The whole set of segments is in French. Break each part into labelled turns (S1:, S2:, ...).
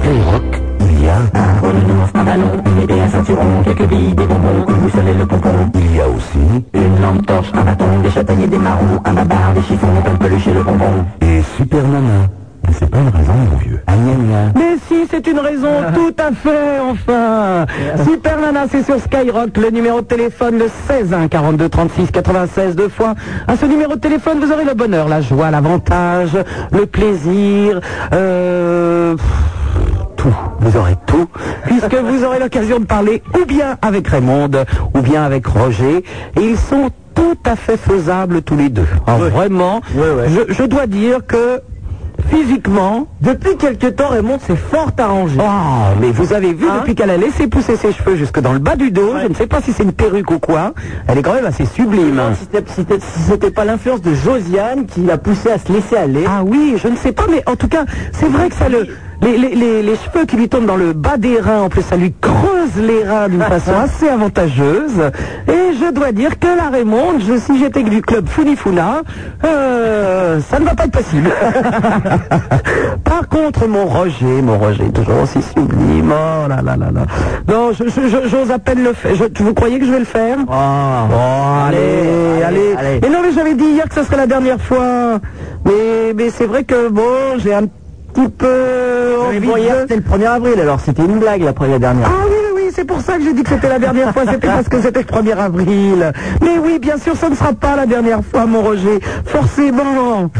S1: Playrock, il y a un Olivier en ballon, une épée, un ceinturon, quelques billes, des bonbons, une boussole et le pompon. Il y a aussi une lampe torche, un bâton, des châtaigniers, des marrons, un babar, des chiffons, un peluche et le bonbon. Et Super Nana. Mais c'est pas une raison, mon vieux.
S2: Mais si, c'est une raison
S1: Ah.
S2: tout à fait, enfin Super Nana, c'est sur Skyrock, le numéro de téléphone, le 16 1 42 36 96, deux fois. À ce numéro de téléphone, vous aurez le bonheur, la joie, l'avantage, le plaisir, euh... Tout. Vous aurez tout, puisque vous aurez l'occasion de parler ou bien avec Raymond, ou bien avec Roger. Et ils sont tout à fait faisables tous les deux. Alors, Vraiment, Je, je dois dire que physiquement, depuis quelque temps, Raymond s'est fort arrangé. Oh, mais vous avez vu, depuis qu'elle a laissé pousser ses cheveux jusque dans le bas du dos, je ne sais pas si c'est une perruque ou quoi, elle est quand même assez sublime. Si c'était pas l'influence de Josiane qui l'a poussé à se laisser aller. Ah oui, je ne sais pas, mais en tout cas, c'est vrai que ça le... Les, les- les- les cheveux qui lui tombent dans le bas des reins, en plus, ça lui creuse les reins d'une façon assez avantageuse. Et je dois dire que la Raymond, je- si j'étais que du club Funifuna, euh, ça ne va pas être possible. Par contre, mon Roger, mon Roger, toujours aussi sublime. Oh
S1: Ah
S2: là là là là. Non, je- je- je- j'ose à peine le faire. Je- tu- vous croyez que je vais le faire
S1: Ah.
S2: Oh, allez, allez, Mais non, mais j'avais dit hier que ce serait la dernière fois. Mais, mais c'est vrai que, bon, j'ai un petit peu envie de...
S3: C'était le 1er avril, alors c'était une blague la première dernière.
S2: Ah oui, oui, oui, c'est pour ça que j'ai dit que c'était la dernière fois, c'était parce que c'était le 1er avril. Mais oui, bien sûr, ça ne sera pas la dernière fois, mon Roger. Forcément.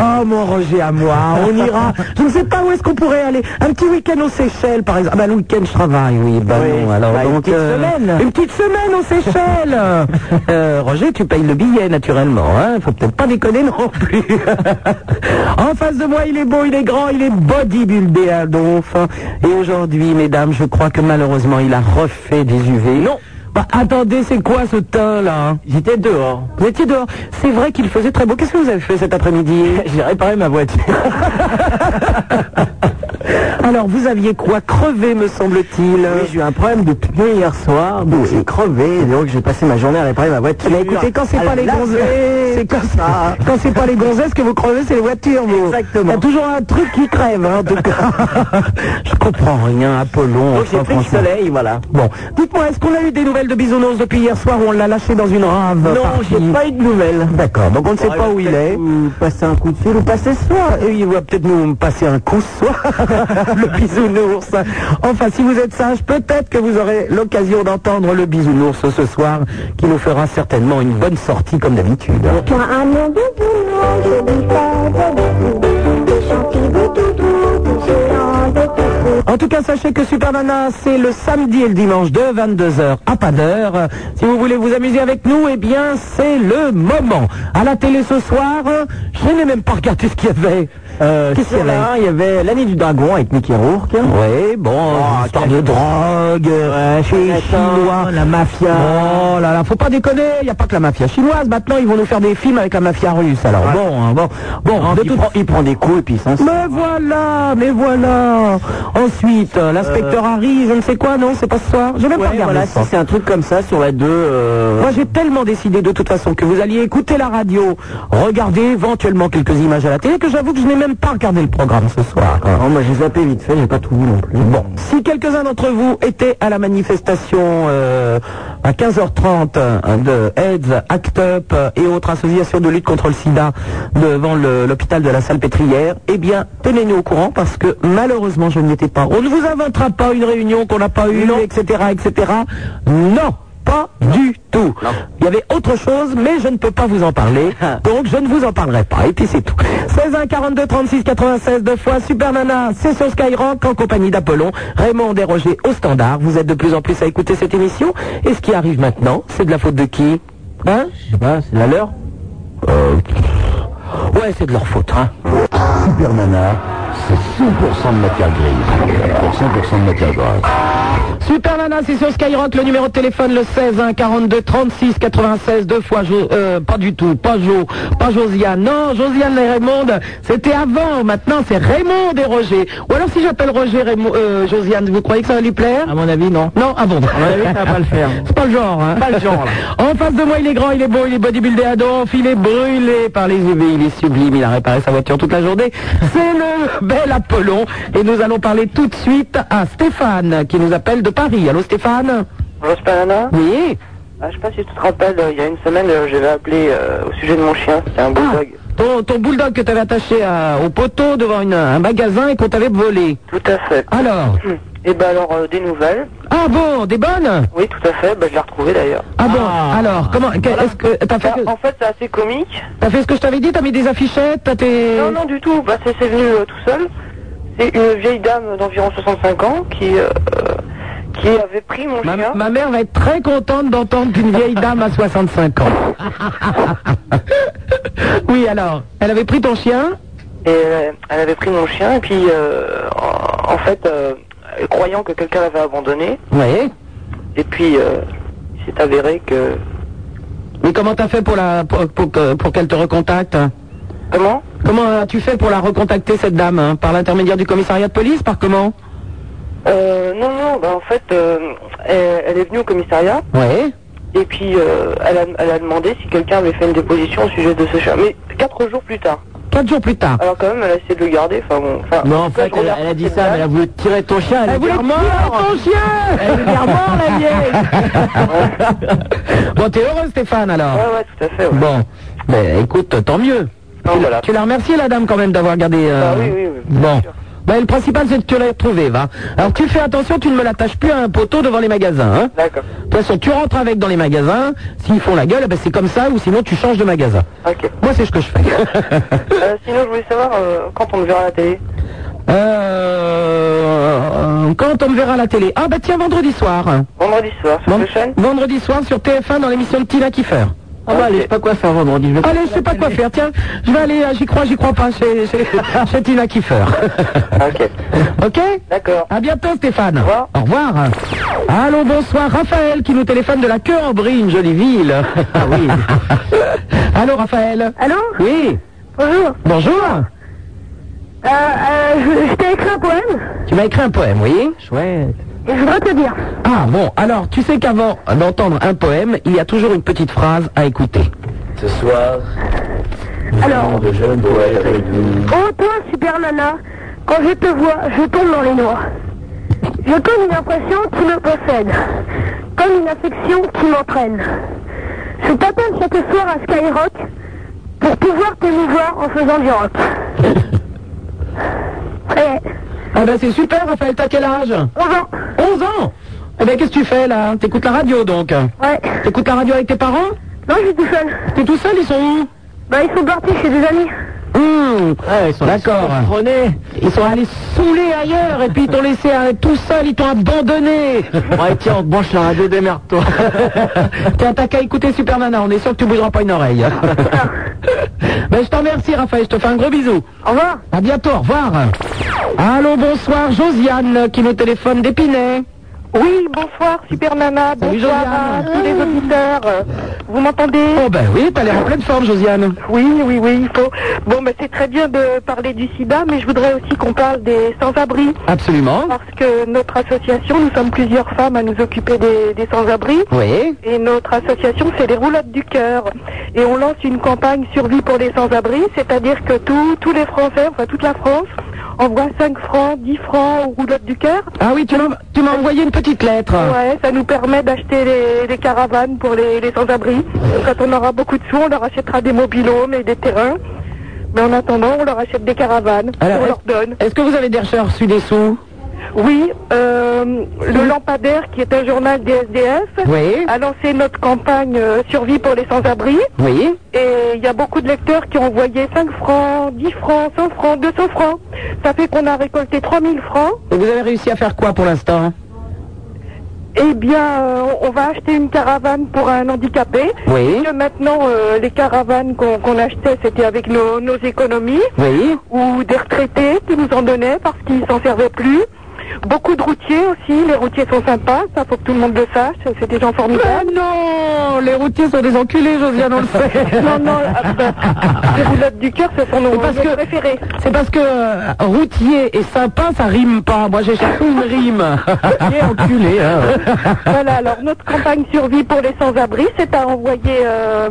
S2: Oh mon Roger à moi, on ira. Je ne sais pas où est-ce qu'on pourrait aller. Un petit week-end aux Seychelles, par exemple. Ah bah le week-end je travaille, oui. Bah non, alors
S3: bah, une
S2: donc, euh,
S3: petite semaine.
S2: Une petite semaine aux Seychelles. Euh, Roger, tu payes le billet naturellement. Hein. Faut peut-être pas déconner non plus. en face de moi, il est beau, il est grand, il est bodybuildé à donf. Et aujourd'hui, mesdames, je crois que malheureusement, il a refait des UV. Non. Bah attendez, c'est quoi ce teint là J'étais dehors. Vous étiez dehors. C'est vrai qu'il faisait très beau. Qu'est-ce que vous avez fait cet après-midi Bah, J'ai réparé ma voiture. Alors vous aviez quoi crevé me semble-t-il
S3: J'ai eu un problème de pneu hier soir, donc j'ai crevé, et donc j'ai passé ma journée à réparer ma voiture.
S2: Mais Eh écoutez, quand c'est pas les gonzesses, c'est quand, quand c'est pas les gonzesses que vous crevez, c'est les voitures. Vous.
S3: Exactement.
S2: Il y a toujours un truc qui crève, hein, en tout cas. Je comprends rien, Apollon.
S3: Donc j'ai
S2: enfin,
S3: pris le
S2: franchement.
S3: soleil, voilà.
S2: Bon, dites-moi, est-ce qu'on a eu des nouvelles de Bisounours depuis hier soir ou on l'a lâché dans une rave
S3: Non, j'ai pas eu de nouvelles.
S2: D'accord, Ah, donc on ne sait
S3: Bon,
S2: pas
S3: alors,
S2: où il
S3: peut-être
S2: est.
S3: vous
S2: passer un coup de fil ou passer ce soir. Et il va peut-être nous passer un coup ce soir, le bisounours. Enfin, si vous êtes sage, peut-être que vous aurez l'occasion d'entendre le bisounours ce soir, qui nous fera certainement une bonne sortie comme d'habitude.
S4: Un nom de boulot, je lui fais des bisous. Des gentils de doudou, des géants de coucou.
S2: En tout cas, sachez que Super Nana, c'est le samedi et le dimanche de 22h à pas d'heure. Euh, Si vous voulez vous amuser avec nous, eh bien, c'est le moment. À la télé ce soir, euh, je n'ai même pas regardé ce qu'il y avait. Qu'est-ce qu'il y avait
S3: Euh, Il y avait l'année du dragon avec Mickey Rourke.
S2: Oui, bon, une histoire de drogue, les chinois, la mafia. Oh là là, faut pas déconner, il n'y a pas que la mafia chinoise. Maintenant, ils vont nous faire des films avec la mafia russe. Alors bon, hein, bon, bon, de toute-
S3: Il prend des coups et puis il s'en sort.
S2: mais voilà, mais voilà. Ensuite, euh, l'inspecteur Harry, je ne sais quoi, non, c'est pas ce soir. Je vais même pas
S3: Ouais,
S2: regarder
S3: voilà,
S2: ça.
S3: si c'est un truc comme ça sur la 2. euh,
S2: Moi, j'ai tellement décidé de toute façon que vous alliez écouter la radio, regarder éventuellement quelques images à la télé, que j'avoue que je n'ai même pas regardé le programme ce soir.
S3: non, Ah, oh, moi j'ai zappé vite fait, j'ai pas tout vu non plus. Bon.
S2: Si quelques-uns d'entre vous étaient à la manifestation euh, à 15h30 euh, de AIDS, ACT UP euh, et autres associations de lutte contre le sida devant le- l'hôpital de la Salpêtrière, eh bien, tenez-nous au courant parce que malheureusement, je n'y étais pas. On ne vous inventera pas une réunion qu'on n'a pas eue, etc., etc. Non pas du tout. Il y avait autre chose, mais je ne peux pas vous en parler, donc je ne vous en parlerai pas. Et puis c'est tout. 16 1 42 36 96 deux fois Super Nana, c'est sur Skyrock en compagnie d'Apollon, Raymond Desroger au standard. Vous êtes de plus en plus à écouter cette émission. Et ce qui arrive maintenant, c'est de la faute de qui Hein Je sais pas, c'est la leur Ouais, c'est de leur faute, hein.
S1: Super Nana, c'est 100% de matière grise pour 100% de matière grasse.
S2: Super Nana, c'est sur Skyrock, le numéro de téléphone le 16 1 42 36 96, deux fois Jo- euh, pas du tout, pas Jo, pas Josiane. Non, Josiane et Raymond, c'était avant, maintenant c'est Raymond et Roger. Ou alors si j'appelle Roger Raymond, euh, Josiane, vous croyez que ça va lui plaire
S5: À mon avis, non.
S2: Non, ah bon.
S5: bah ça va pas le faire.
S2: C'est pas le genre, hein
S5: Pas le genre, là.
S2: En face de moi, il est grand, il est beau, il est bodybuildé à donf, il est brûlé par les UV, il est sublime, il a réparé sa voiture toute la journée. C'est le bel Apollon. Et nous allons parler tout de suite à Stéphane, qui nous appelle de Paris. Allô Stéphane
S6: Bonjour Spanana.
S2: Oui
S6: Ah, je sais pas si tu te rappelles, euh, il y a une semaine, euh, j'avais appelé euh, au sujet de mon chien, c'était un
S2: Ah,
S6: bulldog.
S2: ton, ton bulldog que t'avais attaché à- au poteau devant une- un magasin et qu'on t'avait volé.
S6: Tout à fait.
S2: Alors
S6: Et ben alors, euh, des nouvelles
S2: Ah bon, des bonnes
S6: Oui, tout à fait, bah, je l'ai retrouvé d'ailleurs.
S2: Ah bon,
S5: Ah.
S2: alors, comment, que- est-ce que, t'as fait,
S6: Bah, en fait, c'est assez comique.
S2: t'as fait ce que je t'avais dit, t'as mis des affichettes, t'as tes...
S6: Non, non, du tout, bah, c'est c'est venu euh, tout seul. C'est une vieille dame d'environ 65 ans qui, euh, qui avait pris mon
S2: Ma,
S6: chien.
S2: ma mère va être très contente d'entendre qu'une vieille dame à 65 ans. oui, alors, elle avait pris ton chien
S6: Et euh, elle avait pris mon chien, et puis, euh, en, en fait, euh, croyant que quelqu'un l'avait abandonné,
S2: Oui.
S6: et puis, euh, il s'est avéré que...
S2: Mais comment t'as fait pour la pour, pour que- pour qu'elle te recontacte
S6: Comment
S2: Comment as-tu fait pour la recontacter cette dame hein Par l'intermédiaire du commissariat de police Par comment
S6: Euh, non, non, bah, en fait, euh, elle, elle est venue au commissariat
S2: Oui.
S6: et puis euh, elle, a, elle a demandé si quelqu'un avait fait une déposition au sujet de ce chien. Mais quatre jours plus tard.
S2: Quatre jours plus tard.
S6: Alors quand même, elle a essayé de le garder. Enfin bon. enfin,
S5: Non, en
S6: tout cas,
S5: fait,
S6: je
S5: elle,
S6: regarde
S5: elle a dit
S6: cette
S5: ça, mais
S6: dame.
S5: elle a voulu tirer ton chien. Elle,
S2: Elle voulait
S5: était
S2: tuer
S5: mort.
S2: ton chien Elle voulait dire mort, la vieille Bon, t'es heureux, Stéphane, alors
S6: Ouais, ouais, tout à fait. Ouais.
S2: Bon, ben, écoute, tant mieux.
S6: Non,
S2: tu,
S6: voilà.
S2: tu l'as remercié, la dame, quand même, d'avoir gardé... euh,
S6: Ah oui, oui, oui, bien
S2: Bon.
S6: sûr.
S2: Ben, le principal, c'est que tu l'as retrouvé, va. Alors, tu fais attention, tu ne me l'attaches plus à un poteau devant les magasins, hein.
S6: D'accord.
S2: De toute façon, tu rentres avec dans les magasins, s'ils font la gueule, ben, c'est comme ça, ou sinon, tu changes de magasin.
S6: Ok.
S2: Moi, c'est ce que je fais.
S6: Euh, sinon, je voulais savoir euh, quand on le verra à la télé.
S2: euh, quand on me verra à la télé. Ah, ben, tiens, vendredi soir. hein.
S6: Vendredi soir sur
S2: Vend-
S6: le chaîne.
S2: vendredi soir sur TF1 dans l'émission de Tina Kiefer.
S5: Ah bah, allez, je sais pas quoi faire vendredi. Je vais
S2: Allez, je sais pas quoi faire. Tiens, je vais aller, euh, j'y crois, j'y crois pas, chez, chez, chez Tina Kiefer.
S6: Ok.
S2: ok
S6: D'accord.
S2: À bientôt, Stéphane.
S6: revoir.
S2: Au revoir. Allons, bonsoir. Raphaël qui nous téléphone de la queue en Brie, une jolie ville. Ah oui. Allô, Raphaël
S4: Allô
S2: Oui.
S4: Bonjour.
S2: Bonjour.
S4: Euh, euh, je, je t'ai écrit un poème
S2: Tu m'as écrit un poème, oui
S5: Chouette.
S4: et je voudrais te dire.
S2: Ah bon, alors tu sais qu'avant d'entendre un poème, il y a toujours une petite phrase à écouter.
S7: Ce soir,
S4: Alors,
S7: de jeunes poètes avec nous.
S4: oh toi, super nana, quand je te vois, je tombe dans les noix. J'ai comme une impression qui me possède, comme une affection qui m'entraîne. Je t'appelle chaque soir à Skyrock pour pouvoir t'émouvoir en faisant du rock. Eh,
S2: Ah ben c'est super, Raphaël, t'as quel âge
S4: on va.
S2: 11 ans Eh ben qu'est-ce que tu fais là T'écoutes la radio donc
S4: Ouais.
S2: T'écoutes la radio avec tes parents
S4: Non, je suis tout seul.
S2: T'es tout seul, ils sont où
S4: Bah, ils sont partis chez des amis.
S2: Hum,
S5: Ouais, ils sont
S2: D'accord.
S5: Prenez.
S2: Ils sont allés saouler ailleurs et puis ils t'ont laissé euh, tout seul, ils t'ont abandonné.
S5: Ouais, tiens, on te branche la radio, démerde-toi.
S2: Tiens, t'as qu'à écouter Super Nana, on est sûr que tu bougeras pas une oreille. ben, je t'en remercie Raphaël, je te fais un gros bisou.
S4: Au revoir.
S2: À bientôt, au revoir. Allô, bonsoir, Josiane qui nous téléphone d'Épinay.
S6: Oui, bonsoir Super Nana.
S2: Salut, Bonsoir à Josiane. tous
S6: les auditeurs. euh, Vous m'entendez
S2: Oh ben oui, t'as l'air en pleine forme, Josiane.
S6: Oui, oui, oui, il faut. Bon, ben, c'est très bien de parler du sida, mais je voudrais aussi qu'on parle des sans-abri.
S2: Absolument.
S6: Parce que notre association, nous sommes plusieurs femmes à nous occuper des, des sans-abri.
S2: Oui.
S6: Et notre association, c'est les roulottes du cœur. Et on lance une campagne survie pour les sans-abri, c'est-à-dire que tous tous les Français, enfin toute la France, envoie 5 francs, 10 francs aux roulottes du cœur.
S2: Ah oui, tu m'as tu m'as envoyé une petite lettre.
S6: Ouais, ça nous permet d'acheter les, les caravanes pour les, les sans-abri. Quand on aura beaucoup de sous, on leur achètera des mobilhomes et des terrains. Mais en attendant, on leur achète des caravanes.
S2: Alors,
S6: on
S2: est-
S6: leur donne.
S2: Est-ce que vous avez déjà reçu des sous
S6: Oui, euh, le Lampadaire, qui est un journal des SDF,
S2: Oui.
S6: a lancé notre campagne euh, Survie pour les sans-abri.
S2: Oui.
S6: Et il y a beaucoup de lecteurs qui ont envoyé 5 francs, 10 francs, 100 francs, 200 francs. Ça fait qu'on a récolté 3000 francs.
S2: Et vous avez réussi à faire quoi pour l'instant hein
S6: Eh bien, euh, on va acheter une caravane pour un handicapé.
S2: Oui.
S6: Que maintenant, euh, les caravanes qu'on qu'on achetait, c'était avec nos, nos économies
S2: Oui.
S6: ou des retraités qui nous en donnaient parce qu'ils s'en servaient plus. Beaucoup de routiers aussi. Les routiers sont sympas, ça faut que tout le monde le sache. C'est des gens formidables.
S2: non Les routiers sont des enculés, Josiane, on le sait.
S6: non, non,
S2: euh,
S6: ah, ben, les roulottes du cœur, ce sont nos,
S2: parce
S6: nos
S2: que-
S6: préférés.
S2: C'est parce que euh, routier et sympa, ça rime pas. Moi, j'ai cherché une rime.
S8: T'es enculé, hein.
S6: Voilà, alors notre campagne survie pour les sans-abri, c'est à envoyer euh,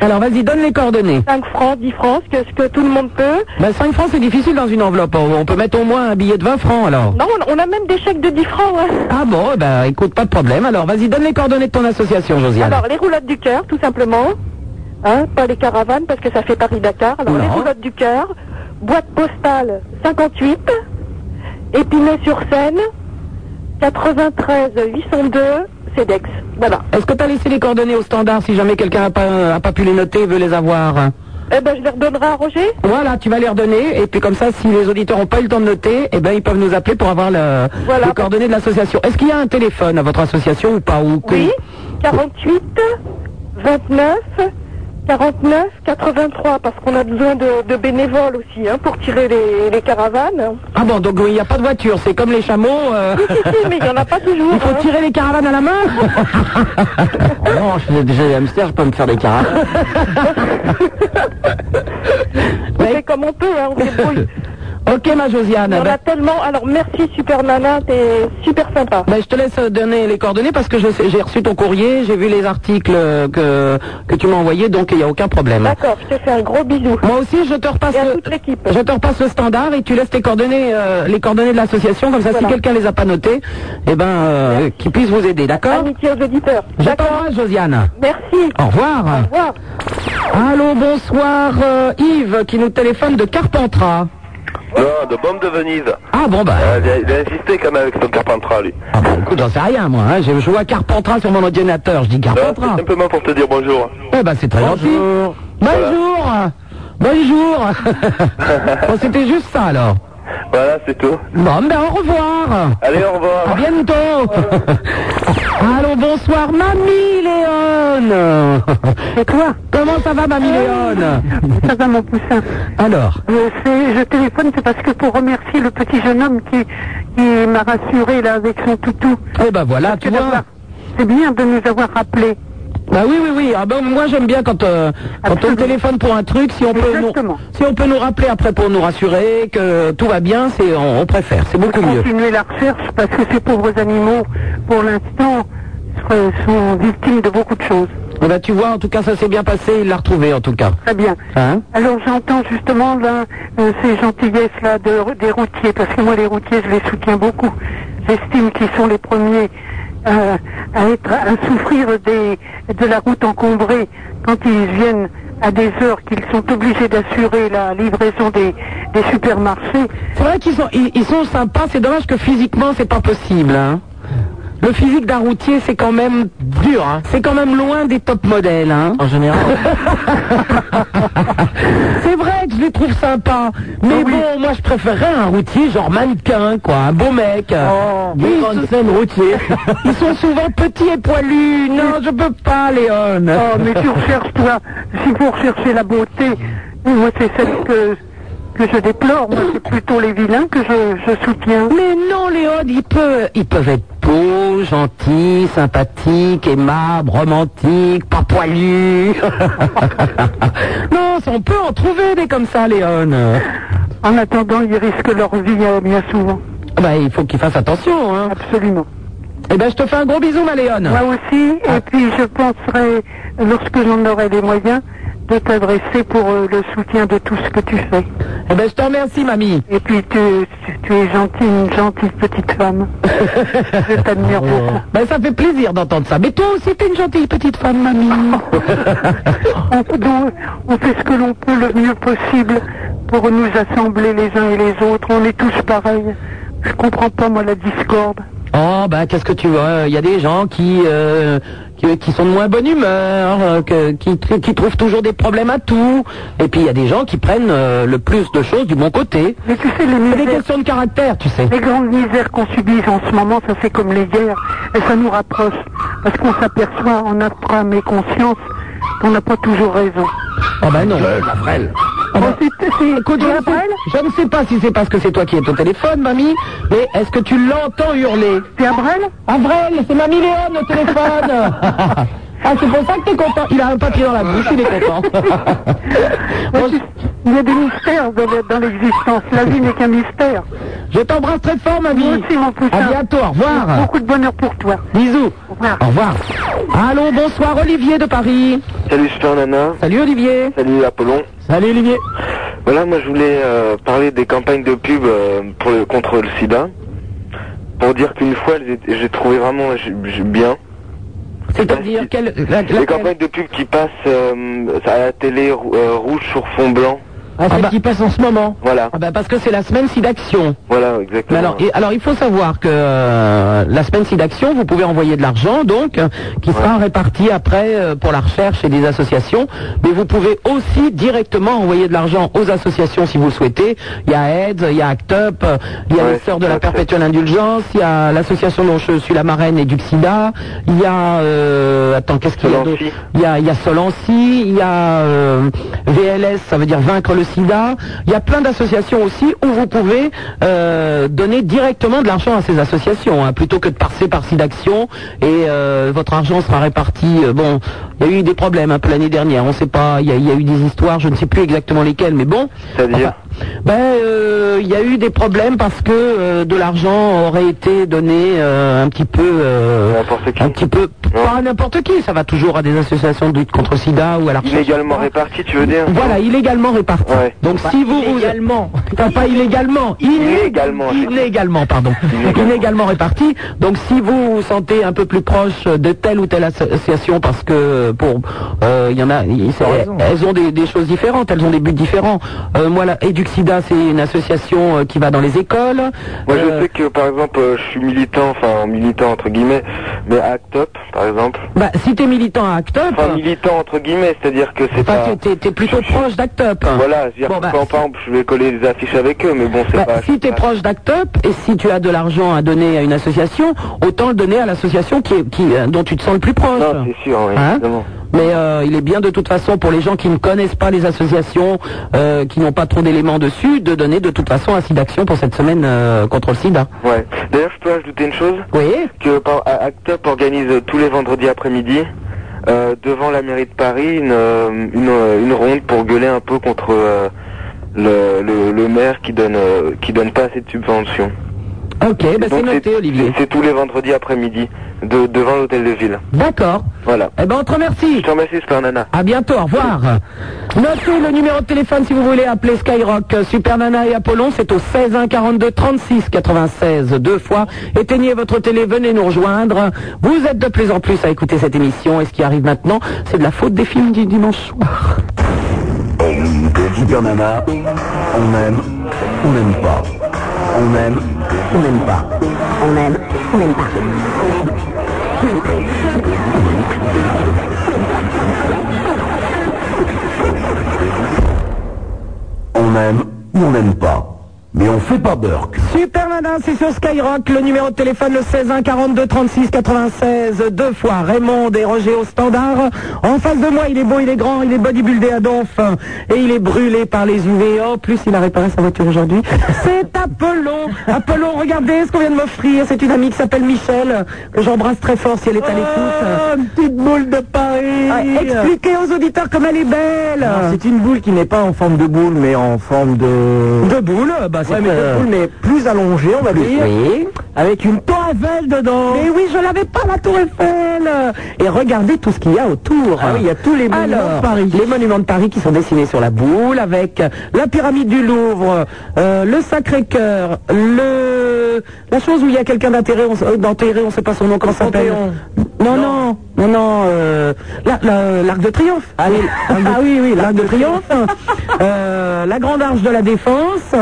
S2: Alors, vas-y, donne les coordonnées.
S6: 5 francs, 10 francs, ce que, ce que tout le monde peut.
S2: Bah, 5 francs, c'est difficile dans une enveloppe. On on peut mettre au moins un billet de 20 francs, alors.
S6: Non, on, on a même des chèques de 10 francs. hein. ouais.
S2: Ah bon, eh ben, écoute, pas de problème. Alors, vas-y, donne les coordonnées de ton association, Josiane.
S6: Alors, les roulottes du cœur, tout simplement. Hein, pas les caravanes, parce que ça fait Paris-Dakar. Alors,
S2: Oula.
S6: les roulottes du cœur, boîte postale 58, Épinay-sur-Seine, 93 802, CEDEX. Voilà.
S2: Est-ce que t'as laissé les coordonnées au standard si jamais quelqu'un n'a pas, a pas pu les noter et veut les avoir
S6: Eh ben, je les redonnerai à Roger.
S2: Voilà, tu vas les redonner. Et puis, comme ça, si les auditeurs n'ont pas eu le temps de noter, eh ben, ils peuvent nous appeler pour avoir le-
S6: Voilà.
S2: les coordonnées de l'association. Est-ce qu'il y a un téléphone à votre association ou pas ou que-
S6: Oui, 48, 29, 49, 83, parce qu'on a besoin de, de bénévoles aussi hein, pour tirer les, les caravanes.
S2: Ah bon, donc oui, il n'y a pas de voiture, c'est comme les chameaux. euh,
S6: Si, si, si, mais il n'y en a pas toujours.
S2: Il faut
S6: hein.
S2: tirer les caravanes à la main
S8: Oh non, je faisais déjà des hamsters, je peux me faire des
S6: Ah.
S8: carafes.
S6: On fait comme on peut, hein, on se débrouille.
S2: Ok, ma Josiane.
S6: Il y en
S2: ben-
S6: a tellement. Alors merci Super Nana, t'es super sympa.
S2: Ben, je te laisse euh, donner les coordonnées parce que je sais- j'ai reçu ton courrier, j'ai vu les articles euh, que, que tu m'as envoyés, donc il n'y a aucun problème.
S6: D'accord, je te fais un gros bisou.
S2: Moi aussi, je te repasse
S6: Et à
S2: le,
S6: toute l'équipe.
S2: je te repasse le standard et tu laisses tes coordonnées, euh, les coordonnées de l'association, comme ça si
S6: Voilà.
S2: quelqu'un les a pas notées, eh ben, euh, qu'ils puissent vous aider, d'accord
S6: Amitié aux auditeurs.
S2: J'attends, hein, Josiane.
S6: Merci.
S2: Au revoir.
S6: Au revoir.
S2: Allô, bonsoir, euh, Yves qui nous téléphone de Carpentras.
S9: Non, de bombe de Venise.
S2: Ah bon, bah.
S9: Ah, Il a, il a insisté quand même avec son Carpentras, lui.
S2: Ah bah écoute, j'en sais rien moi, hein. je, je vois Carpentras sur mon ordinateur, je dis
S9: Non, c'est
S2: Carpentras.
S9: simplement pour te dire bonjour.
S2: Eh ben c'est très gentil.
S8: Bonjour.
S2: Bonjour Bonjour Bon c'était juste ça alors.
S9: Voilà, c'est tout.
S2: Bon ben au revoir
S9: Allez, au
S2: À
S9: revoir.
S2: bientôt Allons, bonsoir, Mamie Léone Et quoi Comment ça va, Mamie Léone
S4: Euh, Ça va mon poussin.
S2: Alors
S4: Euh, c'est- je téléphone, c'est parce que pour remercier le petit jeune homme qui, qui m'a rassuré là avec son toutou.
S2: Eh ben voilà, tu
S4: C'est
S2: vois
S4: d'avoir- C'est bien de nous avoir rappelé.
S2: Bah oui, oui, oui. Ah ben, moi, j'aime bien quand, euh, quand on
S4: Absolument.
S2: téléphone pour un truc, si on, peut nous,
S4: Exactement.
S2: si on peut nous rappeler après pour nous rassurer que tout va bien, c'est on, on préfère. C'est beaucoup mieux.
S4: Continuer la recherche parce que ces pauvres animaux, pour l'instant, se- sont victimes de beaucoup de choses.
S2: Eh ben, tu vois, en tout cas, ça s'est bien passé. Il l'a retrouvé, en tout cas.
S4: Très bien. Euh,
S2: Hein
S4: Alors j'entends justement là euh, ces gentillesses là de- des routiers, parce que moi les routiers je les soutiens beaucoup. J'estime qu'ils sont les premiers euh, à être à souffrir des, de la route encombrée quand ils viennent à des heures qu'ils sont obligés d'assurer la livraison des, des supermarchés.
S2: C'est vrai qu'ils sont, ils, ils sont sympas. C'est dommage que physiquement, c'est pas possible. hein. Le physique d'un routier, c'est quand même dur. hein. C'est quand même loin des top modèles. Hein.
S8: En général,
S2: C'est vrai que je les trouve sympas. Mais bon, moi, je préférerais un routier genre mannequin, quoi. Un beau mec. Oh. Oui, ils se-
S8: routier.
S2: Ils sont souvent petits et poilus. Non, je peux pas, Léon.
S4: Oh mais tu recherches toi, si vous recherchez la beauté, moi c'est celle que, que je déplore, moi c'est plutôt les vilains que je, je soutiens.
S2: Mais non, Léon, ils peuvent, ils peuvent être beaux, gentils, sympathiques, aimables, romantiques, pas poilus. non, ça, on peut en trouver des comme ça, Léon.
S4: En attendant, ils risquent leur vie euh, bien souvent.
S2: Bah, il faut qu'ils fassent attention, hein.
S4: Absolument.
S2: Eh ben, je te fais un gros bisou, ma Ah. Léon.
S4: Moi aussi, et puis je penserai, lorsque j'en aurai les moyens, de t'adresser pour euh, le soutien de tout ce que tu fais.
S2: Eh ben, je te remercie, mamie.
S4: Et puis tu, tu- tu es gentille, une gentille petite femme. je t'admire beaucoup.
S2: Ben, ça fait plaisir d'entendre ça. Mais toi aussi, t'es une gentille petite femme, mamie.
S4: On, donc, on fait ce que l'on peut le mieux possible pour nous assembler les uns et les autres. On est tous pareils. Je comprends pas, moi, la discorde.
S2: Oh bah qu'est-ce que tu vois Il y a des gens qui euh, qui, qui sont de moins bonne humeur, euh, que- qui, tr- qui trouvent toujours des problèmes à tout. Et puis il y a des gens qui prennent euh, le plus de choses du bon côté.
S4: Mais tu sais, les
S2: C'est des
S4: misères
S2: questions de caractère, tu sais.
S4: Les grandes misères qu'on subit en ce moment, ça c'est comme les guerres, et ça nous rapproche, parce qu'on s'aperçoit Ah
S2: Ah ben,
S4: en notre âme et conscience qu'on n'a pas toujours raison.
S2: Oh bah non.
S10: Ensuite,
S2: Écoute, je, ne sais, je ne sais pas si c'est parce que c'est toi qui es au téléphone, mamie, mais est-ce que tu l'entends hurler C'est Avrel Avrel, c'est mamie Léon au téléphone Ah, c'est pour ça que t'es content Il a un papier dans la bouche, il est content Bon,
S10: il y a des mystères dans le- dans l'existence. La vie n'est qu'un mystère.
S2: Je t'embrasse très fort, mamie
S10: Moi aussi, mon poussin.
S2: À bientôt, au revoir
S10: Beaucoup de bonheur pour toi.
S2: Bisous
S10: Au revoir.
S2: Au revoir Allô, bonsoir, Olivier de Paris
S11: Salut Super Nana,
S2: Salut, Olivier
S11: salut Apollon.
S2: Salut, Olivier
S11: Voilà, moi je voulais euh, parler des campagnes de pub euh, pour le, contre le sida. Pour dire qu'une fois, elles étaient- j'ai trouvé vraiment j- j- bien.
S2: C'est-à-dire, quelle... la-
S11: Les
S2: laquelle
S11: campagnes de pub qui passent euh, à la télé rou- euh, rouge sur fond blanc.
S2: Ah, celle qui passe en ce moment
S11: Voilà,
S2: Ah bah, parce que c'est la semaine SIDAction.
S11: voilà,
S2: Mais
S11: exactement.
S2: alors, et- alors, il faut savoir que euh, la semaine SIDAction, vous pouvez envoyer de l'argent, donc, euh, qui sera réparti après euh, pour la recherche et des associations. Mais vous pouvez aussi directement envoyer de l'argent aux associations si vous le souhaitez. Il y a AIDS, il y a ACT UP, euh, il y a
S11: Ouais,
S2: les Sœurs de la
S11: Act Up.
S2: Perpétuelle Indulgence, il y a l'association dont je suis la marraine et du SIDA, il y a... euh, attends, qu'est-ce qu'il y a
S11: Solancy.
S2: d'autre il y a, il y a Solancy, il y a euh, VLS, ça veut dire vaincre le sida. Il y a plein d'associations aussi où vous pouvez euh, donner directement de l'argent à ces associations, hein, plutôt que de passer par SIDAction. Et euh, votre argent sera réparti. euh, bon, il y a eu des problèmes un peu l'année dernière, on ne sait pas, il y, a, il y a eu des histoires, je ne sais plus exactement lesquelles, mais bon.
S11: C'est-à-dire
S2: Ben, euh, il y a eu des problèmes parce que euh, de l'argent aurait été donné euh, un petit peu... euh,
S11: N'importe qui.
S2: un petit peu... Pas à n'importe qui, ça va toujours à des associations de lutte contre le sida ou à la recherche.
S11: Inégalement réparti, tu veux dire
S2: Voilà, illégalement réparti.
S11: Ouais.
S2: Donc si vous... Illégalement. pas illégalement.
S11: Illégalement, j'ai dit.
S2: Illégalement, pardon.
S11: Illégalement.
S2: Illégalement réparti. Donc si vous vous sentez un peu plus proche de telle ou telle association, parce que pour... euh, Il y en a... il- c'est- elles ont des, des choses différentes, elles ont des buts différents. Euh, moi, la Eduxida, c'est une association euh, qui va dans les écoles.
S11: Moi
S2: Euh,
S11: je sais que par exemple euh, je suis militant, enfin militant entre guillemets, mais act up par exemple.
S2: bah, si t'es militant à ACT UP,
S11: Enfin militant entre guillemets, c'est-à-dire que c'est
S2: enfin,
S11: pas...
S2: t'es- t'es- t'es plutôt
S11: Je- je-
S2: proche d'ACT UP.
S11: Voilà, je veux dire,
S2: Bon, bah,
S11: quand, par exemple, je vais coller des affiches avec eux, mais bon, c'est
S2: Bah,
S11: pas...
S2: si tu es proche d'Act Up et si tu as de l'argent à donner à une association, autant le donner à l'association qui, est- qui, euh, dont tu te sens le plus proche.
S11: Non, c'est sûr, oui,
S2: Hein
S11: évidemment.
S2: Mais euh, il est bien de toute façon pour les gens qui ne connaissent pas les associations, euh, qui n'ont pas trop d'éléments dessus, de donner de toute façon un site d'action pour cette semaine euh, contre le sida.
S11: Ouais. D'ailleurs, je peux ajouter une chose
S2: Oui
S11: que par- A- Act Up organise euh, tous les vendredis après-midi, euh, devant la mairie de Paris, une, euh, une, euh, une ronde pour gueuler un peu contre euh, le, le, le maire qui donne, euh, qui donne pas assez de subventions.
S2: Ok, bah, c'est
S11: Donc,
S2: noté Olivier.
S11: c'est- C'est tous les vendredis après-midi, de, devant l'hôtel de ville.
S2: D'accord.
S11: Voilà.
S2: Eh ben on te remercie.
S11: Je te remercie, Super Nana.
S2: À bientôt, au revoir. Notez le numéro de téléphone si vous voulez appeler Skyrock, euh, Super Nana et Apollon, c'est au 16 1 42 36 96 deux fois. Éteignez votre télé, venez nous rejoindre. Vous êtes de plus en plus à écouter cette émission et ce qui arrive maintenant, c'est de la faute des films du dimanche soir.
S1: Super Nana, on aime, on n'aime pas. On aime, on n'aime pas. On aime, on n'aime pas. On aime ou on n'aime pas. Mais on fait pas Burke.
S2: Super Nana, c'est sur Skyrock, le numéro de téléphone le 16 1 42 36 96 deux fois. Raymond et Roger au standard. En face de moi, il est beau, il est grand, il est bodybuildé à donf hein. et il est brûlé par les UV. En plus, il a réparé sa voiture aujourd'hui. C'est Apollon. Apollon, regardez ce qu'on vient de m'offrir. C'est une amie qui s'appelle Michel que j'embrasse très fort si elle est à l'écoute. Oh, une petite boule de Paris. expliquez aux auditeurs comme elle est belle.
S3: C'est une boule qui n'est pas en forme de boule, mais en forme de...
S2: Deux boules, bah c'est
S3: Ouais, mais
S2: euh,
S3: de boule, mais plus allongée, on va dire.
S2: oui.
S3: Avec une tour Eiffel dedans.
S2: Mais oui, je l'avais pas la Tour Eiffel. Et regardez tout ce qu'il y a autour.
S3: Ah oui, il y a tous les monuments
S2: Alors,
S3: de Paris.
S2: Les monuments de Paris qui sont dessinés sur la boule avec la pyramide du Louvre, euh, le Sacré-Cœur, le euh, la chose où il y a quelqu'un d'enterré, on, s- euh, d'enterré, on sait pas son nom, comment ça s'appelle.
S3: Panthéon.
S2: Non, non, non, non, euh, la- la- l'Arc de Triomphe. Ah oui, oui, oui, l'Arc de Triomphe. Euh, la Grande Arche de la Défense.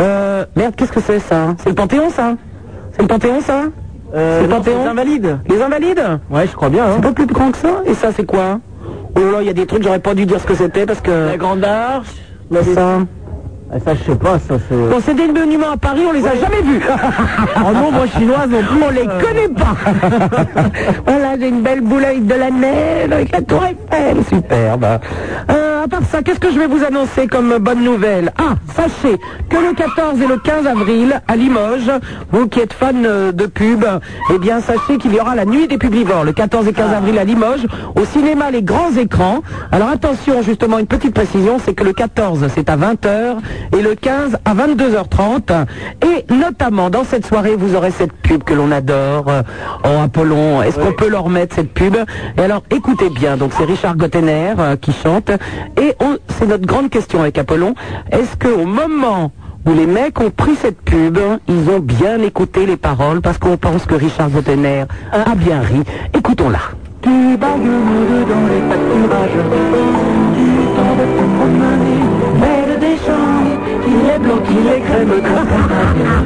S2: Euh, merde, qu'est-ce que c'est ça C'est le Panthéon ça C'est le Panthéon ça C'est le
S3: Euh, non,
S2: Panthéon
S3: c'est les Invalides.
S2: Les Invalides
S3: Ouais, je crois bien.
S2: C'est
S3: hein.
S2: pas plus grand que ça Et ça c'est quoi Oh là là, il y a des trucs, j'aurais pas dû dire ce que c'était parce que...
S3: Grande Arche.
S2: C'est ça.
S3: Ah, ça, je sais pas, ça c'est...
S2: Bon, c'est des monuments à Paris, on les a jamais vus. en nombre chinois non plus. On les connaît pas. voilà, j'ai une belle boule avec de la neige, avec la tour Eiffel. Superbe. Euh, Alors, à part ça, qu'est-ce que je vais vous annoncer comme bonne nouvelle Ah, sachez que le 14 et le 15 avril, à Limoges, vous qui êtes fan euh, de pub, eh bien, sachez qu'il y aura la nuit des publivores, le 14 et 15 avril à Limoges, au cinéma Les Grands Écrans. Alors, attention, justement, une petite précision, c'est que le 14, c'est à 20h, et le 15 à 22h30. Et notamment, dans cette soirée, vous aurez cette pub que l'on adore. euh, Oh, Apollon, est-ce qu'on peut leur mettre cette pub Et alors, écoutez bien, donc c'est Richard Gottener euh, qui chante. Et on- c'est notre grande question avec Apollon. Est-ce qu'au moment où les mecs ont pris cette pub, ils ont bien écouté les paroles parce qu'on pense que Richard Gottener a bien ri. Écoutons-la.
S4: Tu bagues dans les pâturages, tu t'en vas te promener, belle des champs, qu'il est blanc, qu'il est crème, comme ta marraine.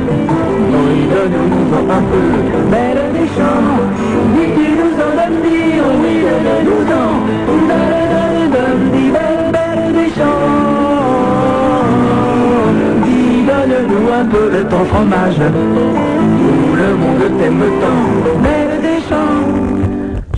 S4: Oui, donne-nous un peu, belle des champs, oui, tu nous en donnes dire, oui, donne-nous en, donne, donne, donne, dis, belle, belle des champs. Dis, donne-nous un peu de ton fromage, tout le monde t'aime tant, belle des champs.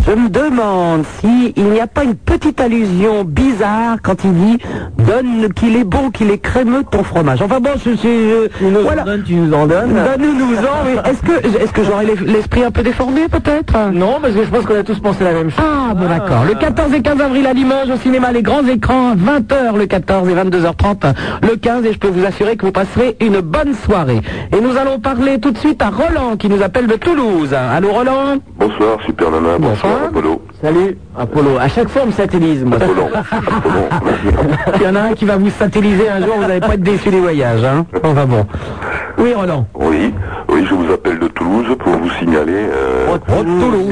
S2: Je me demande si il n'y a pas une petite allusion bizarre quand il dit donne qu'il est bon, qu'il est crémeux ton fromage. Enfin bon, je, je, je- voilà.
S3: Tu nous en donnes
S2: Donne nous en. mais Est-ce que est-ce que j'aurais l'es- l'esprit un peu déformé peut-être
S3: Non, parce que je pense qu'on a tous pensé la même chose.
S2: Ah bon d'accord. Le 14 et 15 avril à Limoges au cinéma les grands écrans 20h le 14 et 22h30 le 15 et je peux vous assurer que vous passerez une bonne soirée. Et nous allons parler tout de suite à Roland qui nous appelle de Toulouse. Allô Roland.
S12: Bonsoir, Super Nana. Bonsoir,
S2: Bonsoir.
S12: Apollo.
S3: Salut, Ah. Apollo. À chaque fois, on me satellise, moi.
S12: Apollo. Apollo.
S2: Il y en a un qui va vous satelliser un jour, vous n'allez pas être déçu des voyages. Hein enfin bon. Oui, Roland.
S12: Oui, oui, je vous appelle de Toulouse pour vous signaler euh,
S2: Oh, Toulouse.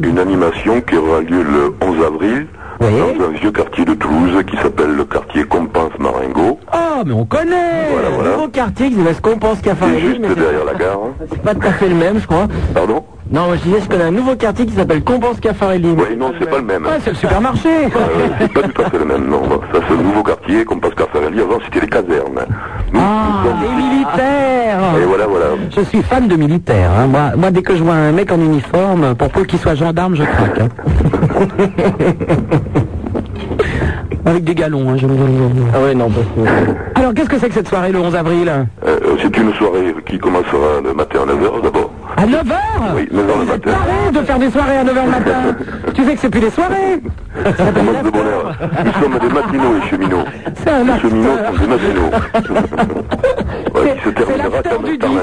S12: une, une animation qui aura lieu le 11 avril
S2: Oui.
S12: dans un vieux quartier de Toulouse qui s'appelle le quartier Compense-Marengo.
S3: Ah,
S2: Oh, mais on connaît
S12: Voilà, voilà.
S3: Nouveau quartier, parce qu'on pense qu'à
S12: C'est
S3: Farid,
S12: juste
S3: mais
S12: derrière la gare. hein.
S3: c'est pas tout à fait le même, je crois.
S12: Pardon
S3: Non, moi, je disais, je connais un nouveau quartier qui s'appelle Compense Caffarelli.
S12: Oui, non, c'est pas le même.
S3: Ah,
S2: Ouais, c'est le supermarché.
S12: Euh, c'est pas tout à fait le même, non. Ça, c'est le nouveau quartier, Compense Carfarelli. Avant, c'était les casernes. Nous,
S2: Ah,
S12: nous sommes-
S2: les militaires.
S12: Et voilà, voilà.
S2: Je suis fan de militaires. hein. Moi, moi, dès que je vois un mec en uniforme, pour peu qu'il soit gendarme, je craque. hein. Avec des galons, hein, je me-
S3: Ah ouais, non, parce que...
S2: Alors, qu'est-ce que c'est que cette soirée le 11 avril
S12: Euh, euh, c'est une soirée qui commencera le matin à 9h d'abord.
S2: À 9h
S12: Oui, 9h le matin.
S2: Arrête de faire des soirées à 9h le matin Tu sais que c'est plus des soirées
S12: Nous sommes de bonheur. Nous sommes des matinots et cheminots.
S2: C'est un
S12: Les cheminots
S2: acteur.
S12: sont des matinots. ouais, il se terminera
S2: l'acteur
S12: quand
S2: du
S12: même par la
S2: dix.
S12: nuit.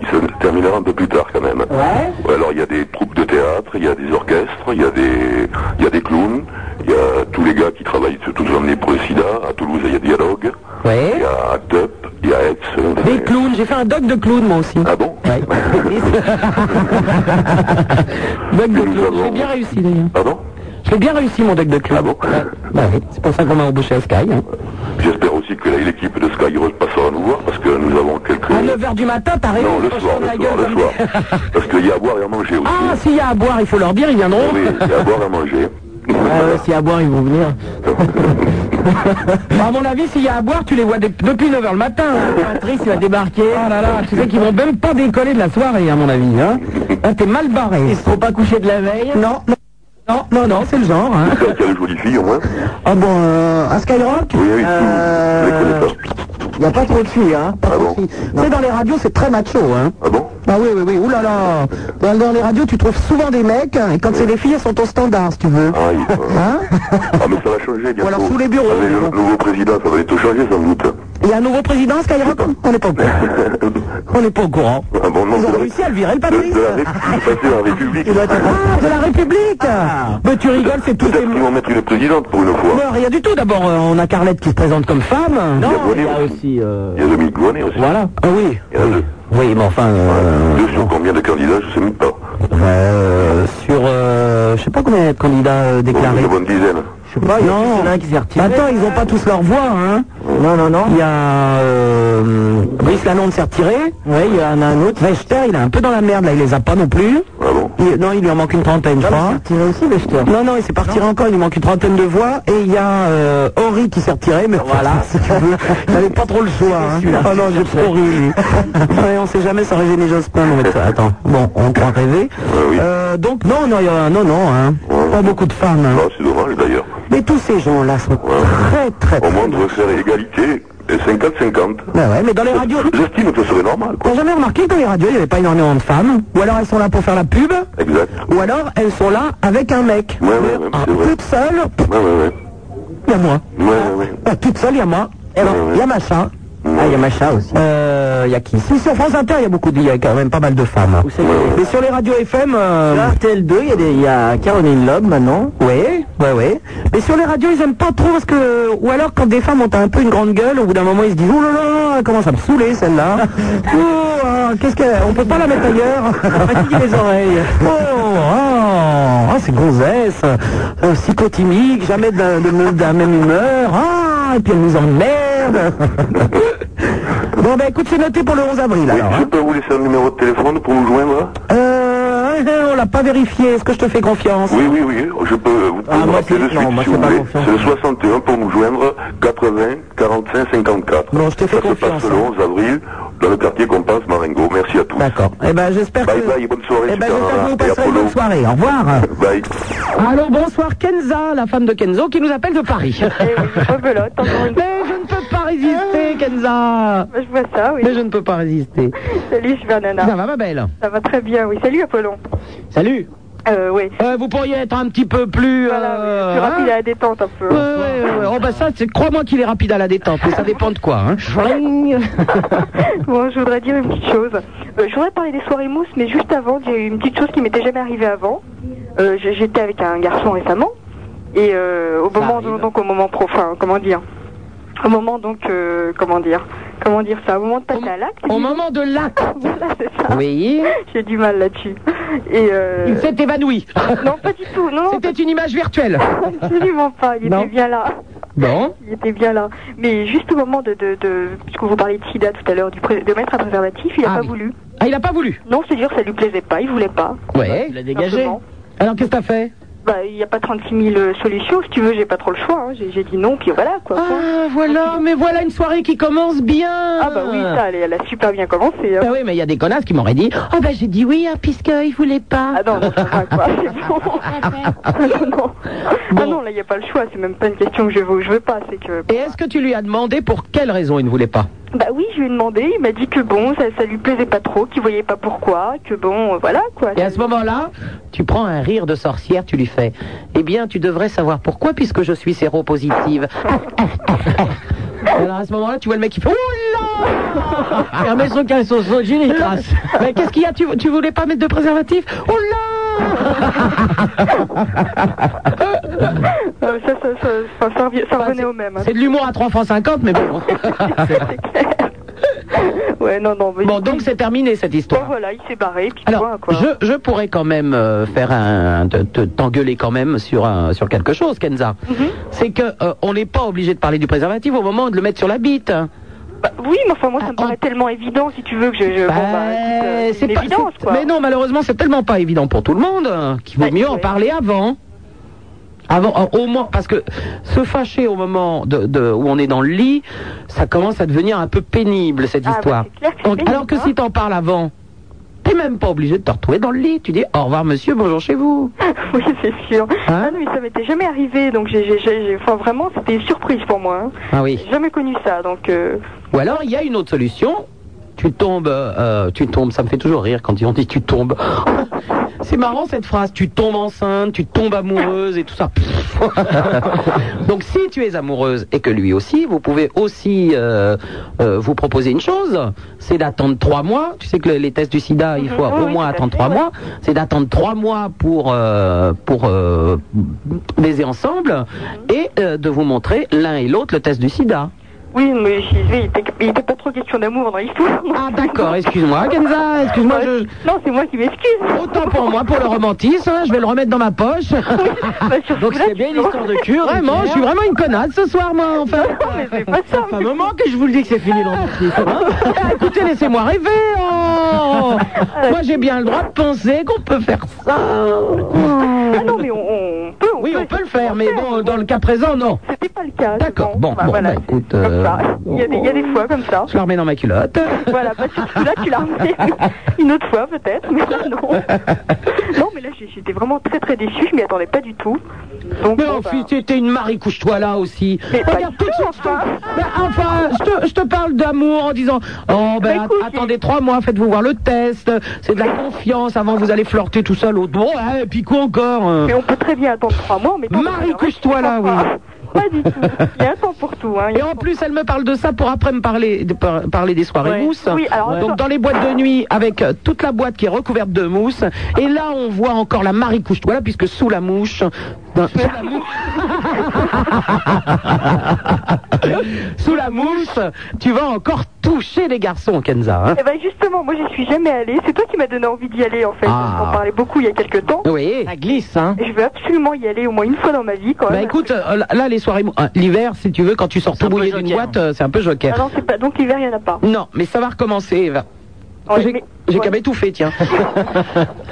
S12: Il se terminera un peu plus tard quand même. Ouais, alors il y a des troupes de théâtre, il y a des orchestres, il y a des, il y a des clowns, il y a tous les gars qui travaillent, tous les emmenés pour le sida. À Toulouse, il y a Dialogue,
S2: Ouais.
S12: il y a Act Up, il y a Ex.
S2: Des clowns, j'ai fait un doc de clown moi aussi.
S12: Ah bon
S2: Doc de
S12: Et nous
S2: clown,
S12: avons-
S2: j'ai bien réussi d'ailleurs.
S12: Pardon
S2: J'ai bien réussi mon doc de clown.
S12: Ah bon
S2: Ouais. Bah oui, c'est pour ça qu'on m'a embauché à Sky. hein.
S12: J'espère aussi que la- l'équipe de Skyrock passera nous voir parce que nous avons quelques...
S2: À 9h du matin, t'as raison,
S12: Non, le
S2: franchement,
S12: soir, le
S2: la
S12: soir,
S2: gueule
S12: le
S2: comme-
S12: soir. Parce qu'il y a à boire et à manger aussi.
S2: Ah, s'il y a à boire, il faut leur dire, ils viendront.
S12: Oui, il y a à boire et à manger.
S3: Ah ouais, s'il y a à boire, ils vont venir.
S2: À mon avis, s'il y a à boire, tu les vois dep- depuis 9h le matin. hein.
S3: Patrice, il va débarquer.
S2: Oh là là, tu sais qu'ils vont même pas décoller de la soirée, à mon avis. Hein. Là, t'es mal barré.
S3: Ils se sont pas couchés de la veille.
S2: Non, non, non, non, non, c'est le genre. Hein.
S12: Quelqu'un qui a le joli fille au moins.
S3: Ah bon, euh, à Skyrock
S12: Oui, oui,
S2: Euh,
S12: tout. Je les connais pas.
S3: Il n'y a pas trop de filles, hein
S12: Ah bon
S2: C'est dans les radios, c'est très macho. Hein.
S12: Ah bon
S2: Ah oui, oui, oui, oulala là là. Dans, dans les radios, tu trouves souvent des mecs, hein, et quand c'est des filles, elles sont au standard, si tu veux.
S12: ah, oui, euh,
S2: Hein
S12: ah, mais ça va changer bientôt.
S2: alors sous les bureaux,
S12: Avec le
S2: disons.
S12: nouveau président, ça va tout changer sans doute.
S2: Il y a un nouveau président, Skyrock On n'est pas au courant. On n'est pas au courant.
S12: Ah bon, non,
S2: Ils
S12: de
S2: ont
S12: la-
S2: réussi à le virer, le
S12: de,
S2: Patrice
S12: de la République, passer à la République.
S2: Ah, de la République
S3: Ah.
S2: Mais tu rigoles, c'est Ah, tous
S12: Peut-être
S2: ces...
S12: qu'ils vont mettre une présidente pour une fois.
S2: Non, rien du tout. D'abord, euh, on a Carlette qui se présente comme femme.
S3: Non,
S12: Gouanet
S3: il y a
S12: aussi.
S3: aussi... euh,
S12: Il y a Dominique Gouanet aussi.
S2: Voilà. Ah oui.
S12: Il y en a deux.
S2: Oui, mais enfin... euh,
S12: Deux sur combien de candidats, je sais même pas.
S2: euh, sur... euh, je sais pas combien il y a de candidats euh, déclarés.
S12: Une bonne dizaine.
S3: Je sais pas, il y a
S2: Non.
S3: juste l'un qui s'est retiré.
S2: Attends, ils n'ont pas tous leur voix, hein Non, non, non. Il y a... Euh, Brice Lalonde s'est retiré.
S3: Ouais, il y en a un autre.
S2: Richter, il est un peu dans la merde, là, il les a pas non plus.
S12: Ah bon
S2: il- non, il lui en manque une trentaine, je crois. Non, non, il s'est parti encore, il lui manque une trentaine de voix. Et il y a euh, Henri qui s'est retiré, mais voilà, si tu veux. Il n'avait pas trop le choix. Hein. Ah non, j'ai trop ri. lui. Ouais, on sait jamais, ça aurait gêné Jospin. on va mettre ça. Attends, bon, on croit rêver. Euh, donc, non, non, il y a- non, non, hein. pas beaucoup de femmes. hein.
S12: Ah, C'est dommage d'ailleurs.
S2: Mais tous ces gens-là sont très, très... Ben
S12: Au moins, on devrait faire égalité et 50-50.
S2: Ouais, ouais, mais dans les radios...
S12: J'estime que ce serait normal.
S2: T'as jamais remarqué que dans les radios, il n'y avait pas énormément de femmes Ou alors elles sont là pour faire la pub
S12: Exact.
S2: Ou alors elles sont là avec un mec. Ah,
S12: Ouais, ouais, ouais, c'est vrai.
S2: Toute seule,
S12: Ouais, ouais,
S2: il y a moi.
S12: ouais. Ouais, ouais,
S2: Ah, toute seule, il y a moi. Et alors, il y a Macha. Ah, il y a Macha aussi. Euh, il y a qui Si, sur France Inter, il y a beaucoup de... Il y a quand même pas mal de femmes. Mais sur les radios FM... Euh... RTL2, il y, a des- il y a Caroline Loeb maintenant. Oui, oui, oui. Mais sur les radios, ils aiment pas trop parce que... Ou alors, quand des femmes ont un peu une grande gueule, au bout d'un moment, ils se disent « Oh là là, elle commence à me saouler, celle-là. oh, ah, qu'est-ce qu'elle... On peut pas la mettre ailleurs. Fatiguer les oreilles. Oh, ah, ah, c'est gonzesse. Euh, psychotimique, jamais d'un- de, me- de la même humeur. Ah, et puis elle nous emmerde. bon, ben écoute, c'est noté pour le 11 avril, alors.
S12: Je peux vous laisser un numéro de téléphone pour nous joindre
S2: Euh, euh, on l'a pas vérifié, est-ce que je te fais confiance
S12: Oui, oui, oui. Je peux
S2: Ah,
S12: vous pouvez me rappeler de suite si vous voulez. C'est le 61 pour nous joindre 80 45 54.
S2: Bon, je te fais
S12: Ça se passe le 11 avril dans le quartier Compas Marengo. Merci à tous.
S2: hein. D'accord. Eh ben j'espère
S12: que. Bye bye, bonne soirée.
S2: Eh ben,
S12: Super
S2: j'espère que
S12: Nana
S2: vous
S12: et
S2: passerez une
S12: Apollo.
S2: bonne soirée. Au revoir.
S12: Bye.
S2: Allô, bonsoir Kenza, la femme de Kenzo qui nous appelle de
S6: Eh
S2: Paris. Mais je ne peux pas résister, Kenza.
S6: je vois ça, oui.
S2: Mais je ne peux pas résister.
S6: Salut, Super Nana.
S2: Ça va, ma belle
S6: Ça va très bien, oui. Salut, Apollon.
S2: Salut.
S6: Euh, oui.
S2: vous pourriez être un petit peu plus... euh,
S6: Plus rapide
S2: hein
S6: à la détente, un peu.
S2: Ouais, ouais, ouais. Oh bah ça, c'est- crois-moi qu'il est rapide à la détente, mais ça dépend de quoi. Hein.
S6: bon, je voudrais dire une petite chose. Euh, je voudrais parler des soirées mousses, mais juste avant, j'ai eu une petite chose qui m'était jamais arrivée avant. Euh, j'ai- J'étais avec un garçon récemment, et euh, au moment donc au moment profond, hein, comment dire, au moment donc euh, comment dire, comment dire ça, au moment de passer à l'acte. Au
S2: moment de l'acte.
S6: voilà, c'est ça.
S2: Oui.
S6: J'ai du mal là-dessus. Et euh,
S2: Il s'est évanoui.
S6: non, pas du tout, non.
S2: C'était une image virtuelle.
S6: Absolument pas. Il
S2: Non.
S6: était bien là.
S2: Bon.
S6: Il était bien là. Mais juste au moment de, de, de- puisque vous parliez de sida tout à l'heure, du pré- de mettre un préservatif, il n'a pas voulu.
S2: Ah, il n'a pas voulu
S6: Non, c'est-à-dire que ça lui plaisait pas, il voulait pas.
S2: Ouais. Il l'a
S6: dégagé. Simplement.
S2: Alors qu'est-ce que t'as fait
S6: Bah, il n'y a pas 36 000 solutions, si tu veux, j'ai pas trop le choix. hein. J'ai j'ai dit non, puis voilà, quoi.
S2: Ah, voilà, mais voilà une soirée qui commence bien.
S6: Ah bah oui, ça, elle, est- elle a super bien commencé. hein.
S2: Ah oui, mais il y a des connasses qui m'auraient dit Ah bah j'ai dit oui, hein, puisqu'il voulait pas.
S6: Ah non, non, ça va, quoi, c'est bon. Ah non, non. Ah non, là, il n'y a pas le choix, c'est même pas une question que je veux ou je veux pas, c'est que...
S2: Et est-ce que tu lui as demandé pour quelle raison il ne voulait pas
S6: Bah oui, je lui ai demandé, il m'a dit que bon, ça, ça lui plaisait pas trop, qu'il voyait pas pourquoi, que bon, euh, voilà, quoi.
S2: Et à ce moment-là, tu prends un rire de sorcière, tu lui fais Eh bien, tu devrais savoir pourquoi, puisque je suis séropositive. Ah, Et Alors à ce moment-là, tu vois le mec qui fait Oula Hermès son caleçon, son jean, il crasse. Mais qu'est-ce qu'il y a tu, tu voulais pas mettre de préservatif Oh,
S6: Euh, ça, ça, ça, enfin, ça revi- ça revenait au même. hein.
S2: C'est de l'humour à 3 francs 50, mais bon.
S6: ouais, non, non.
S2: bon, donc c'est terminé cette
S6: Bon,
S2: histoire.
S6: voilà, il s'est barré, puis
S2: Alors,
S6: quoi, quoi.
S2: Je, je pourrais quand même euh, faire un te- te- t'engueuler quand même sur un sur quelque chose, Kenza.
S6: Mhm.
S2: C'est que euh, on n'est pas obligé de parler du préservatif au moment de le mettre sur la bite. hein.
S6: Bah, oui, mais enfin, moi, ça me paraît tellement évident, si tu veux, que je... je- bon, bah, écoute, euh,
S2: Eh,
S6: c'est une
S2: pas-
S6: évidence,
S2: Ah, c'est-
S6: quoi.
S2: Mais non, malheureusement, c'est tellement pas évident pour tout le monde euh, qu'il vaut mieux en parler avant. Avant, euh, au moins, parce que se fâcher au moment de, de- où on est dans le lit, ça commence à devenir un peu pénible cette
S6: Ah, bah,
S2: histoire. Donc, alors que
S6: hein.
S2: si t'en parles avant, t'es même pas obligé de te retrouver dans le lit. Tu dis au revoir monsieur, bonjour chez vous. Hein
S6: oui, c'est sûr. ah non, mais ça m'était jamais arrivé, donc j'ai... j'ai- j'ai- j'ai- Enfin, vraiment, c'était une surprise pour moi. hein.
S2: Ah oui.
S6: J'ai jamais connu ça, donc... euh,
S2: Ou alors il y a une autre solution. Tu tombes, euh, tu tombes. Ça me fait toujours rire quand on dit tu tombes. C'est marrant cette phrase. Tu tombes enceinte, tu tombes amoureuse et tout ça. Pff. Donc si tu es amoureuse et que lui aussi, vous pouvez aussi euh, euh, vous proposer une chose. C'est d'attendre trois mois. Tu sais que les tests du SIDA, il faut
S13: Mhm, oui,
S2: au
S13: oui,
S2: moins
S13: tout à
S2: attendre
S13: fait,
S2: trois
S13: ouais.
S2: mois. C'est d'attendre trois mois pour euh, pour euh,
S6: Mhm.
S2: baiser ensemble et euh, de vous montrer l'un et l'autre le test du SIDA.
S6: Oui, mais j'y vais, il était- il n'était pas trop question d'amour dans l'histoire. Ah
S2: D'accord, excuse-moi, Kenza, excuse-moi.
S6: Non, c'est moi qui m'excuse.
S2: Autant pour moi, pour le romantisme, hein, je vais le remettre dans ma poche.
S6: bah,
S2: Donc c'est bien une histoire de cure. Vraiment, je suis vraiment une connasse hein, ce soir, moi, enfin. ça fait un moment que je vous le dis que c'est fini le romantisme. hein. Ah, écoutez, laissez-moi rêver. oh. moi, j'ai bien le droit de penser qu'on peut faire ça.
S6: Ah, non, mais on, peut.
S2: oui, on peut le faire, mais bon, dans le cas présent, non.
S6: C'était pas le cas.
S2: D'accord. Bon, bon, bah, écoute, euh,
S6: Il y, a des, il y a des fois comme ça.
S2: je la remets dans ma culotte.
S6: Voilà, parce que là, tu l'as remis une autre fois peut-être, mais là, non. Non, mais là, j'ai- j'étais vraiment très très déçue, je m'y attendais pas du tout. Donc,
S2: mais
S6: bon, bah.
S2: enfin, t'étais une Marie, couche-toi là aussi. Regarde, tout de suite, je te- Ben, enfin, je te, je te parle d'amour en disant Oh,
S6: Bah,
S2: ben, attendez trois mois, faites-vous voir le test. C'est de la confiance avant vous allez flirter tout seul. Bon, ouais, et puis quoi encore euh.
S6: Mais on peut très bien attendre trois mois, mais...
S2: Marie, couche-toi là, oui.
S6: Pas du tout. Il y a un temps pour tout.
S2: Et en plus, elle me parle de ça pour après me parler, de par- parler des soirées
S6: Ouais.
S2: mousse.
S6: Oui, alors,
S2: Donc,
S6: attends.
S2: dans les boîtes de nuit, avec euh, toute la boîte qui est recouverte de mousse. Et là, on voit encore la Marie couche-toi là, puisque sous la mouche. ben, dans- Sous la mousse, tu vas encore toucher les garçons, Kenza. hein.
S6: Eh ben justement, moi j'y suis jamais allée. C'est toi qui m'as donné envie d'y aller en fait.
S2: Ah.
S6: On parlait beaucoup il y a quelques temps.
S2: Oui. Ça glisse, hein.
S6: Et Je veux absolument y aller au moins une fois dans ma vie quand
S2: Bah
S6: même.
S2: écoute, euh, là, les soirées, mou- euh, l'hiver, si tu veux, quand tu sors tout mouillé d'une boîte, euh, c'est un peu joker.
S6: Ah non, c'est pas. Donc l'hiver, il n'y en a pas.
S2: Non, mais ça va recommencer, Eva.
S6: Ouais,
S2: J'ai
S6: mais-
S2: j'ai qu'à m'étouffer, tiens.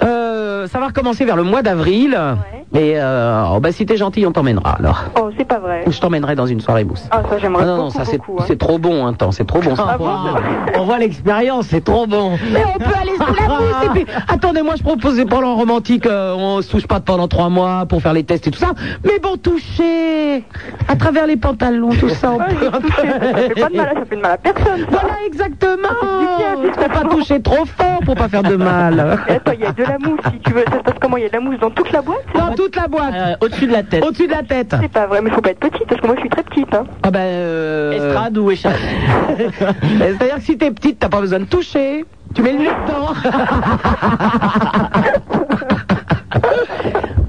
S2: Euh, ça va recommencer vers le mois d'avril.
S6: Ah,
S2: Et euh, oh, bah, si t'es gentil, on t'emmènera alors.
S6: Oh, c'est pas vrai.
S2: Ou je t'emmènerai dans une soirée mousse.
S6: Ah, ça, j'aimerais
S2: Ah non, non,
S6: beaucoup,
S2: ça c'est
S6: beaucoup, hein. Ah,
S2: c'est trop bon, un temps, c'est trop bon. ça. on voit l'expérience, c'est trop bon. Mais on peut aller sous la mousse et puis. Attendez, moi je propose des plans romantiques, euh, on se touche pas pendant trois mois pour faire les tests et tout ça. Mais bon, toucher à travers les pantalons, tout ça,
S6: Ah,
S2: on peut.
S6: Ça fait pas de mal, à- ça fait de mal à personne. Ah, ça.
S2: Voilà, exactement. Il faut pas toucher trop fort pour pas faire de mal.
S6: Mais attends, Eh, il y a de la mousse si tu veux. Ça se passe comment Il y a de la mousse dans toute la boîte
S2: Dans toute la boîte.
S4: Euh, Au-dessus de la tête.
S2: Au-dessus de la tête.
S6: C'est pas vrai, mais faut pas être petite parce que moi je suis très petite. Hein.
S2: Ah ben. euh,
S4: Estrade ou échappe.
S2: C'est-à-dire que si t'es petite, t'as pas besoin de toucher. Tu mets le nez dedans.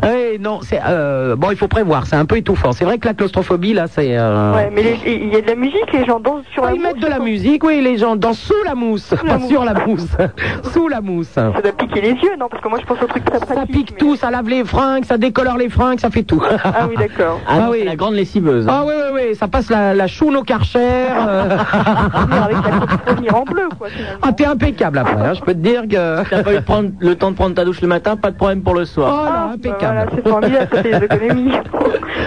S2: Oui, non, c'est euh, bon, il faut prévoir. C'est un peu étouffant. C'est vrai que la claustrophobie là, c'est. euh,
S6: Ouais, mais les- il y a de la musique, les gens dansent sur
S2: ah,
S6: la
S2: ils
S6: mousse.
S2: mettent de la musique, oui, les gens dansent sous la mousse, pas
S6: mousse.
S2: sur la mousse, sous la mousse.
S6: Ça doit piquer les yeux, non Parce que moi je pense au truc très pratique.
S2: Ça pique tout, ça lave les fringues, ça décolore les fringues, ça fait tout.
S6: Ah oui, d'accord.
S4: Ah, non,
S2: oui.
S4: c'est la grande lessiveuse. hein.
S2: Ah oui, oui, oui, ça passe la, la choune au karcher. euh.
S6: Avec la première en bleu, quoi. finalement.
S2: Ah, t'es impeccable après, hein, je peux te dire que...
S4: T'as pas eu de prendre- le temps de prendre ta douche le matin, pas de problème pour le
S2: Oh
S4: soir.
S2: là,
S6: Ah, bah voilà,
S2: impeccable.
S6: c'est formidable, ça fait des économies.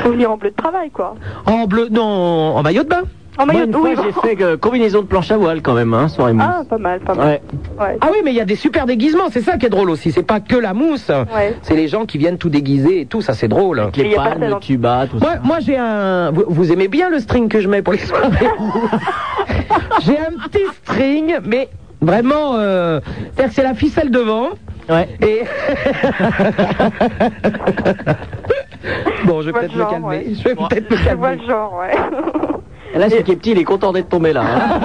S6: Faut venir en bleu de travail, quoi.
S2: En bleu, non, en maillot de bain
S6: En
S4: Moi,
S6: maillot
S4: une
S6: de
S4: fois,
S6: oui.
S4: j'ai fait euh, combinaison de planche à voile quand même, hein, soirée mousse.
S6: Ah, pas mal, pas mal.
S4: Ouais.
S6: Ouais.
S2: Ah oui, mais il y a des super déguisements, c'est ça qui est drôle aussi, c'est pas que la mousse.
S6: Ouais.
S2: C'est les gens qui viennent tout déguiser et tout, ça c'est drôle. hein.
S4: Avec les
S6: y a pas
S4: pannes,
S6: ça
S4: le
S6: dans-
S4: tuba, tout
S2: Moi,
S4: ça.
S2: moi j'ai un. Vous, vous aimez bien le string que je mets pour les soirées J'ai un petit string, mais vraiment. euh, C'est-à-dire que c'est la ficelle devant.
S4: Ouais.
S2: Et. bon, je vais
S6: vois le
S2: peut-être me
S6: genre,
S2: calmer.
S6: ouais.
S2: Je vais peut-être me
S6: Je vois
S2: calmer.
S6: le genre, ouais.
S4: Là, celui qui est petit, il est content d'être tombé là. hein.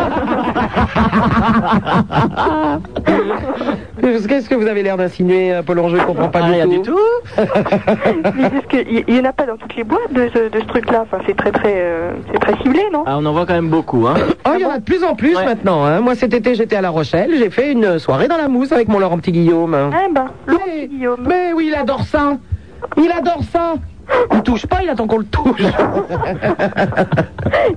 S2: Qu'est-ce que vous avez l'air d'insinuer, euh, Paul Ange Je comprends pas
S4: Ah,
S2: du,
S4: rien
S2: tout.
S4: du tout.
S6: Mais c'est ce que- il- il y en a pas dans toutes les boîtes de ce, de ce truc-là. Enfin, c'est très, très, euh, c'est très ciblé, non
S4: Ah, on en voit quand même beaucoup, hein.
S2: Oh, il y en a de plus en plus
S4: Ouais.
S2: maintenant. hein. Moi, cet été, j'étais à La Rochelle. J'ai fait une soirée dans la mousse avec mon Laurent Petit Guillaume.
S6: Eh ben, Laurent
S2: Mais-
S6: Guillaume.
S2: Mais oui, il adore ça. Il adore ça. Il touche pas, il attend qu'on le touche.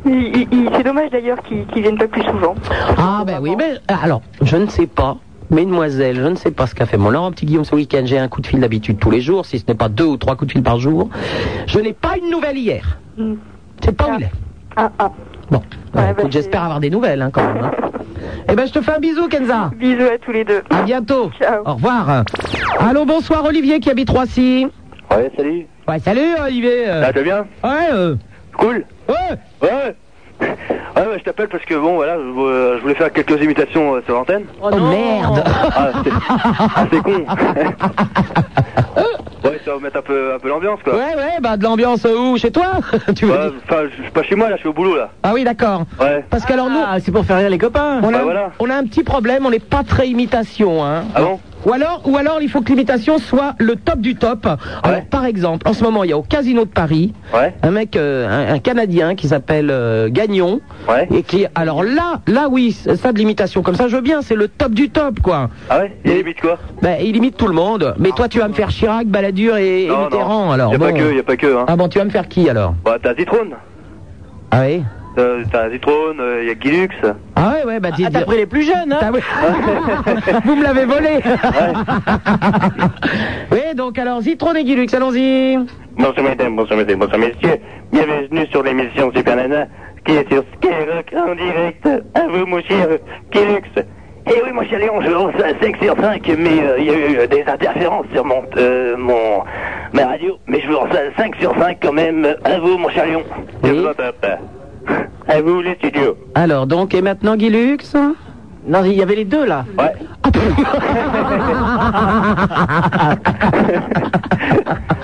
S6: Il- il- il- C'est dommage d'ailleurs qu'ils qu'ils viennent pas plus souvent.
S2: Ah ben oui, mais alors, je ne sais pas. Mesdemoiselles, je ne sais pas ce qu'a fait mon Laurent Petit Guillaume ce week-end. J'ai un coup de fil d'habitude tous les jours, si ce n'est pas deux ou trois coups de fil par jour. Je n'ai pas une nouvelle hier.
S6: Mm.
S2: Je sais pas où il est.
S6: Ah, ah.
S2: Bon, bah,
S6: Ouais,
S2: écoute,
S6: bah,
S2: j'espère
S6: c'est-
S2: avoir des nouvelles hein, quand même. hein. eh ben, je te fais un bisou, Kenza.
S6: Bisous à tous les deux.
S2: À bientôt.
S6: Ciao.
S2: Au revoir. Allô, bonsoir, Olivier qui habite Roissy.
S14: Ouais, salut.
S2: Ouais, salut, Olivier. euh.
S14: Ah, t'as bien
S2: Ouais, euh,
S14: Cool
S2: ouais.
S14: Ouais, ouais. Ouais, ouais, je t'appelle parce que bon, voilà, je, euh, je voulais faire quelques imitations euh, sur l'antenne.
S2: Oh, merde.
S14: Ah, c'est ah, c'est con. ouais, ça va mettre un peu, un peu l'ambiance, quoi.
S2: Ouais, ouais, bah de l'ambiance euh, où Chez toi Tu veux
S14: Ouais,
S2: dire
S14: Enfin, je je suis pas chez moi, là, je suis au boulot, là.
S2: Ah oui, d'accord.
S14: Ouais.
S2: Parce qu'alors nous,
S4: Ah, c'est pour faire rire les copains.
S2: on a,
S14: bah voilà.
S2: on a un petit problème, on n'est pas très imitation, hein.
S14: Ah bon
S2: Ou alors, ou alors, il faut que l'imitation soit le top du top. Alors, par exemple, en ce moment, il y a au Casino de Paris un mec, euh, un, un Canadien qui s'appelle euh, Gagnon. Et qui, alors là, là, oui, ça de l'imitation comme ça, je veux bien, c'est le top du top, quoi.
S15: Ah ouais Il limite quoi
S2: Ben, il imite tout le monde. Mais toi, tu vas me faire Chirac, Balladur et, et
S15: Non, non.
S2: Mitterrand, alors.
S15: Y a pas
S2: bon.
S15: que, y a pas que, hein.
S2: Ah bon, tu vas me faire qui alors
S15: Bah, t'as Zitrone.
S2: Ah oui
S15: Euh, T'as Zitrone, euh, y a Guilux.
S2: Ah ouais, ouais, bah dis.
S15: t'as pris
S2: les plus jeunes, hein Vous me l'avez volé Oui, donc alors, Zitron et Guilux, allons-y
S4: Bonsoir mesdames, bonsoir mesdames, bonsoir messieurs. Bienvenue sur l'émission Super Nana qui est sur Skyrock en direct. À vous mon cher Kilux. Et oui mon cher Léon, je lance à 5 sur 5, mais euh, il y a eu euh, des interférences sur mon, euh, mon ma radio. Mais je vous lance à 5 sur 5 quand même. À vous mon cher Léon. À vous les studios.
S2: Alors, donc, et maintenant Guilux Non, il y avait les deux là
S4: Ouais.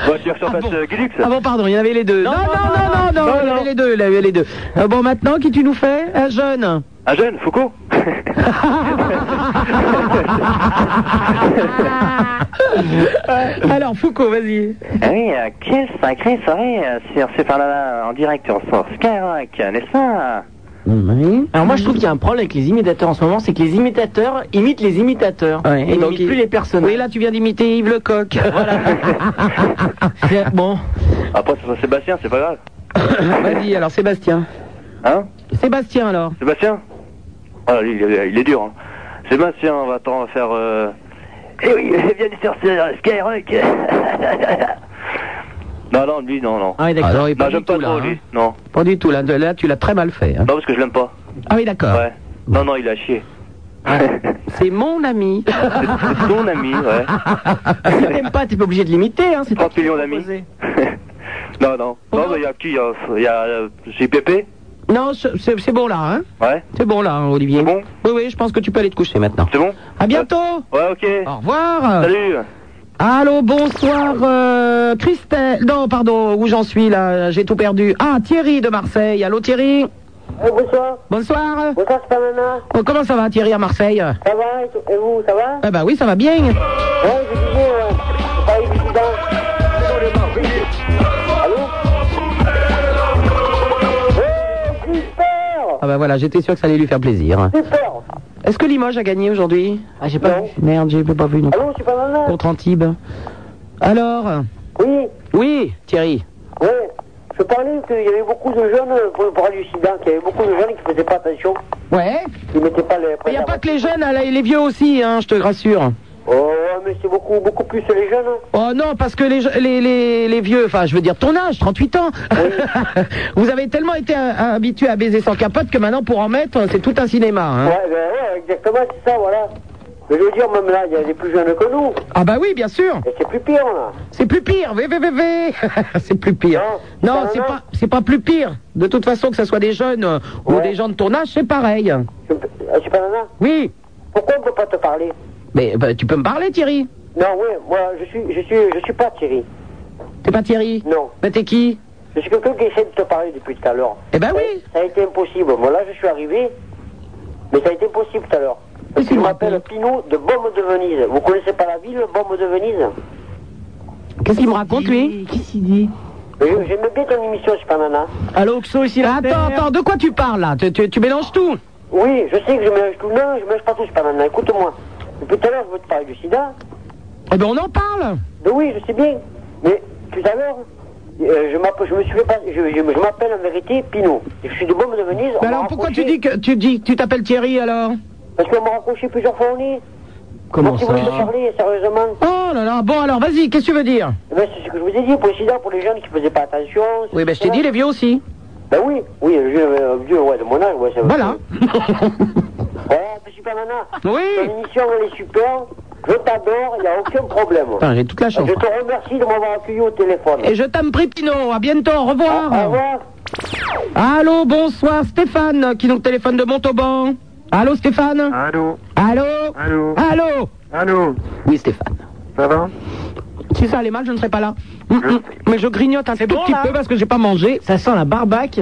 S15: Bon, tu surface euh, Guilux.
S2: Ah bon, pardon, il y en avait les deux. Non, non, non, non, non, il y en avait les deux, il y en avait les deux. Ah bon, maintenant, qui tu nous fais Un jeune
S15: Un jeune, Foucault
S2: Alors, Foucault, vas-y.
S4: Oui, euh, quelle sacrée soirée euh, sur Super Nana en direct sur Skyrock, n'est-ce pas
S16: Alors moi je trouve qu'il y a un problème avec les imitateurs en ce moment, c'est que les imitateurs imitent les imitateurs.
S2: Ouais,
S16: et
S2: et donc
S16: n'imitent
S2: il-
S16: plus les personnes.
S2: Oui, là, tu viens d'imiter Yves Lecoq. Voilà. bon,
S15: Après, c'est Sébastien, c'est pas grave.
S2: vas-y, alors, Sébastien.
S15: Hein
S2: Sébastien, alors
S15: Sébastien Ah, lui, il, est- il est dur. Hein. Sébastien, on va attendre faire. Euh... Eh oui, bienvenue sur euh, Skyrock Non, non, lui, non, non.
S2: Ah oui, d'accord. Alors, il est
S15: Non,
S2: pas
S15: j'aime
S2: du
S15: pas
S2: tout, là,
S15: trop
S2: hein.
S15: lui. Non,
S2: Pas du tout, là, de- là tu l'as très mal fait. hein.
S15: non, parce que je l'aime pas.
S2: Ah oui, d'accord.
S15: Ouais. Non, non, il a chié.
S2: C'est mon ami.
S15: C'est ton ami, ouais.
S16: Si t'aimes pas, t'es pas obligé de l'imiter. Hein, c'est
S15: 30 millions d'amis. non, non. Non, mais il y a qui Il y a, il y a euh, c'est Pépé
S2: Non, c'est- c'est c'est bon là, hein
S15: Ouais.
S2: C'est bon là, hein, Olivier.
S15: bon
S2: Oui, oui, je pense que tu peux aller te coucher maintenant.
S15: C'est bon
S2: À bientôt
S15: Ouais, ok.
S2: Au revoir
S15: Salut
S2: Allô, bonsoir, euh, Christelle. Non, pardon, où j'en suis là J'ai tout perdu. Ah, Thierry de Marseille. Allô, Thierry
S3: bonsoir.
S2: Bonsoir.
S3: Bonsoir, c'est Nana.
S2: Oh, comment ça va, Thierry, à Marseille
S3: Ça va et, et vous, ça va
S2: Eh ben oui, ça va bien.
S3: Ouais, je disais, euh, c'est pas évident. Allô Ouais, super
S2: Ah ben voilà, j'étais sûr que ça allait lui faire plaisir.
S3: Super
S2: Est-ce que Limoges a gagné aujourd'hui Ah, j'ai pas vu. Merde, j'ai pas vu non plus.
S3: Allô, c'est pas Nana
S2: Contre Antibes. Alors
S3: Oui
S2: Oui, Thierry.
S3: Ouais, je parlais qu'il y avait beaucoup de jeunes euh, pour le bras du sida, qu'il y avait beaucoup de jeunes qui faisaient pas attention,
S2: Ouais
S3: qui mettaient pas les...
S2: Il n'y a pas que les jeunes, hein, les vieux aussi, hein, je te rassure.
S3: Oh, ouais, mais c'est beaucoup, beaucoup plus les jeunes. hein.
S2: Oh non, parce que les, je- les, les, les vieux, enfin je veux dire ton âge, 38 ans, vous avez tellement été euh, habitués à baiser sans capote que maintenant pour en mettre, c'est tout un cinéma. hein.
S3: Ouais, ben ouais, exactement, c'est ça, voilà. Mais je veux dire, même là, il y a des plus jeunes que nous.
S2: Ah bah oui, bien sûr,
S3: Et c'est plus pire, là.
S2: c'est plus pire, VVVV, c'est plus pire. Non, c'est pas, c'est pas plus pire. De toute façon, que ce soit des jeunes euh, ou des gens de ton âge, c'est pareil.
S3: Ah, c'est pas nana
S2: Oui.
S3: Pourquoi on peut pas te parler
S2: Mais bah, tu peux me parler, Thierry
S3: Non, oui, moi, je suis, je suis, je suis pas Thierry.
S2: T'es pas Thierry
S3: Non.
S2: Mais t'es qui
S3: Je suis quelqu'un qui essaie de te parler depuis tout à l'heure.
S2: Eh ben oui.
S3: Ça a été impossible. Moi, là, je suis arrivé, mais ça a été impossible tout à l'heure. Parce que je m'appelle Pinot de Bombe de Venise. Vous connaissez pas la ville, Bombe de Venise
S2: Qu'est-ce qu'il me raconte, lui
S3: Qu'est-ce qu'il dit J'aime bien ton émission, c'est pas nana.
S2: Allô, Oxo, ici là. Attends, attends, de quoi tu parles là tu, tu- tu mélanges tout
S3: Oui, je sais que je mélange tout. Non, je mélange pas tout, c'est pas nana. Écoute-moi. Depuis tout à l'heure, je veux te parler du sida.
S2: Eh ben on en parle
S3: Mais oui, je sais bien. Mais tout à l'heure, euh, je, m'appelle- je me suis fait pas- je, je- je m'appelle en vérité Pinot. Je suis de Bombe de Venise. on
S2: Mais
S3: m'a
S2: alors pourquoi
S3: raccroché
S2: tu dis que tu dis que tu t'appelles Thierry alors
S3: Parce qu'on m'a raccroché plusieurs fois au nez. Moi, si vous voulez parler, sérieusement.
S2: Oh là là, bon alors vas-y, qu'est-ce que tu veux dire
S3: Eh ben, c'est ce que je vous ai dit pour les sida, pour les jeunes qui faisaient pas attention. c'est-
S2: Oui, ben je t'ai dit les vieux aussi.
S3: Ben oui, oui, le vieux, euh, le vieux, ouais, de mon âge, ouais, ça
S2: Voilà.
S3: Ouais, c'est super nana.
S2: Oui.
S3: Ton émission, elle est super. Je t'adore, il n'y a aucun problème.
S2: Putain, j'ai toute la chance.
S3: Je te remercie de m'avoir accueilli au téléphone.
S2: Et je t'aime Pripino, à bientôt, au revoir.
S3: Au revoir.
S2: Allô, bonsoir Stéphane, qui nous téléphone de Montauban. Allô Stéphane Allô Allô Allô Allô Allô Oui Stéphane.
S17: Ça va
S2: Si ça allait mal, je ne serais pas là. Mm, mm. Mais je grignote un tout petit peu parce que j'ai pas mangé. Ça sent la barbac.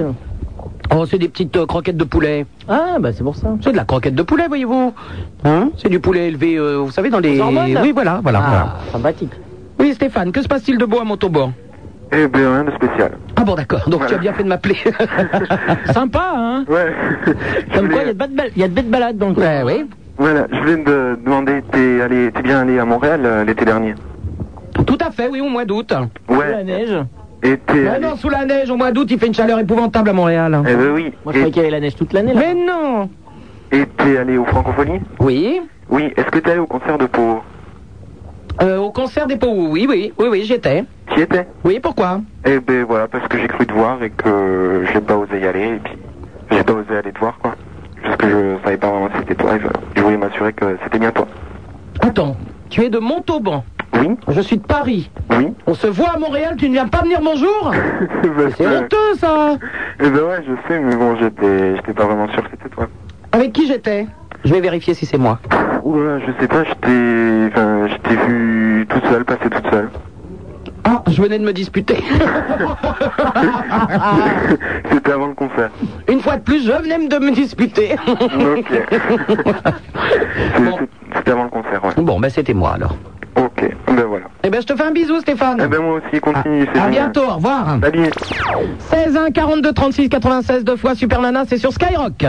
S2: Oh, c'est des petites euh, croquettes de poulet. Ah, bah c'est pour ça. C'est de la croquette de poulet, voyez-vous. Hein c'est du poulet élevé, euh, vous savez, dans les...
S4: Aux hormones
S2: Oui, voilà, voilà.
S4: Ah,
S2: voilà. sympathique. Oui, Stéphane, que se passe-t-il de beau à Montauban
S11: Eh bien, rien de spécial.
S2: Ah bon, d'accord. Donc tu as bien fait de m'appeler. Sympa, hein
S11: Ouais.
S4: Comme quoi, il y a de belles bal- il y a de belles balades dans le coin. hein. Ouais, oui.
S11: Voilà, je voulais te demander, t'es allé- t'es bien allé à Montréal euh, l'été dernier
S2: Tout à fait, oui, au mois d'août.
S11: Ouais.
S2: Sous la neige.
S11: Et t'es
S2: Ah
S11: allé-
S2: non, sous la neige, au mois d'août, il fait une chaleur épouvantable à Montréal.
S11: Eh ben oui.
S4: Moi, je croyais qu'il y avait la neige toute l'année, là.
S2: Mais non
S11: Et t'es allé aux Francophonies
S2: Oui.
S11: Oui, est-ce que t'es allé au concert de Pau
S2: Euh, au concert des pauvres, oui, oui, oui, oui, j'étais.
S11: Qui était
S2: Oui, pourquoi
S11: Eh ben voilà, parce que j'ai cru te voir et que j'ai pas osé y aller, et puis j'ai pas osé aller te voir, quoi. Parce que je savais pas vraiment si c'était toi, et je, je voulais m'assurer que c'était bien toi.
S2: Attends, tu es de Montauban.
S11: Oui.
S2: Je suis de Paris.
S11: Oui.
S2: On se voit à Montréal, tu ne viens pas venir bonjour C'est honteux ça
S11: Eh ben ouais, je sais, mais bon, j'étais j'étais pas vraiment sûr que c'était toi.
S2: Avec qui j'étais Je vais vérifier si c'est moi.
S11: Oula, je sais pas, je t'ai enfin, je t'ai vu tout seul, passer toute seule.
S2: Ah, je venais de me disputer.
S11: C'était avant le concert.
S2: Une fois de plus, je venais de me disputer.
S11: Ok. C'était avant le concert, ouais.
S2: Bon, ben c'était moi alors.
S11: Ok, ben voilà.
S2: Eh ben je te fais un bisou Stéphane.
S11: Eh ben moi aussi, continue. c'est
S2: Ah, À
S11: génial.
S2: bientôt, au revoir.
S11: Salut.
S2: 16 1 42 36 96 deux fois Super Nana, c'est sur Skyrock.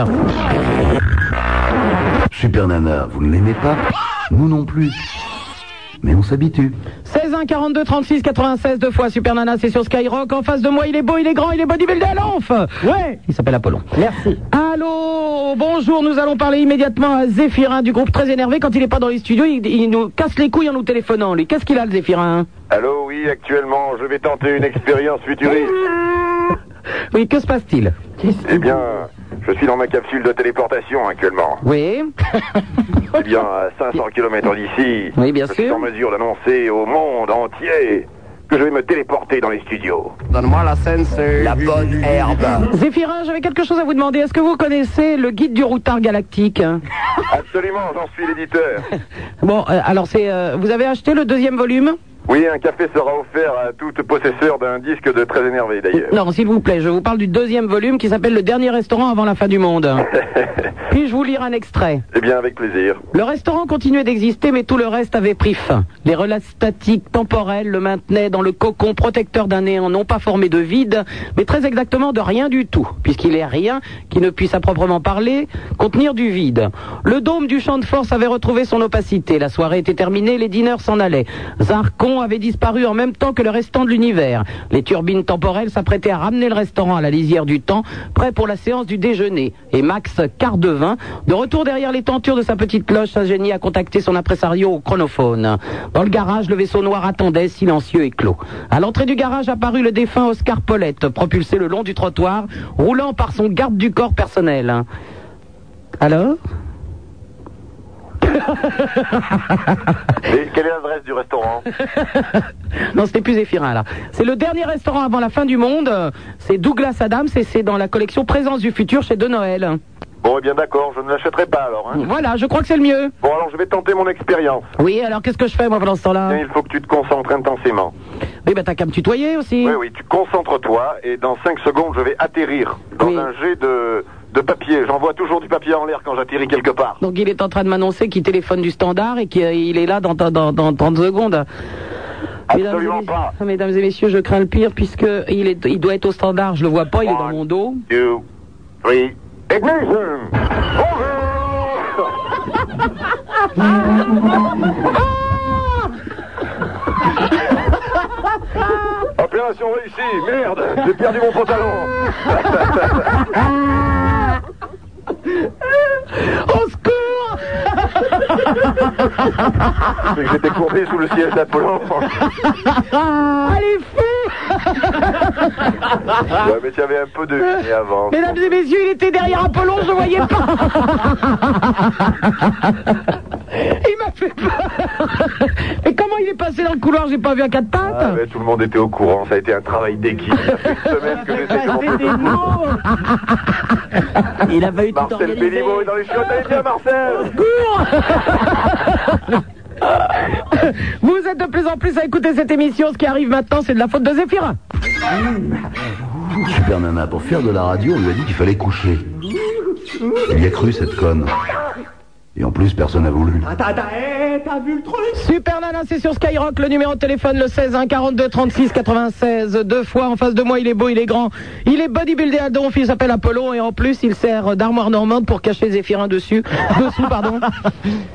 S18: Super Nana, vous ne l'aimez pas Nous non plus. Mais on s'habitue.
S2: 16 1 42 36 96 deux fois Super Nana, c'est sur Skyrock. En face de moi, il est beau, il est grand, il est bodybuildé à l'enf. Ouais. Il s'appelle Apollon. Merci. Allô, bonjour. Nous allons parler immédiatement à Zéphirin du groupe très énervé quand il est pas dans les studios, il, il nous casse les couilles en nous téléphonant. Lui, qu'est-ce qu'il a le Zéphirin
S19: Allô, oui, actuellement, je vais tenter une expérience futuriste.
S2: Oui, que se passe-t-il
S19: Eh bien, je suis dans ma capsule de téléportation actuellement.
S2: Oui.
S19: Eh bien, à 500 km d'ici,
S2: Oui, bien
S19: je suis
S2: sûr.
S19: en mesure d'annoncer au monde entier que je vais me téléporter dans les studios.
S20: Donne-moi la scène, c'est la bonne herbe.
S2: Zéphirin, j'avais quelque chose à vous demander. Est-ce que vous connaissez le guide du routard galactique
S19: Absolument, j'en suis l'éditeur.
S2: Bon, euh, alors c'est, euh, vous avez acheté le deuxième volume
S19: Oui, un café sera offert à toute possesseur d'un disque de très énervé d'ailleurs.
S2: Non, s'il vous plaît, je vous parle du deuxième volume qui s'appelle Le dernier restaurant avant la fin du monde. Puis-je vous lire un extrait
S19: Eh bien, avec plaisir.
S2: Le restaurant continuait d'exister, mais tout le reste avait pris fin. Les relats statiques, temporels, le maintenaient dans le cocon protecteur d'un néant, non pas formé de vide, mais très exactement de rien du tout, puisqu'il est rien qui ne puisse à proprement parler contenir du vide. Le dôme du champ de force avait retrouvé son opacité. La soirée était terminée, les dîneurs s'en allaient. Zarcon avait disparu en même temps que le restant de l'univers. Les turbines temporelles s'apprêtaient à ramener le restaurant à la lisière du temps, prêt pour la séance du déjeuner. Et Max Cardevin, de retour derrière les tentures de sa petite cloche, s'ingénie à contacter son impresario au chronophone. Dans le garage, le vaisseau noir attendait, silencieux et clos. À l'entrée du garage apparut le défunt Oscar Paulette, propulsé le long du trottoir, roulant par son garde du corps personnel. Alors
S19: Et quelle est l'adresse du restaurant
S2: Non, c'était plus Zéphirin, là. C'est le dernier restaurant avant la fin du monde. Euh, C'est Douglas Adams et c'est dans la collection Présence du futur chez De Noël.
S19: Bon, eh bien d'accord, je ne l'achèterai pas alors. hein.
S2: Voilà, je crois que c'est le mieux.
S19: Bon, alors je vais tenter mon expérience.
S2: Oui, alors qu'est-ce que je fais, moi, pendant ce
S19: Tiens,
S2: temps-là
S19: Il faut que tu te concentres intensément.
S2: Oui, ben t'as qu'à me tutoyer aussi.
S19: Oui, oui, tu concentres-toi et dans 5 secondes, je vais atterrir dans un jet de, de papier. J'envoie toujours du papier en l'air quand j'atterris quelque part.
S2: Donc il est en train de m'annoncer qu'il téléphone du standard et qu'il euh, il est là dans, dans, dans, dans 30 secondes. Mesdames et, messieurs- mesdames et messieurs, je crains le pire puisque il, est, il doit être au standard. Je le vois pas, il est dans mon dos.
S19: Two, three, ignition Ah. Opération réussie, merde J'ai perdu mon pantalon
S2: Au secours
S19: C'est que J'étais courbé sous le siège d'Apollon.
S2: Allez, fou
S19: Ouais, mais tu avais un peu de vie avant.
S2: Mesdames et messieurs, il était derrière Apollon, je voyais pas. il m'a fait peur. Et comment il est passé dans le couloir J'ai pas vu à quatre
S19: Ah,
S2: pattes.
S19: mais tout le monde était au courant, ça a été un travail d'équipe. Ça fait une semaine que j'essaie de m'en
S2: C'est des mots.
S19: Il a failli Marcel Béliveau est dans les chiottes, allez bien Marcel
S2: Vous êtes de plus en plus à écouter cette émission. Ce qui arrive maintenant, c'est de la faute de Zéphirin.
S18: Super Nana, pour faire de la radio, on lui a dit qu'il fallait coucher. Il y a cru, cette conne. Et en plus, personne n'a voulu.
S2: T'as vu le truc Super Nana, c'est sur Skyrock, le numéro de téléphone le 16 1 42 36 96. Deux fois en face de moi, il est beau, il est grand. Il est bodybuildé à donf, il s'appelle Apollo et en plus, il sert d'armoire normande pour cacher Zéphirin dessus. Dessous, pardon.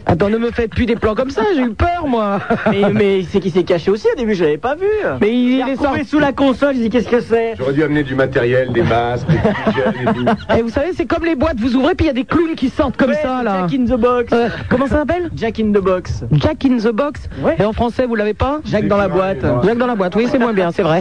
S2: Attends, ne me faites plus des plans comme ça, j'ai eu peur, moi.
S4: Mais, mais c'est qu'il s'est caché aussi au début, je l'avais pas vu.
S2: Mais il, est
S4: retrouvé
S2: sorti sous la console, il dit qu'est-ce que c'est
S19: J'aurais dû amener du matériel, des masques, des petits gels et tout.
S2: Et Eh, vous savez, c'est comme les boîtes, vous ouvrez puis il y a des clowns qui sortent comme ça là.
S4: Jack in the box.
S2: Euh, comment ça s'appelle
S4: Jack in the box.
S2: Jack in the box Et en français, vous l'avez pas
S4: Jack dans la boîte.
S2: Jacques dans la boîte, oui, c'est moins bien, c'est vrai.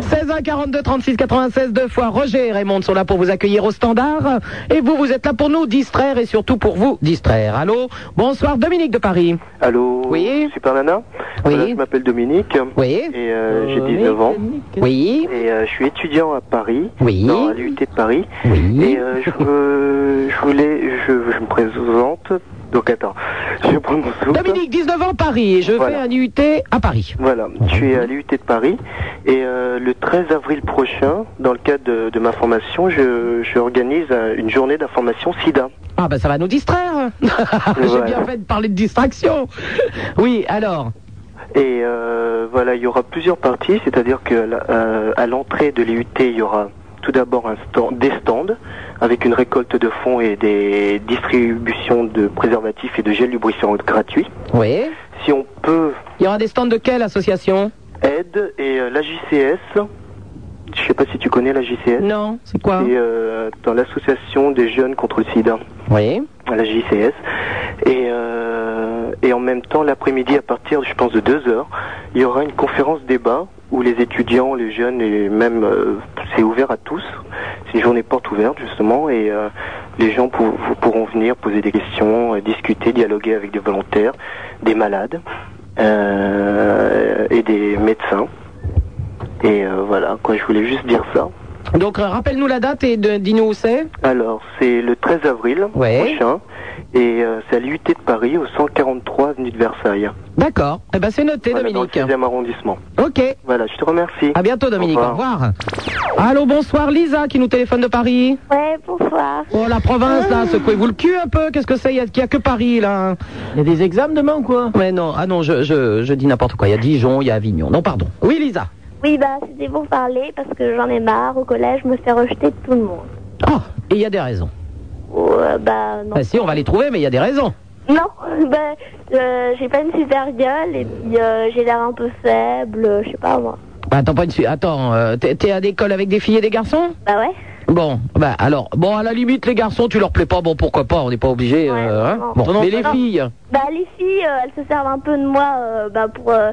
S2: 16 1 42 36 96 deux fois. Roger et Raymond sont là pour vous accueillir au standard. Et vous, vous êtes là pour nous distraire et surtout pour vous distraire. Allô Bonsoir, Dominique de Paris.
S21: Allô
S2: Oui.
S21: Super Nana
S2: Oui.
S21: Voilà, Je m'appelle Dominique.
S2: Oui.
S21: Et euh, j'ai 19 ans.
S2: Oui.
S21: Et euh, je suis étudiant à Paris.
S2: Oui.
S21: Dans l'UT de Paris.
S2: Oui.
S21: Et euh, je, veux- je voulais. Je, je me présente. Donc attends. Je prends mon souffle.
S2: Dominique, 19 ans, Paris. Et je
S21: Voilà.
S2: fais un IUT à Paris.
S21: Voilà, je suis à l'UT de Paris et euh, le 13 avril prochain, dans le cadre de, de ma formation, je, je organise euh, une journée d'information SIDA.
S2: Ah ben ça va nous distraire. J'ai
S21: Ouais.
S2: bien fait de parler de distraction. Oui, alors.
S21: Et euh, voilà, il y aura plusieurs parties, c'est-à-dire que la- euh, à l'entrée de l'IUT, il y aura tout d'abord un stand, des stands avec une récolte de fonds et des distributions de préservatifs et de gel lubrifiant gratuits.
S2: Oui.
S21: Si on peut,
S2: Il y aura des stands de quelle association
S21: aide et euh, la JCS. Je sais pas si tu connais la JCS.
S2: Non, c'est quoi
S21: C'est euh, dans l'association des jeunes contre le sida.
S2: Oui.
S21: à la JCS. Et, euh, et en même temps, l'après-midi, à partir, je pense, de 2 heures, il y aura une conférence débat où les étudiants, les jeunes, et même, euh, c'est ouvert à tous. C'est une journée porte ouverte, justement, et euh, les gens pour- vous pourront venir poser des questions, euh, discuter, dialoguer avec des volontaires, des malades euh, et des médecins. Et euh, voilà, quoi, je voulais juste dire ça.
S2: Donc euh, rappelle-nous la date et de- dis-nous où c'est.
S21: Alors, c'est le 13 avril
S2: Ouais.
S21: prochain. Et euh, c'est à l'UT de Paris, au 143 avenue de Versailles.
S2: D'accord. Eh ben c'est noté,
S21: Voilà,
S2: Dominique.
S21: Dans le 16e arrondissement.
S2: Ok.
S21: Voilà, je te remercie.
S2: À bientôt, Dominique. Au revoir. Allô, bonsoir, Lisa qui nous téléphone de Paris.
S22: Ouais, bonsoir.
S2: Oh, la province, là, secouez-vous le cul un peu. Qu'est-ce que c'est Il y a- il y a, que Paris, là. Il y a des examens demain ou quoi Mais non, ah non, je, je, je dis n'importe quoi. Il y a Dijon, il y a Avignon. Non, pardon. Oui, Lisa.
S22: Oui, bah, c'était pour parler parce que j'en ai marre. Au collège, je me fais rejeter de tout le monde.
S2: Ah, Et il y a des raisons.
S22: Ouais, bah, non.
S2: Bah, si, on va les trouver, mais il y a des raisons.
S22: Non, bah, euh, j'ai pas une super gueule et puis euh, j'ai l'air un peu faible, euh, je sais pas moi.
S2: Bah, attends, pas une su- Attends, euh, t'es t'es à l'école avec des filles et des garçons
S22: Bah ouais.
S2: Bon, bah alors, bon, à la limite, les garçons, tu leur plais pas, bon, pourquoi pas, on n'est pas obligé. euh, hein.
S22: non.
S2: Bon,
S22: Non,
S2: mais
S22: non,
S2: les
S22: non.
S2: filles.
S22: Bah, les filles, euh, elles se servent un peu de moi euh, bah, pour, euh,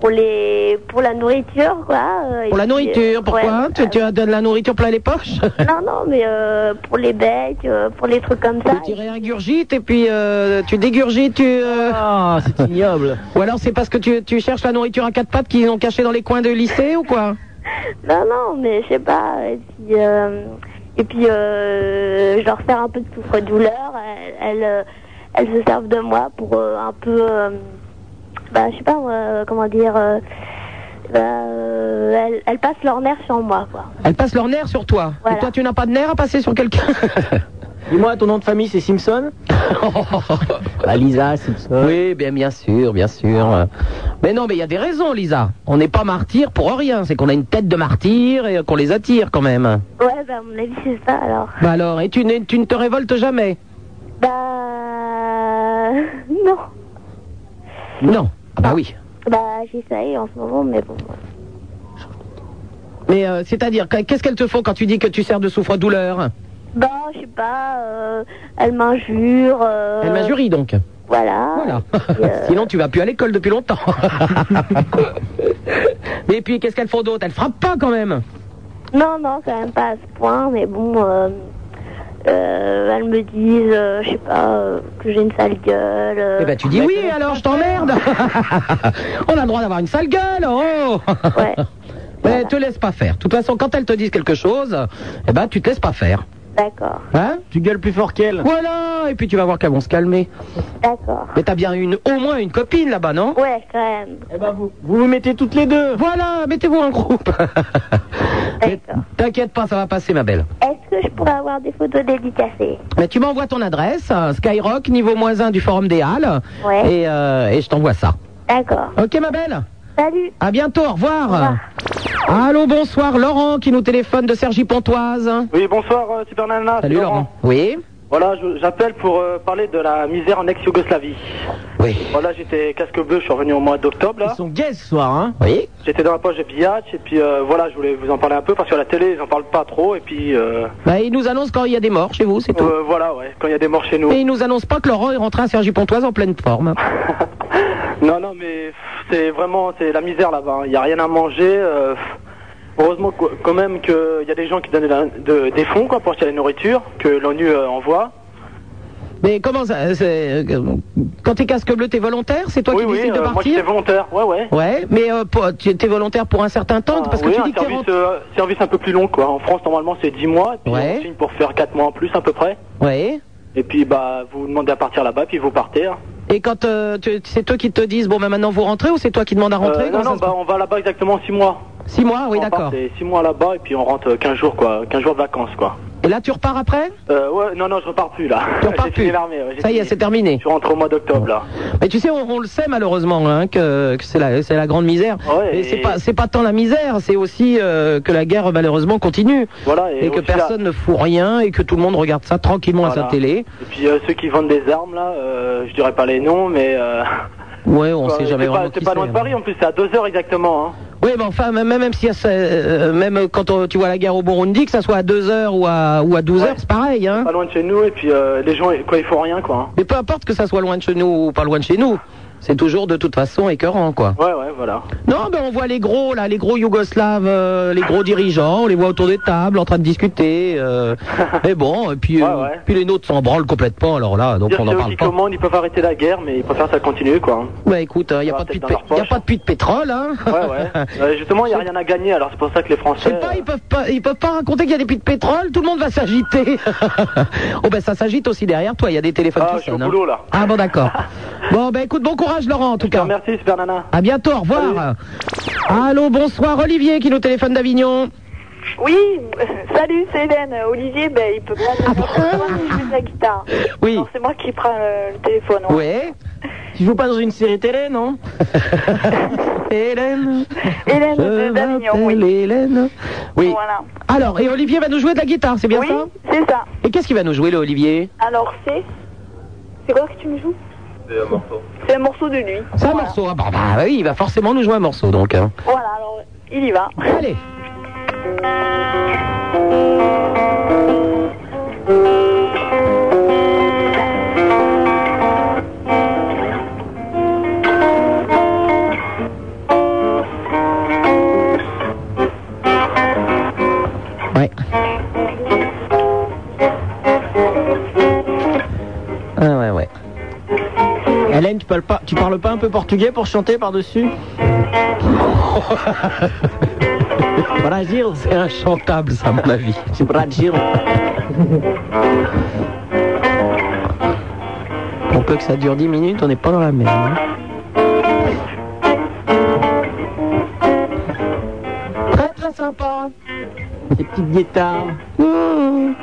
S22: pour, les... pour la nourriture, quoi. euh, et
S2: Pour
S22: puis,
S2: la
S22: euh,
S2: nourriture, pourquoi hein,
S22: ouais.
S2: Tu, tu as de la nourriture plein les poches
S22: Non, non, mais euh, pour les becs, euh, pour les trucs comme ça.
S2: Tu réingurgites et puis euh, tu dégurgites, tu... Ah, c'est ignoble. Ou alors c'est parce que tu, tu cherches la nourriture à quatre pattes qu'ils ont cachée dans les coins de lycée ou quoi
S22: Non, non, mais je sais pas. Et puis, euh, et puis euh, je leur fais un peu de souffre-douleur. Elles, elles, euh, elles se servent de moi pour euh, un peu. euh, bah, je sais pas, moi, euh, comment dire. euh, bah, euh, elles, elles passent leur nerf sur moi, quoi.
S2: Elles passent leurs nerfs sur toi. Et toi, tu n'as pas de nerfs à passer sur quelqu'un
S4: Dis-moi, ton nom de famille, c'est Simpson
S2: Bah, Lisa, Simpson. Oui, bien, bien sûr, bien sûr. Mais non, mais il y a des raisons, Lisa. On n'est pas martyr pour rien. C'est qu'on a une tête de martyr et euh, qu'on les attire quand même.
S22: Ouais, bah, à mon avis, c'est ça alors.
S2: Bah alors, et tu, n'es- tu ne te révoltes jamais
S22: Bah. Non.
S2: Non. Ah bah oui.
S22: Bah, j'essaye en ce moment, mais bon.
S2: Mais euh, c'est-à-dire, qu- qu'est-ce qu'elles te font quand tu dis que tu sers de souffre-douleur
S22: Bah, je sais pas, euh, elles m'injurent. euh,
S2: Elle m'injurie donc.
S22: Voilà. euh,
S2: Voilà. Sinon, tu vas plus à l'école depuis longtemps. Mais puis, qu'est-ce qu'elles font d'autre Elles frappent pas quand même.
S22: Euh, Non, non, quand même pas à ce point, mais bon, euh, euh, elles me disent, euh, je sais pas, euh, que j'ai une sale gueule. euh.
S2: Eh ben, tu dis oui, alors je t'emmerde. On a le droit d'avoir une sale gueule. Oh
S22: Ouais.
S2: Mais te laisse pas faire. De toute façon, quand elles te disent quelque chose, eh ben, tu te laisses pas faire.
S22: D'accord.
S2: Hein Tu gueules plus fort qu'elle. Voilà, et puis tu vas voir qu'elles vont se calmer.
S22: D'accord.
S2: Mais t'as bien une, au moins une copine là-bas, non
S22: Ouais, quand même.
S4: Eh ben vous. Vous vous mettez toutes les deux.
S2: Voilà, mettez-vous en groupe. Mais T'inquiète pas, ça va passer, ma belle.
S22: Est-ce que je pourrais avoir des photos dédicacées
S2: Mais tu m'envoies ton adresse, euh, Skyrock, niveau moins 1 du Forum des Halles.
S22: Ouais.
S2: Et, euh, et je t'envoie ça.
S22: D'accord.
S2: Ok, ma belle
S22: Salut.
S2: À bientôt, au revoir. Allô, bonsoir, Laurent qui nous téléphone de Sergi Pontoise.
S15: Oui, bonsoir, euh, Super Nana.
S2: Salut,
S15: c'est
S2: Laurent. Oui.
S15: Voilà, je- j'appelle pour euh, parler de la misère en ex-Yougoslavie.
S2: Oui.
S15: Voilà, j'étais casque bleu, je suis revenu au mois d'octobre. là.
S4: Ils sont gays ce soir, hein Oui.
S15: J'étais dans la poche de Biatch, et puis euh, voilà, je voulais vous en parler un peu, parce que à la télé, ils en parlent pas trop, et puis... euh,
S2: Bah, il nous annonce quand il y a des morts chez vous, c'est tout.
S15: euh, voilà, ouais, quand il y a des morts chez nous.
S2: Et il nous annonce pas que Laurent est rentré à Sergi Pontoise en pleine forme.
S15: Non, non, mais pff, c'est vraiment c'est la misère là-bas. hein. Il n'y a rien à manger. euh, pff. heureusement qu- quand même qu'il y a des gens qui donnent de la- de- des fonds quoi, pour acheter la nourriture que l'ONU euh, envoie.
S2: Mais comment ça c'est- euh, Quand t'es casque bleu, t'es volontaire C'est toi
S15: oui,
S2: qui
S15: oui,
S2: décides de
S15: euh, moi
S2: partir
S15: j'étais volontaire, ouais, ouais.
S2: Ouais, mais euh, pour- tu es volontaire pour un certain temps parce que
S15: Ah, oui,
S2: tu
S15: un
S2: dis que t'es
S15: service, euh, service un peu plus long quoi. En France normalement c'est 10 mois, et puis
S2: Ouais.
S15: on signe pour faire 4 mois en plus à peu près.
S2: rentré- Ouais.
S15: Et puis bah vous demandez à partir là-bas, puis vous partez. hein.
S2: Et quand euh, tu- c'est eux qui te disent bon, ben maintenant vous rentrez ou c'est toi qui demande à rentrer
S15: Euh, non,
S2: Comment ça
S15: non,
S2: se-
S15: bah, on va là-bas exactement 6 mois.
S2: 6 mois, oui, d'accord.
S15: C'est 6 mois là-bas, et puis on rentre euh, 15 jours quoi, 15 jours de vacances quoi.
S2: Et là, tu repars après
S15: Euh, ouais, non, non, je repars plus là.
S2: Tu repars
S15: J'ai
S2: plus.
S15: fini l'armée, ouais, j'ai
S2: Ça y est,
S15: fini.
S2: c'est terminé.
S15: Je rentre au mois d'octobre là.
S2: Mais tu sais, on, on le sait malheureusement hein, que, que c'est la, c'est la grande misère.
S15: Ouais,
S2: et
S15: et-
S2: c'est pas, c'est pas tant la misère, c'est aussi euh, que la guerre malheureusement continue.
S15: Voilà, et
S2: que
S15: aussi la-
S2: personne ne fout rien et que tout le monde regarde ça tranquillement à sa
S15: Voilà.
S2: télé.
S15: Et puis euh, ceux qui vendent des armes là, euh, je dirais pas les noms, mais. Euh...
S2: Ouais, on sait jamais
S15: c'est pas,
S2: vraiment
S15: c'est
S2: qui
S15: pas loin
S2: c'est,
S15: de
S2: hein.
S15: Paris en plus, c'est à 2 heures exactement. Hein.
S2: Oui, mais enfin, même, même si ça- euh, même quand on- tu vois la guerre au Burundi, que ça soit à 2 heures ou à, ou à 12 heures, c'est pareil. Hein.
S15: Pas loin de chez nous, et puis euh, les gens, quoi, ils font rien quoi. hein.
S2: Mais peu importe que ça soit loin de chez nous ou pas loin de chez nous, c'est toujours de toute façon écœurant, quoi.
S15: hein. Ouais, ouais, voilà.
S2: Non, mais on voit les gros, là, les gros Yougoslaves, euh, les gros dirigeants, on les voit autour des tables en train de discuter. euh, mais bon, et puis, euh, puis les nôtres s'en branlent complètement, alors là, donc
S15: Dire
S2: on
S15: que
S2: n'en
S15: eux
S2: parle
S15: qui
S2: pas.
S15: commandent, ils peuvent arrêter la guerre, mais ils préfèrent que ça continue quoi. hein.
S2: Bah écoute, il n'y a, pas de puits de pé- y a pas de puits de pétrole, hein.
S15: Ouais, ouais. Euh, justement, il n'y a rien à gagner, alors c'est pour ça que les Français.
S2: Ils peuvent pas, ils peuvent pas raconter qu'il y a des puits de pétrole, tout le monde va s'agiter. oh ben ça s'agite aussi derrière toi, il y a des téléphones
S15: Ah,
S2: qui
S15: je suis au
S2: sonnent, hein.
S15: boulot, là.
S2: Ah bon d'accord. bon ben écoute, bon courage Laurent en tout cas.
S15: Merci Super Nana.
S2: À bientôt, au revoir. Allô, bonsoir Olivier qui nous téléphone d'Avignon.
S6: Oui, salut, c'est Hélène. Olivier, ben, il peut pas me mais je joue de la guitare.
S2: Ah, Oui.
S6: Alors, c'est moi qui prends euh, le, le téléphone.
S2: Ouais.
S4: Tu joues pas dans une série télé, non
S2: Hélène.
S6: Hélène
S2: Je
S6: de d'Avignon, oui.
S2: m'appelle Hélène. Oui.
S6: Voilà.
S2: Alors, et Olivier va nous jouer de la guitare, c'est bien
S6: Oui,
S2: ça
S6: c'est ça.
S2: Et qu'est-ce qu'il va nous jouer le Olivier
S6: Alors, c'est. C'est quoi que tu me joues
S2: C'est un morceau.
S6: C'est un morceau de lui.
S2: C'est un morceau, ah bah, bah, oui, il va forcément nous jouer un morceau donc. hein.
S6: Voilà, alors, il y va.
S2: Allez. Ouais. Ah ouais, ouais.
S4: Hélène, tu parles, pas, tu parles pas un peu portugais pour chanter par-dessus Brasil
S2: C'est inchantable, ça, à mon avis.
S4: C'est Brasil.
S2: On peut que ça dure 10 minutes, on n'est pas dans la merde. hein.
S4: Très très sympa. Des petites guitares.
S2: Mmh.
S15: hein.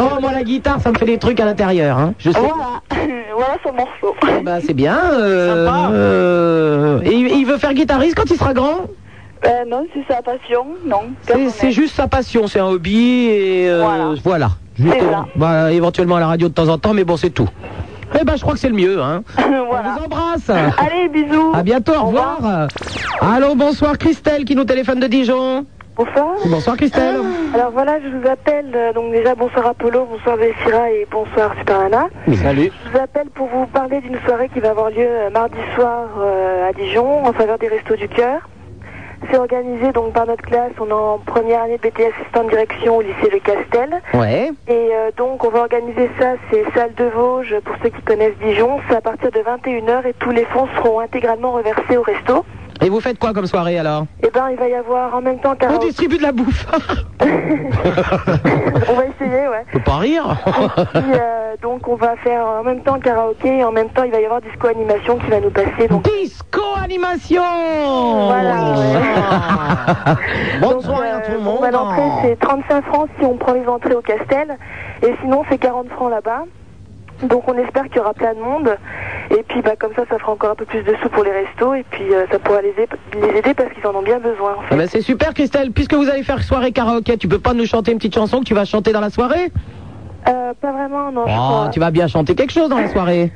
S2: Oh, moi, la guitare, ça me fait des trucs à l'intérieur. hein. Je sais.
S6: Voilà, voilà son morceau.
S2: Ah bah, c'est bien. euh, euh, et il il veut faire guitariste quand il sera grand
S6: Euh, non, c'est sa passion, non.
S2: C'est- C'est juste sa passion, c'est un hobby et euh, voilà. Juste, euh, bah, éventuellement à la radio de temps en temps, mais bon, c'est tout. Eh ben, je crois que c'est le mieux. Hein.
S6: voilà.
S2: On vous embrasse.
S6: Allez, bisous.
S2: À bientôt, au revoir. Allô, bonsoir Christelle qui nous téléphone de Dijon.
S6: Bonsoir.
S2: Bonsoir Christelle.
S6: Alors voilà, je vous appelle. euh, Donc déjà, bonsoir Apollo, bonsoir Vessira et bonsoir Super Nana.
S2: Salut.
S6: Je vous appelle pour vous parler d'une soirée qui va avoir lieu euh, mardi soir euh, à Dijon en faveur des Restos du Cœur. C'est organisé donc par notre classe. On est en première année de BTS assistant de direction au lycée Le Castel.
S2: Ouais.
S6: Et euh, donc on va organiser ça, c'est salle de Vosges pour ceux qui connaissent Dijon. C'est à partir de 21h et tous les fonds seront intégralement reversés au resto.
S2: Et vous faites quoi comme soirée alors
S23: Eh ben, il va y avoir en même temps
S2: On
S23: karaoké.
S2: distribue de la bouffe.
S23: On va essayer, ouais.
S2: Faut pas rire.
S23: Puis, euh, donc, on va faire en même temps karaoké et en même temps, il va y avoir disco animation qui va nous passer. Donc...
S2: Disco animation
S23: Voilà. Bonne soirée à tout le monde. l'entrée, c'est 35 francs si on prend les entrées au Castel. Et sinon, c'est 40 francs là-bas. Donc, on espère qu'il y aura plein de monde. Et puis, bah, comme ça, ça fera encore un peu plus de sous pour les restos. Et puis, euh, ça pourra les, aip- les aider parce qu'ils en ont bien besoin.
S2: Ah ben, c'est super Christelle, puisque vous allez faire soirée karaoké, tu peux pas nous chanter une petite chanson que tu vas chanter dans la soirée
S23: Euh, pas vraiment, non. je
S2: Oh,
S23: crois.
S2: tu vas bien chanter quelque chose dans la soirée.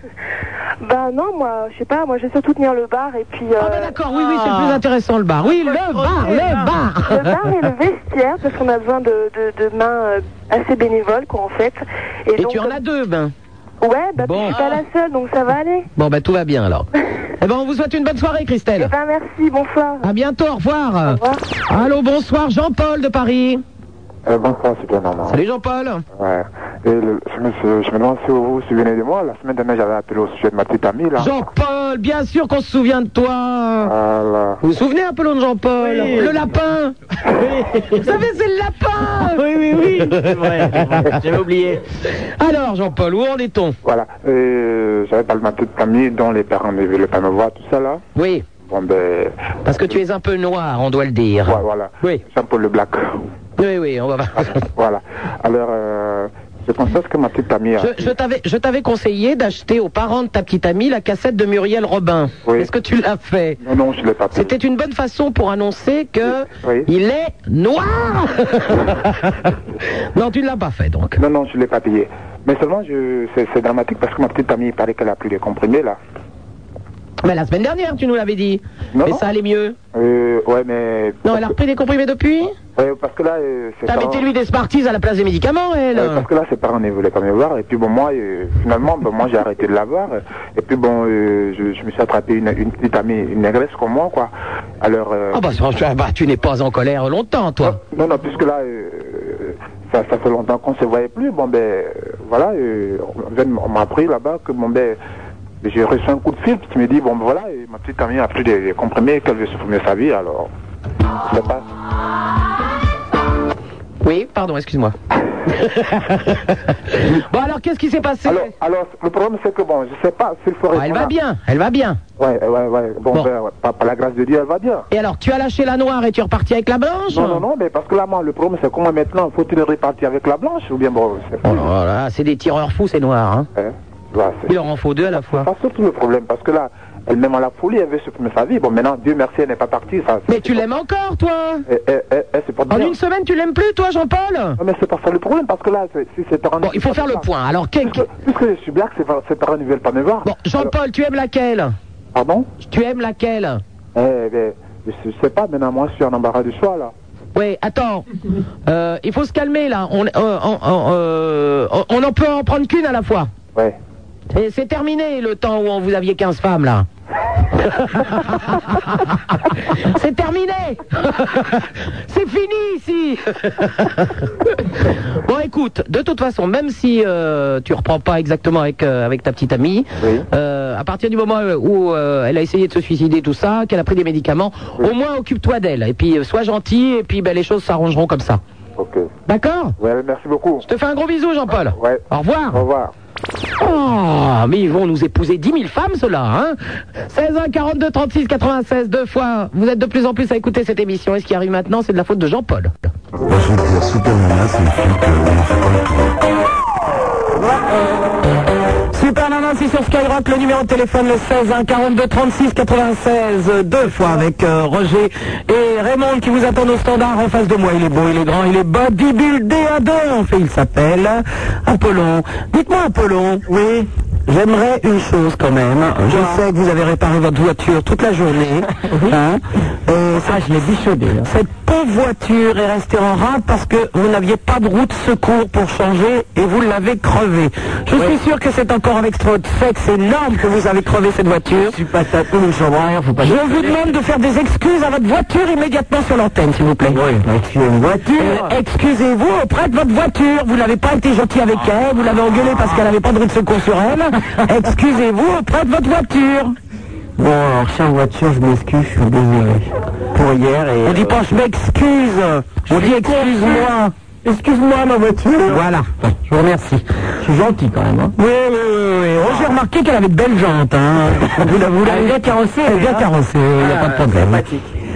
S23: Bah non, moi, je sais pas, moi je vais surtout tenir le bar et puis... Ah bah
S2: d'accord, oui, oui, c'est le plus intéressant le bar. Oui, le bar, le bar.
S23: Le bar et le vestiaire, parce qu'on a besoin de, de, de mains euh, assez bénévoles, quoi, en fait.
S2: Et tu
S4: euh,
S2: en as deux, ben.
S23: Ouais, bah puis je suis pas la seule, donc ça va aller.
S2: Bon, ben tout va bien alors. eh ben, on vous souhaite une bonne soirée, Christelle. Eh
S23: ben, merci, bonsoir.
S2: À bientôt, au revoir. Au
S23: revoir.
S2: Allô, bonsoir, Jean-Paul de Paris.
S24: Euh, bonsoir, c'est bien, maman.
S2: Salut, Jean-Paul.
S24: Ouais. Et le- je, me, suis- je me demande si vous vous souvenez de moi. La semaine dernière, j'avais appelé au sujet de ma petite amie, là.
S2: Jean-Paul, bien sûr qu'on se souvient de toi.
S24: Voilà.
S2: Vous vous souvenez un peu de Jean-Paul
S24: Oui.
S2: Le lapin Vous savez, c'est le lapin Oui, oui, oui C'est vrai, j'avais oublié. Alors, Jean-Paul, où en est-on
S24: Voilà. Et j'avais parlé de ma petite amie, dont les parents ne voulaient pas me voir, tout ça, là.
S2: Oui.
S24: Bon, ben.
S2: Parce que tu es un peu noir, on doit le dire.
S24: Ouais, voilà.
S2: Oui.
S24: Jean-Paul le Black.
S2: Oui, oui, on va voir.
S24: voilà. Alors, euh, je constate que ma petite amie. a-
S2: Je, je t'avais- je t'avais conseillé d'acheter aux parents de ta petite amie la cassette de Muriel Robin. Est-ce que tu l'as fait
S24: Non, non, je l'ai pas fait.
S2: C'était une bonne façon pour annoncer que
S24: Oui.
S2: il est noir Non, tu ne l'as pas fait, donc.
S24: Non, non, je ne l'ai pas payé. Mais seulement, je... c'est c'est dramatique parce que ma petite amie, il paraît qu'elle a plus de comprimés, là.
S2: Mais la semaine dernière, tu nous l'avais dit. Mais ça allait mieux.
S24: Euh, ouais, mais.
S2: Non, elle a repris des comprimés depuis
S24: Ouais, parce que là, euh, c'est
S2: T'as
S24: pas-
S2: mettez lui des Smarties à la place des médicaments, elle
S24: Ouais, parce que là, ses parents ne voulaient pas me voir. Et puis, bon, moi, euh, finalement, bon, moi, j'ai arrêté de la voir. Et puis, bon, euh, je, je me suis attrapé une, une petite amie, une négresse comme moi, quoi. Alors. euh,
S2: Ah bah, franchement, bah, tu n'es pas en colère longtemps, toi.
S24: Non, non, puisque là, euh, ça, ça fait longtemps qu'on ne se voyait plus. Bon, ben, euh, voilà, euh, on vient de m- on m'a appris là-bas que, bon, ben, j'ai reçu un coup de fil qui me dit, bon, ben, voilà, euh, ma petite amie a pris des, des comprimés, qu'elle veut supprimer sa vie, alors. Je sais pas.
S2: Oui, pardon, excuse-moi. bon, alors, qu'est-ce qui s'est passé Ah,
S24: Alors, alors, le problème, c'est que, bon, je sais pas s'il faut
S2: Elle
S24: répondre
S2: va
S24: à-
S2: bien, elle va bien.
S24: Ouais, euh, ouais, ouais. Bon, ben, ouais, par, par la grâce de Dieu, elle va bien.
S2: Et alors, tu as lâché la noire et tu es reparti avec la blanche
S24: Non, non, non, mais parce que là, moi, le problème, c'est comment maintenant Faut-il repartir avec la blanche ou bien bon c'est-
S2: Oh là là, c'est des tireurs fous, ces noirs. Hein.
S24: là, Bah, c'est-
S2: Il leur en faut deux à la fois.
S24: C'est pas surtout le problème, parce que là, elle m'aime à la folie, elle veut supprimer sa vie. Bon, maintenant, Dieu merci, elle n'est pas Eh, partie. Ça,
S2: Mais tu l'aimes encore, toi
S24: elle, elle, elle, elle se porte
S2: En
S24: bien.
S2: une semaine, tu l'aimes plus, toi, Jean-Paul
S24: Non, mais c'est pas ça le problème, parce que là, c'est- si c'est
S2: Bon, il faut faire le point. Alors, quel...
S24: Puisque je suis black, ses par- ses parents ne veulent pas me voir.
S2: Bon, Jean-Paul, tu aimes laquelle
S24: Pardon
S2: Tu aimes laquelle
S24: Eh, ben, je, je sais pas, maintenant, moi, je suis en embarras du choix, là.
S2: Oui, attends. Euh, il faut se calmer là. On, euh, on, on, euh, on- on en peut en prendre qu'une à la fois.
S24: Ouais.
S2: Et c'est terminé le temps où on vous aviez 15 femmes là. c'est terminé. c'est fini ici. bon, écoute, de toute façon, même si euh, tu reprends pas exactement avec euh, avec ta petite amie, euh, à partir du moment où euh, elle a essayé de se suicider, tout ça, qu'elle a pris des médicaments, au moins occupe-toi d'elle. Et puis euh, sois gentil. Et puis ben, les choses s'arrangeront comme ça.
S24: Ok.
S2: D'accord.
S24: Ouais, merci beaucoup.
S2: Je te fais un gros bisou, Jean-Paul.
S24: Ouais.
S2: Au revoir.
S24: Au revoir.
S2: Oh, mais ils vont nous épouser 10 000 femmes, ceux-là, hein 16 1 42 36 96, deux fois. Vous êtes de plus en plus à écouter cette émission. Et ce qui arrive maintenant, c'est de la faute de Jean-Paul. Super Nana, c'est sur Skyrock, le numéro de téléphone le 16 1 42 36 96, euh, deux fois avec euh, Roger et Raymond qui vous attendent au standard en face de moi. Il est beau, il est grand, il est bodybuildé à deux, en fait, il s'appelle Apollon. Dites-moi Apollon, oui, j'aimerais une chose quand même. Je sais que vous avez réparé votre voiture toute la journée. hein, et ça, je l'ai hein. bichaudé. Cette pauvre voiture est restée en rade parce que vous n'aviez pas de roue de secours pour changer et vous l'avez crevée. Je suis sûr que c'est encore avec votre sexe énorme que vous avez crevé cette voiture. Je suis pas tapé ou faut
S4: pas
S2: Je
S4: déconner.
S2: vous demande de faire des excuses à votre voiture immédiatement sur l'antenne, s'il vous plaît. une voiture. Excusez-vous auprès de votre voiture. Vous n'avez pas été gentil avec elle, vous l'avez engueulée parce qu'elle n'avait pas de roue de secours sur elle. Excusez-vous auprès de votre voiture.
S25: Bon, alors, chère voiture, je m'excuse, je suis désolé. Pour hier et.
S4: On dit pas je m'excuse, on dit excuse-moi. Excuse-moi ma voiture. Voilà, je vous remercie. Je suis gentil quand même. hein. Oui, oui, oui, oui. Oh, j'ai remarqué qu'elle avait de belles jantes. Hein. Vous la- vous l'avez bien carrossée. hein. Ah, Elle est bien carrossée, il n'y a pas de problème.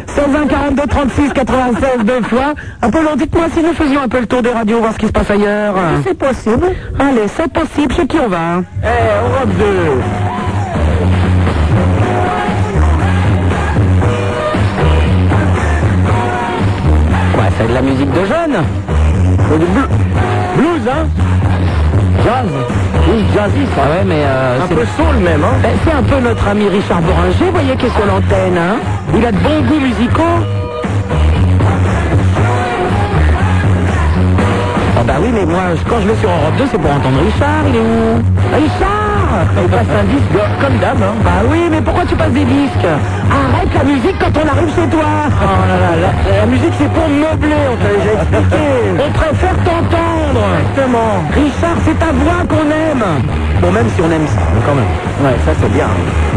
S4: 120 42 36 96 deux fois. Apollo, dites-moi si nous faisions un peu le tour des radios, voir ce qui se passe ailleurs. C'est possible. Allez, c'est possible. Chez qui on va Eh, Europe 2.
S26: Ouais, c'est de la musique de jeunes. C'est du blu- blues, hein Jazz. Oui, jazzy, ça. Ah ouais, mais... euh, un peu soul, même, hein C'est un peu notre ami Richard Boringer, vous voyez, qui est sur l'antenne, hein Il a de bons goûts musicaux.
S4: Ah bah oui, mais moi, je- quand je vais sur Europe 2, c'est pour entendre Richard, il est où Ah, Richard Il passe un disque go- comme d'hab, hein Bah oui, mais pourquoi tu passes des disques Arrête la musique quand on arrive chez toi Oh là là, la, la musique c'est pour meubler, on t'a déjà expliqué On préfère t'entendre Exactement Richard, c'est ta voix qu'on aime Bon, même si on aime ça, mais quand même. Ouais, ça c'est bien.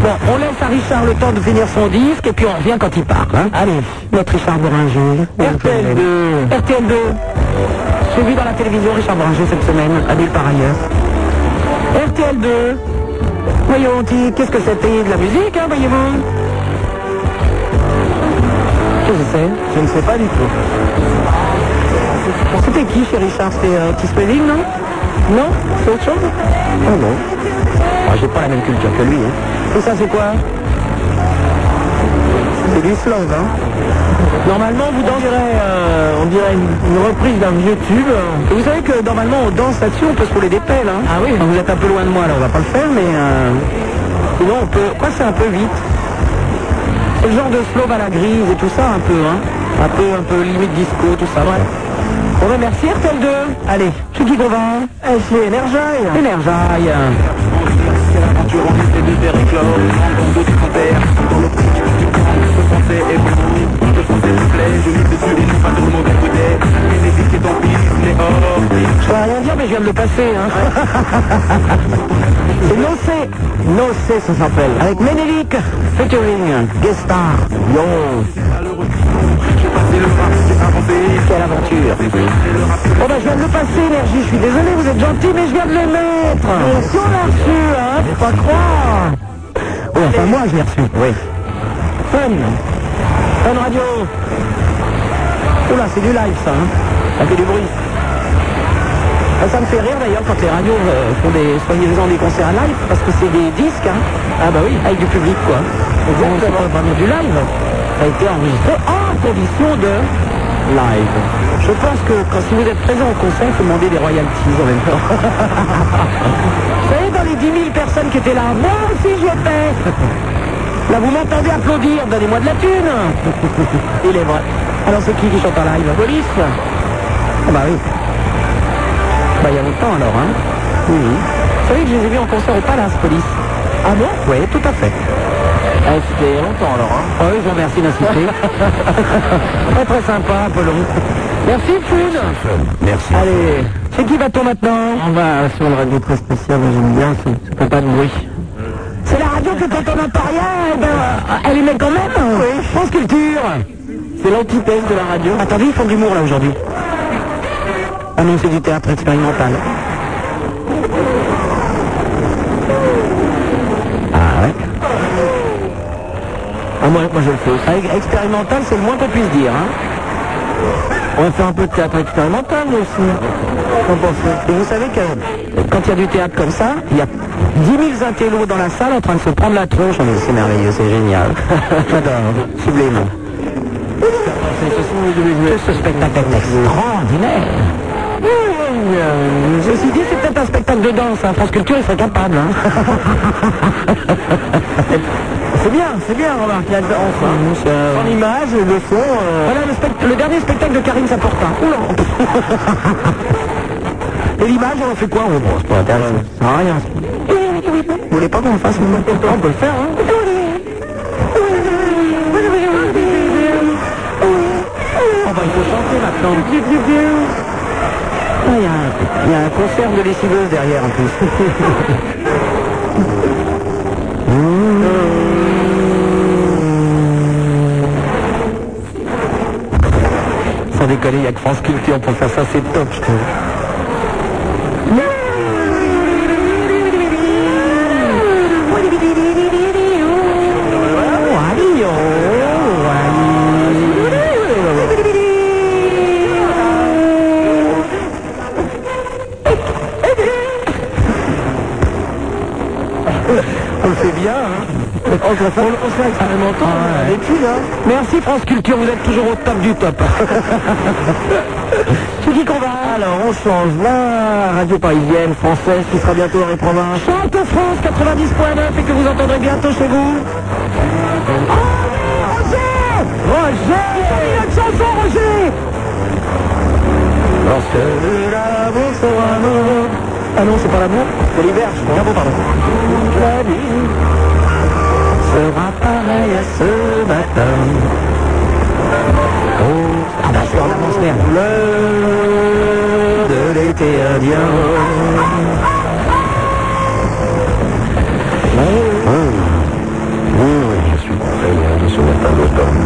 S4: Bon, on laisse à Richard le temps de finir son disque et puis on revient quand il part, hein Allez, notre Richard Boringer. RTL2 RTL2 j'ai vu dans la télévision Richard Branger cette semaine, à nulle par ailleurs. RTL2. Voyons, dit, qu'est-ce que c'était De la musique, hein, voyez-vous Qu'est-ce que c'est Je ne sais pas du tout. C'était qui chez Richard C'était euh, Otis Redding, non Non C'est autre chose Ah non. Ah, J'ai pas la même culture que lui. hein. Et ça, c'est quoi C'est du slow, hein Normalement, vous danserez, euh, on dirait une, une reprise d'un vieux tube. Et vous savez que normalement, on danse là-dessus, on peut se rouler des pelles. Hein. Ah oui Vous êtes un peu loin de moi, là, on va pas le faire, mais... euh, sinon, on peut... Quoi, c'est un peu vite C'est le genre de slow à la grise et tout ça, un peu, hein Un peu, un peu limite disco, tout ça, ouais. On remercie RTL2. Allez, c'est qui qu'on va C'est Energy. Energy. Je peux rien dire, mais je viens de le passer. Hein. C'est Nocé. Nocé, ça s'appelle. Avec Ménélique, featuring, guest star. Yo. Quelle aventure Bon bah je viens de le passer énergie, je suis désolé, vous êtes gentil mais je viens de le mettre Attention là-dessus, hein, faut pas croire Oui, Oh, enfin moi je l'ai reçu, oui. Fun Fun radio Oula, c'est du live ça, hein. Ça fait du bruit ah, Ça me fait rire d'ailleurs quand les radios euh, font des soi-disant des concerts live parce que c'est des disques, hein. Ah bah oui, avec du public quoi. Donc c'est pas vraiment du live. Ça a été enregistré en condition de live. Je pense que quand si vous êtes présent au concert, il faut demander des royalties en même temps. vous savez, dans les 10 000 personnes qui étaient là, moi aussi j'étais Là vous m'entendez applaudir, donnez-moi de la thune Il est vrai. Alors c'est qui qui chante en live Police Ah bah oui. Bah, il y a longtemps alors, hein Oui, oui. Vous savez que je les ai vus en concert au Palace Police. Ah bon Oui, tout à fait. Ah, c'était longtemps alors, hein Ah oui, je vous remercie d'insister. très très sympa, Apollon. Merci, Foun Merci. Allez, c'est qui va-t-on maintenant On va sur le radio très spécial, j'aime bien, ça fait pas de bruit. C'est la radio que quand on n'a pas rien, eh ben, euh, elle émet quand même Oui. France Culture C'est l'antithèse de la radio. Attendez, ils font de l'humour là aujourd'hui. Ah non, c'est du théâtre expérimental. Ah ouais Ah moi, moi je le fais aussi. Avec- expérimental, c'est le moins qu'on puisse dire. Hein. On fait un peu de théâtre expérimental nous aussi. Qu'en pensez-vous Et vous savez que quand il y a du théâtre comme ça, il y a 10 000 intellos dans la salle en train de se prendre la tronche. On est- C'est merveilleux, c'est génial. J'adore. Sublime. Que ce spectacle est extraordinaire. Oui, oui, euh, Ceci dit, c'est peut-être un spectacle de danse. Hein. France Culture, il serait capable. hein. c'est bien, c'est bien, remarque. Il y a de danse. Hein. En image, le euh, son. Voilà le, spect- le dernier spectacle de Karine Saporta. Oula Et l'image, on en fait quoi on bon, C'est pas intéressant. Ça sert à rien. Vous voulez pas qu'on le fasse maintenant On peut le faire, hein Oh bah il faut chanter maintenant. Ah, Il y, a un- il y a un concert de lessiveuse derrière en plus. déconner, il n'y a que France Culture pour faire ça, c'est top, je trouve.
S2: On le fait bien, hein On le fait expérimentant, et puis
S4: hein.
S2: là
S4: Merci France Culture, vous êtes toujours au top du top.
S2: C'est qui qu'on va Alors on change la radio parisienne, française, qui sera bientôt dans les provinces.
S4: Chante France 90.9 et que vous entendrez bientôt chez vous.
S2: Ah
S4: Oh, Roger Roger Il a une chanson, Roger
S2: Lorsque l'amour sera mort. Ah non, c'est pas l'amour C'est l'hiver, je crois. Ah bon, pardon. La nuit sera pareille à ce matin. Oh, ah bah c'est en avance, merde. Bleu de l'été indien. Oh.
S12: Ah. je suis prêt de ce matin d'automne.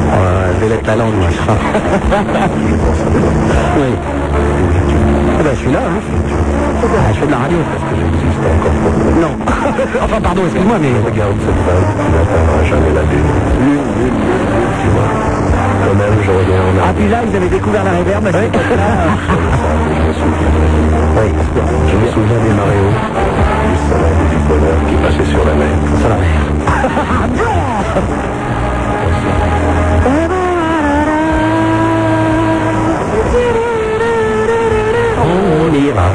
S4: je vais mettre la langue, moi, je crois. oui. Ah bah, je suis là, hein. Ah, je fais de la radio. Parce que j'existe encore pour Non. enfin, pardon, excuse-moi, mais...
S12: Regarde cette vague, tu n'atteindras jamais la lune. Lune, lune, lune, tu vois. Quand même, je reviens en
S4: Ah,
S12: arrière.
S4: puis là, ils avaient découvert la réverbe, bah, à cette époque-là.
S12: Je me souviens. Oui, je me souviens des maréos, du soleil et du bonheur qui passaient sur la mer. Sur la mer.
S2: On ira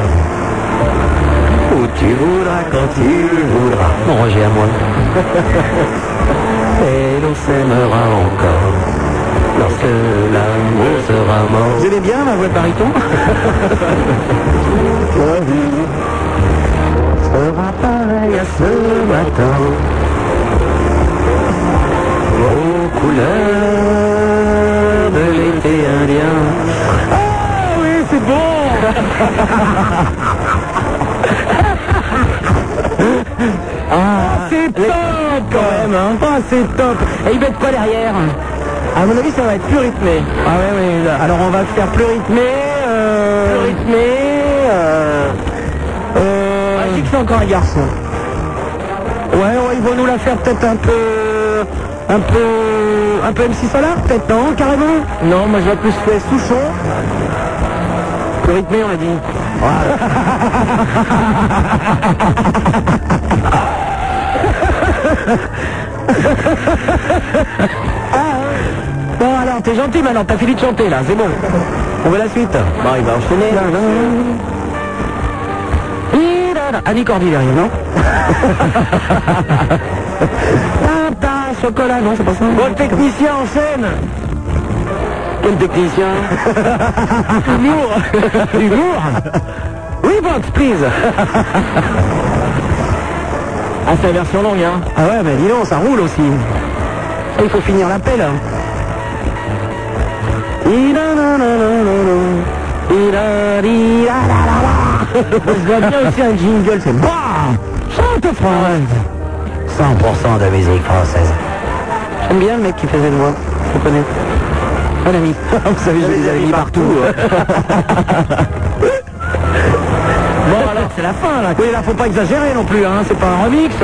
S2: où tu voudras quand tu voudras. Mon Roger à moi. Et l'on s'aimera encore lorsque l'amour sera mort.
S4: Vous aimez bien ma voix de baryton
S2: La vie sera pareille à ce matin. Aux couleurs de l'été indien.
S4: Ah oui, c'est bon Ah, c'est top quand même, hein. Ah, c'est top Et ils bête pas derrière À mon avis, ça va être plus rythmé. Ah ouais, ouais, là, alors on va faire plus rythmé, euh... Plus rythmé, euh... euh... Ah, je sais que c'est encore un garçon. Ouais, ouais, ils vont nous la faire peut-être un peu... Un peu... Un peu MC Solar, peut-être, non Carrément Non, moi je vais plus faire Souchon. Plus rythmé, on a dit. Ah, hein. Bon alors, t'es gentil maintenant, t'as fini de chanter là, c'est bon. On veut la suite. Bon, il va enchaîner. Et là, là. Annie Cordy derrière, non Tata, Ah, chocolat, non, c'est pas ça. Bon, le technicien en scène Quel technicien Humour Humour Oui, box, please Ah, c'est la version longue, hein Ah ouais, mais dis donc, ça roule aussi. Et il faut finir l'appel. hein. Je vois bien aussi un jingle, c'est BAM Chante France 100% de musique française. J'aime bien le mec qui faisait de moi, je le connais. Bon ami, vous savez, je les avais mis partout. hein. bon alors, c'est la fin là. Oui, là, faut pas exagérer non plus, hein, c'est pas un remix.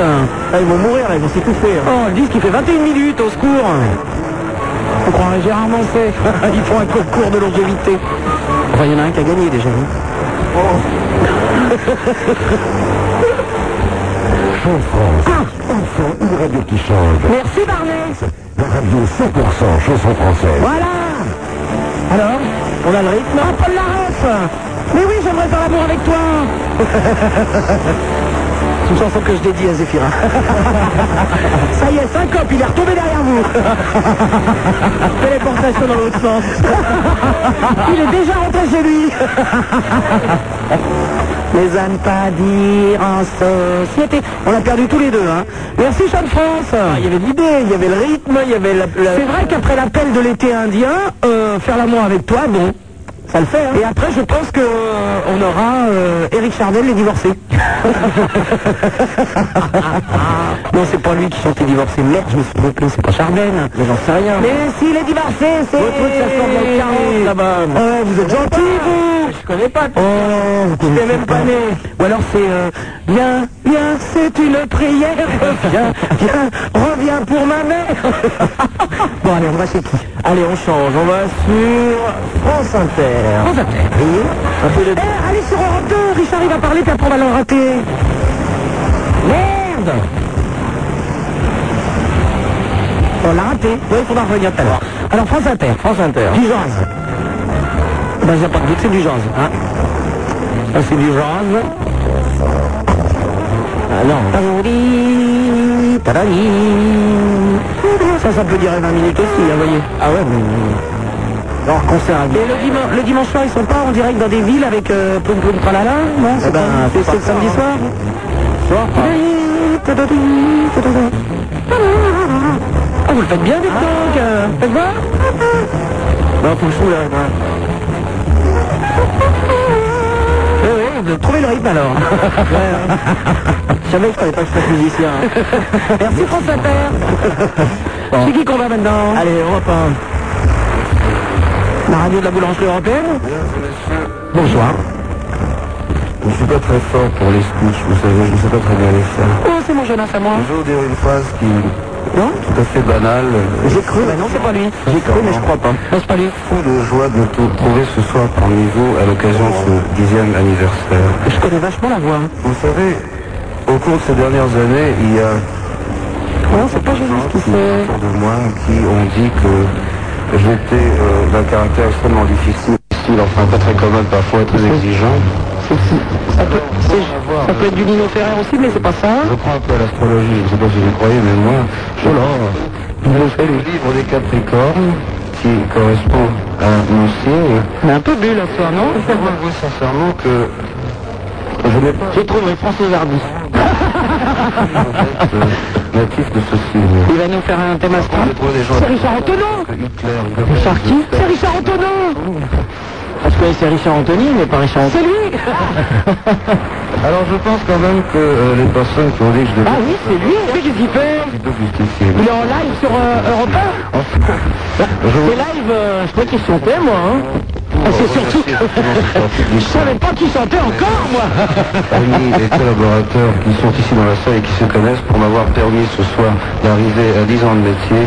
S4: ils vont mourir, ils vont s'étouffer. Oh, le disque, il fait 21 minutes, au secours on croirait Gérard Manset. Ils font un concours de longévité. Enfin, il y en a un qui a gagné déjà. hein.
S12: France, enfin une radio qui change.
S4: Merci Barnet.
S12: La radio 100% chanson française.
S4: Voilà Alors On a le rythme Ah, Paul Laref Mais oui, j'aimerais faire l'amour avec toi C'est une chanson que je dédie à Zéphirin. Ça y est, syncope, il est retombé derrière vous Téléportation dans l'autre sens. il est déjà rentré chez lui Mais à ne pas dire en société. On a perdu tous les deux. Hein. Merci Sean France. Ah, Il y avait l'idée, il y avait le rythme, il y avait la... C'est vrai qu'après l'appel de l'été indien, euh, faire l'amour avec toi, non. Ça le fait, Et après, je pense qu'on aura euh, Eric Chardel, les divorcés. Ah, non, c'est pas lui qui chantait divorcé. Merde, je me suis trompé, c'est pas Chardel. Mais j'en sais rien.
S2: Mais si, les divorcés, c'est... Votre truc, ça sort dans le 40, là-bas.
S4: Ouais, vous êtes gentil, vous Je connais pas. Oh, vous connaissez même pas né. Ou alors c'est euh, Viens, viens, c'est une prière. Viens, viens, reviens pour ma mère. bon, allez, on va chez qui Allez, on change. On va sur France Inter. France Inter. Un peu de... Eh, allez sur Europe 2. Richard, il va parler, puis après, on va le rater. Merde On l'a raté. Oui, il faudra revenir tout à l'heure. Alors, France Inter. France Inter. Du jazz. Ben, j'ai pas de doute, c'est du jazz. Hein. Ça, c'est du jazz. Alors. Tarori, tarari. Ça, ça peut durer 20 minutes aussi, vous voyez. Ah ouais, mais... Alors, concert à Et le, diman- le dimanche soir, ils sont pas en direct dans des villes avec euh, Ploum Ploum Tralala Non, c'est ben, c'est c'est le samedi soir hein. Soir Ah, vous le faites bien, des tanks euh, Faites voir Non, faut le chou, là. Oui, oui, Eh vous trouvez le rythme, alors. Je savais que je fallait pas que je fasse musicien. Merci, France Inter. C'est qui qu'on va maintenant Allez, Europe 1. La radio de la boulangerie européenne Bonsoir.
S20: Je ne suis pas très fort pour les speeches, vous savez, je ne sais pas très bien les faire.
S4: Oh, c'est mon jeune homme à moi.
S20: Je vais vous dire une phrase qui non tout à fait banale.
S4: J'ai cru, mais non, c'est pas lui. J'ai cru, mais je crois pas. Non, c'est pas lui.
S20: Fou de joie de te retrouver ce soir parmi vous à l'occasion de ce dixième anniversaire.
S4: Je connais vachement la voix. hein.
S20: Vous savez, au cours de ces dernières années, il y a
S4: Non, c'est pas Jésus qui
S20: qui, autour de moi qui ont dit que j'étais euh, d'un caractère extrêmement difficile, difficile, enfin pas très commode parfois, très exigeant.
S4: Ça peut, c'est- ça peut être du Nino Ferrer aussi, mais c'est pas ça. hein.
S20: Je crois un peu à l'astrologie, je ne sais pas si vous croyez, mais moi, je l'ai fait le livre des Capricornes qui correspond à mon signe.
S4: Mais un peu bu la soir, non
S20: Je dois avouer sincèrement que je n'ai pas... J'ai trouvé François Hardy. natif de ce signe.
S4: Il va nous faire un thème à ce point. C'est Richard Antonin Richard qui C'est Richard Antonin
S11: Je connaissais Richard Anthony, mais pas Richard Anthony.
S4: C'est lui
S20: Alors je pense quand même que euh, les personnes qui ont dit que je devais...
S4: Ah oui, c'est lui Oui, j'ai fait
S20: plutôt justifier.
S4: Il est en live sur euh, Europe
S20: Oh,
S4: 1 C'est live, euh, je crois qu'il chantait, moi. hein.
S20: Oh,
S4: Ah, c'est
S20: bah,
S4: surtout... Je savais pas qu'il chantait encore, moi
S20: amis et collaborateurs qui sont ici dans la salle et qui se connaissent pour m'avoir permis ce soir d'arriver à 10 ans de métier.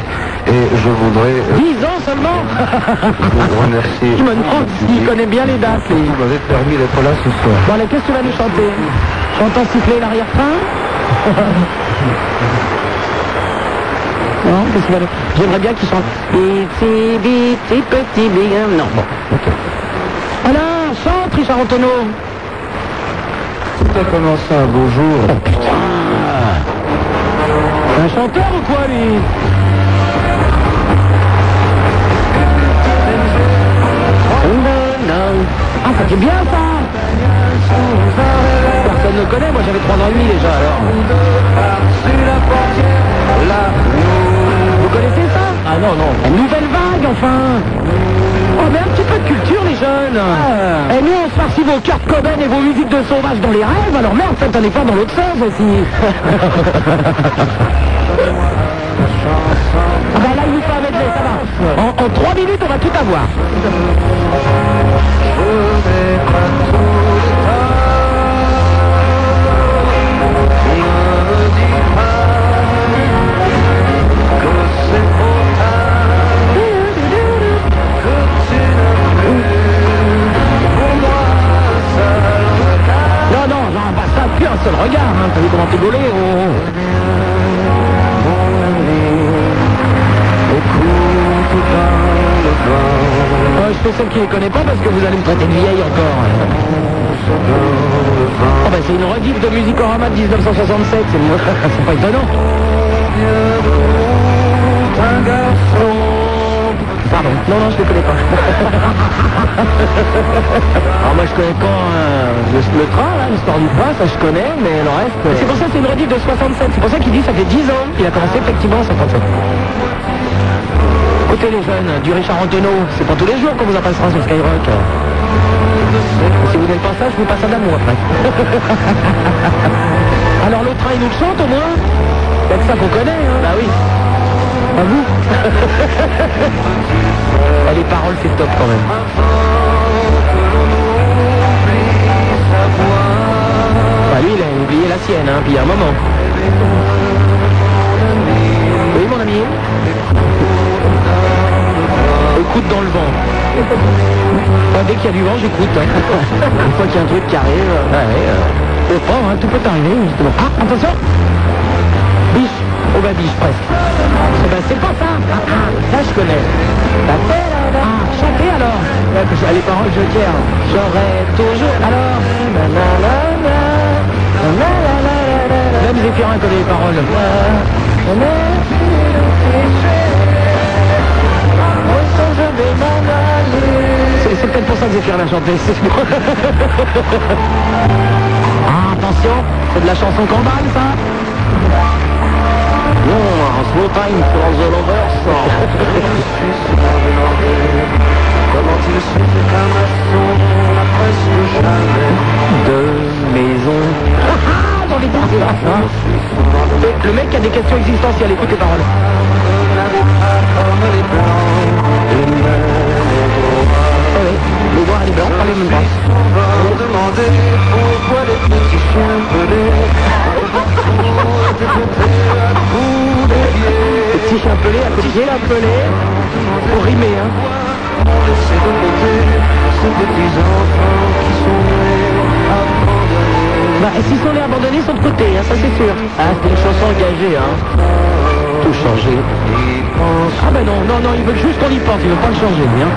S20: Et je voudrais euh,
S4: 10 ans seulement
S20: vous remercier.
S4: Je me demande s'il connaît bien les dates. lui.
S20: Vous m'avez permis d'être là ce soir.
S4: Bon, allez, qu'est-ce que tu vas nous chanter J'entends siffler l'arrière-train Non, qu'est-ce qu'il va nous... J'aimerais bien qu'il chante... Petit, petit, petit, bien... Non, bon. Alors, chante, Richard Antonneau
S20: Tout a commencé un beau jour.
S4: Oh,
S20: Ah.
S4: Un chanteur ou quoi, lui Oh, Ah, ça fait bien, ça Personne ne le connaît, moi j'avais 3 ans et demi déjà, alors. Vous connaissez ça Ah non, non. La nouvelle vague, enfin Oh, mais un petit peu de culture, les jeunes Et nous, on se farcit vos Kurt Cobain et vos musiques de sauvage dans les rêves, alors merde, faites un effort dans l'autre sens, aussi Ah bah là, il vous fait un medley, ça va. En, en 3 minutes, on va tout avoir. Non, non, j'en passe pas plus un seul regard, hein. T'as vu comment t'es gaulé oh, oh. Euh, je fais celle qui ne connaît pas parce que vous allez me traiter de vieille encore. Oh, bah, c'est une rediff de Musicorama de 1967, c'est moi- c'est pas étonnant. Pardon, non, non, je ne connais pas. Alors moi je connais quand euh, le, le train, là, l'histoire du train, ça je connais, mais le reste... euh, C'est pour ça que c'est une rediff de 67, c'est pour ça qu'il dit ça fait 10 ans qu'il a commencé effectivement en 57. Écoutez les jeunes, du Richard Antonneau, c'est pas tous les jours qu'on vous en passera sur Skyrock. Si vous n'êtes pas ça, je vous passe à d'amour après. Alors le train, il nous le chante au moins C'est que ça qu'on connaît, hein Bah oui. À vous Ah, Les paroles, c'est top quand même. Bah lui, il a oublié la sienne, hein, puis il y a un moment. Oui, mon ami Euh, Écoute dans le vent. Ouais, dès qu'il y a du vent, j'écoute. hein. Une fois qu'il y a un truc qui arrive, ouais, ouais, euh, au fond, hein, tout peut arriver, justement. Ah, attention Biche Oh bah biche, presque. Oh, bah, c'est pas ça Ah, ah, Là, je connais. La terre, là, là. Ah, chantez alors Ouais, que je- Les paroles, je tiens. J'aurais toujours... Alors nanana, nanana, nanana. Même Zéphirin connaît les paroles. C'est c'est peut-être pour ça que Zéphirin l'a chanté, c'est moi. Ah, attention, c'est de la chanson Cambal, ça Non, en slow time, from the lovers. De maison. Dans les parties, Ah. Le mec a des questions existentielles, écoute les paroles. Les noirs et les blancs, on les même pas. On demandait pourquoi les petits chiens pelés Les petits chiens pelés à côté des chiens pelés pour rimer. Hein. Laisser de côté ces petits enfants qui sont nés abandonnés. Bah, et s'ils sont nés abandonnés, ils sont de côté, hein, ça c'est sûr. Ah, c'est une chanson engagée, hein. Tout changer. Ah ben non, non, non, ils veulent juste qu'on y pense, ils veulent pas le changer, lui, hein.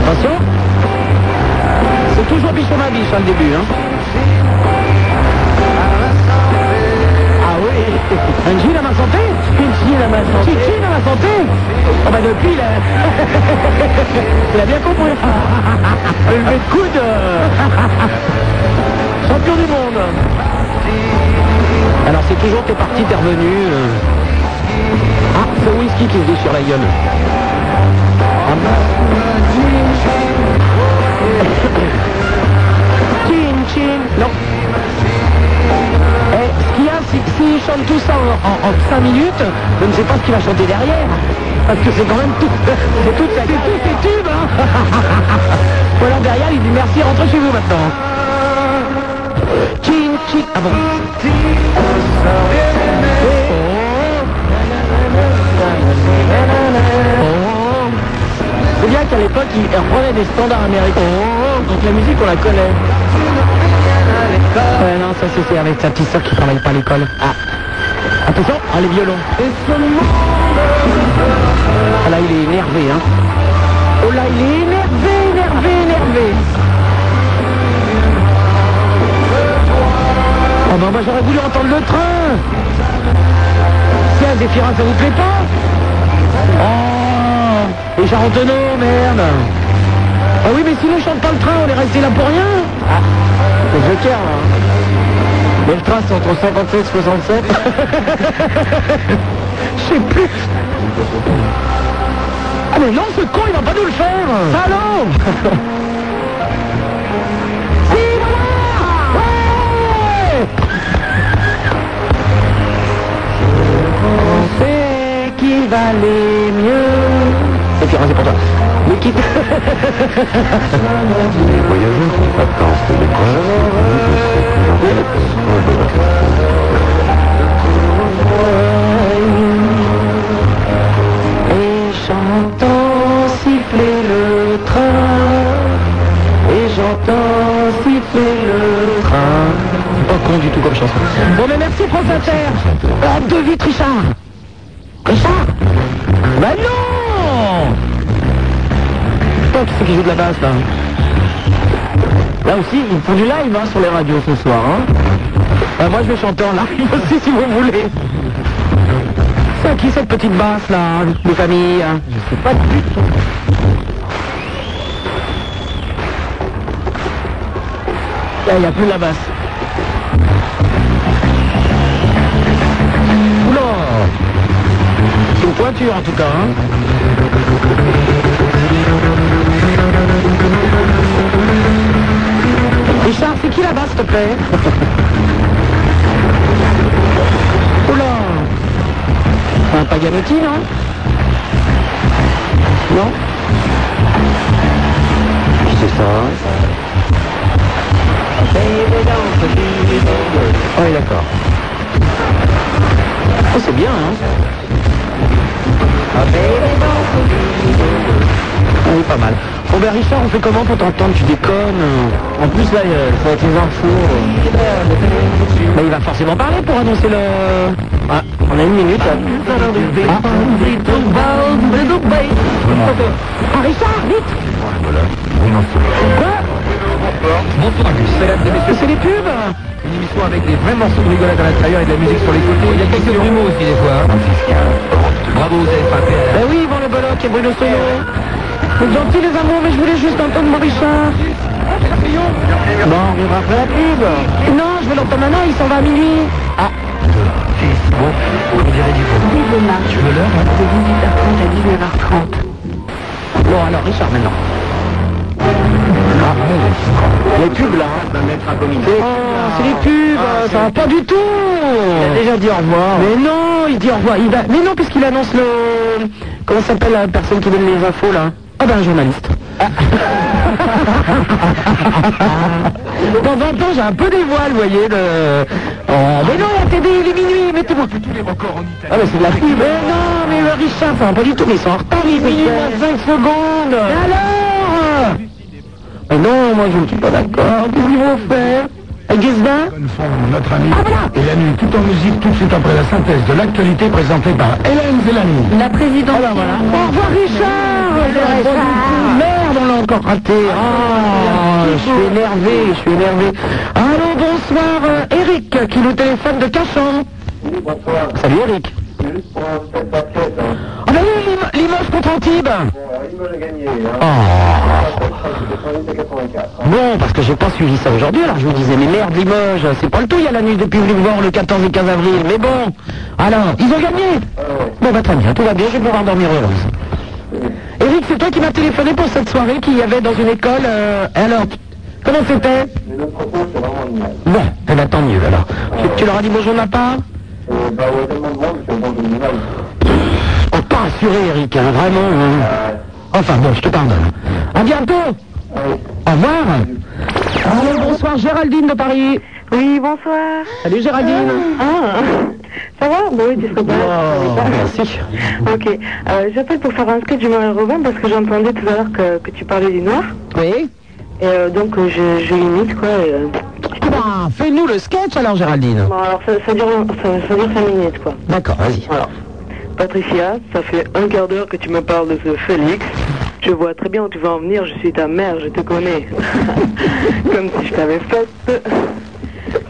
S4: Attention C'est toujours bichon ma biche, hein, le début, hein. Ah oui Un jean à ma santé Un jean à ma santé Un jean à ma santé Ah bah depuis, là... Il a bien compris Le lever de coude euh, Champion du monde Alors c'est toujours t'es parti, t'es revenu... euh. Ah, c'est whisky qui se dit sur la gueule. Ah, Chin chin, non. Eh, ce qu'il y a, c'est que s'il chante tout ça en, 5 minutes, je ne sais pas ce qu'il va chanter derrière. Parce que c'est quand même tout. C'est toute sa c'est tous ses tubes, hein. Ou alors derrière, il dit merci, rentrez chez vous maintenant. Chin chin. Ah bon. C'est bien qu'à l'époque, ils reprenaient des standards américains. Donc la musique, on la connaît. Ouais, non, Ah, ça c'est fait avec sa petite soeur qui travaille pas à l'école. Ah. Attention, ah, les violons. Ah là, il est énervé, hein. Oh là, il est énervé, énervé, énervé. Oh ben, moi, j'aurais voulu entendre le train. Tiens, Zéphirin, ça vous plaît pas Oh, les Charentonneaux, merde. Ah oui, mais sinon, je chante pas le train, on est resté là pour rien. Ah, c'est le joker, là. hein. Mais le train, c'est entre 57 et 67. Je sais plus. Ah mais non, ce con, il va pas nous le faire Salaud Si, voilà Ouais On sait qui va aller mieux. Et puis, c'est pour toi. Mais qui...
S27: Les voyageurs qui partent de l'école
S28: Et j'entends siffler le train.
S4: Et j'entends siffler le train. C'est pas con du tout comme chanson. Bon, mais merci, France Inter. Oh, Hors de vite, Richard. Richard Bah non Putain, qui c'est qui joue de la basse, là Là aussi, ils font du live hein, sur les radios ce soir. Hein. Bah, moi, je vais chanter en live aussi, si vous voulez. C'est à qui cette petite basse, là, de famille hein Je sais pas du tout. Là, il n'y a plus la basse. Oula C'est une pointure en tout cas. hein. Richard, c'est qui là-bas, s'il te plaît Oula C'est un Paganotti, non Non Qui c'est ça Ah, Oui, d'accord. Oh, c'est bien, hein Ah, Oui, pas mal. Bon, ben Richard, on fait comment pour t'entendre Tu déconnes En plus, là, il faut être les infos. Ben, il va forcément parler pour annoncer le... Ah, on a une minute, là. Ah. Ok. Ah, Richard, vite
S24: Bonsoir Gus. Mesdames et messieurs, c'est les pubs Une émission avec des vrais morceaux de rigolade à l'intérieur et de la musique sur les côtés. Il y a quelques jumeaux aussi des fois. Bravo, vous avez frappé. hein.
S4: Ben oui, Yvan Le Bolloc et Bruno Soyo. Vous êtes gentils les amours, mais je voulais juste entendre mon Richard. Bon, on reviendra après la pub. Non, je veux l'entendre maintenant, il s'en va à minuit. Ah.
S24: C'est bon, on dirait du bon. Tu veux l'heure hein
S4: De 18h30 à 19h30. Bon, alors Richard maintenant.
S24: Ah,
S4: Les pubs là. Oh, c'est les pubs, euh, ça va pas du tout. Il a déjà dit au revoir. Mais non, il dit au revoir. Il va... Mais non, puisqu'il annonce le. Comment s'appelle la personne qui donne les infos là Ah ben un journaliste. Pendant un temps, j'ai un peu des voiles, vous voyez. De... Oh, mais non, la TD, il est minuit, mettez-moi. Ah, mais c'est de la pub. Mais non, mais le Richard, enfin, pas du tout, mais ils sont en retard, il est minuit moins 5 secondes. alors mais non, moi je ne suis pas d'accord. Qu'est-ce qu'ils vont faire Avec Ah, Gisbert
S24: Notre ami. Et la nuit, tout en musique, tout de suite après la synthèse de l'actualité présentée par Hélène Zélani.
S4: La présidente. Alors Ah, ben, voilà. Au revoir Richard Merde, on l'a encore raté. Ah, je suis énervé, je suis énervé. Allô, bonsoir euh, Eric qui nous téléphone de Cachan. Bonsoir. Salut Eric. Ah ben oui, Lim- Limoges contre Antibes Bon, parce que j'ai pas suivi ça aujourd'hui, alors je me disais, mais merde, Limoges, c'est pas le tout, il y a la nuit de public vent le 14 et 15 avril, mais bon, alors, ils ont gagné Bon, bah très bien, tout va bien, je vais pouvoir dormir heureuse. Eric, c'est toi qui m'as téléphoné pour cette soirée qu'il y avait dans une école, euh, alors, comment c'était Bon, eh ben, tant mieux, alors. Tu, tu leur as dit bonjour de ma part Oh, pas assuré, Eric, hein, vraiment. hein. Enfin, bon, je te pardonne. À bientôt Au revoir Allô, bonsoir, Géraldine de Paris
S6: Oui, bonsoir
S4: Salut, Géraldine
S6: Ah, ça va Bon, oui, tu seras pas là, je savais
S2: Oh,
S6: pas.
S4: Merci.
S6: Ok, euh, j'appelle pour faire un sketch du Marais Robin parce que j'entendais tout à l'heure que, que tu parlais du noir.
S4: Oui.
S6: Et euh, donc, euh, je, je imite, quoi. et, euh,
S4: Ah, Fais-nous le sketch alors, Géraldine.
S6: Bon, alors, ça, ça dure, ça, ça dure 5 minutes, quoi.
S4: D'accord, vas-y.
S6: Patricia, ça fait un quart d'heure que tu me parles de ce Félix. Je vois très bien où tu vas en venir, je suis ta mère, je te connais. Comme si je t'avais faite.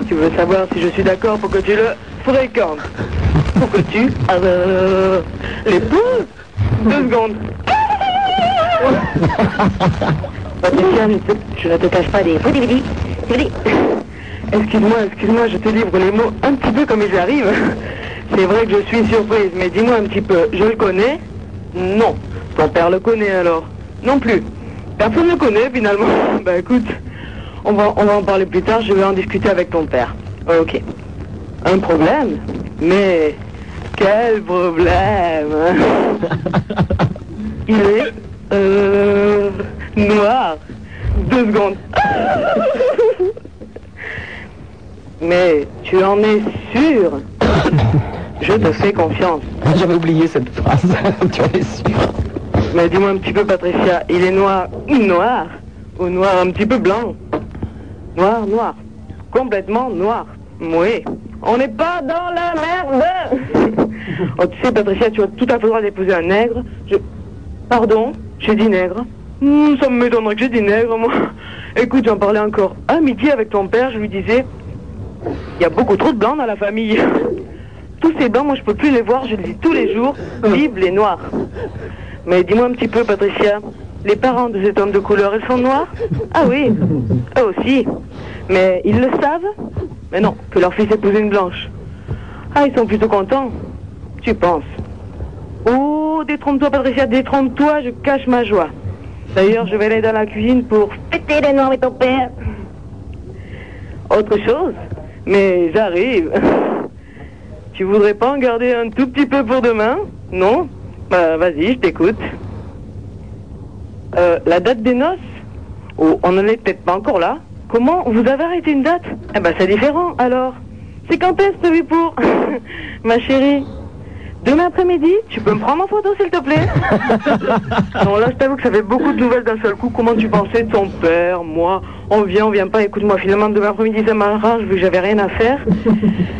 S6: Tu veux savoir si je suis d'accord pour que tu le fréquentes. Pour que tu... Euh, les poules Deux secondes. Patricia, Oh, je, te- je ne te cache pas des faux DVD. DVD. Excuse-moi, excuse-moi, je te livre les mots un petit peu comme ils arrivent. C'est vrai que je suis surprise, mais dis-moi un petit peu, je le connais Non. Ton père le connaît alors Non plus. Personne ne le connaît finalement. bah écoute, on va, on va en parler plus tard, je vais en discuter avec ton père. Ouais, ok. Un problème Mais quel problème Il est euh, noir. Deux secondes. Mais tu en es sûr Je te fais confiance.
S4: J'avais oublié cette phrase, tu en es sûr.
S6: Mais dis-moi un petit peu, Patricia, il est noir, noir, ou noir un petit peu blanc Noir, noir, complètement noir. Oui, on n'est pas dans la merde Oh, tu sais, Patricia, tu as tout à fait le droit d'épouser un nègre. Je... Pardon, j'ai dit nègre Hmm, Ça m'étonnerait que j'ai dit nègre, moi. Écoute, j'en parlais encore à midi avec ton père, je lui disais, il y a beaucoup trop de blancs dans la famille. Tous ces blancs, moi, je peux plus les voir, je le dis tous les jours, vive les noirs. Mais dis-moi un petit peu, Patricia, les parents de cet homme de couleur, ils sont noirs Ah oui, eux aussi. Mais ils le savent Mais non, que leur fils épouse une blanche. Ah, ils sont plutôt contents. Tu penses Oh, détrompe-toi, Patricia, détrompe-toi, je cache ma joie. D'ailleurs, je vais aller dans la cuisine pour fêter les noirs et ton père. autre chose, mais j'arrive. Tu voudrais pas en garder un tout petit peu pour demain Non Bah vas-y, je t'écoute. Euh, la date des noces Oh, On n'en est peut-être pas encore là. Comment Vous avez arrêté une date Eh ben c'est différent alors. C'est quand est-ce prévu pour Ma chérie Demain après-midi, tu peux me prendre en photo s'il te plaît Non, là je t'avoue que ça fait beaucoup de nouvelles d'un seul coup. Comment tu pensais Ton père, moi, on vient, on vient pas. Écoute-moi, finalement demain après-midi ça m'arrange vu que j'avais rien à faire.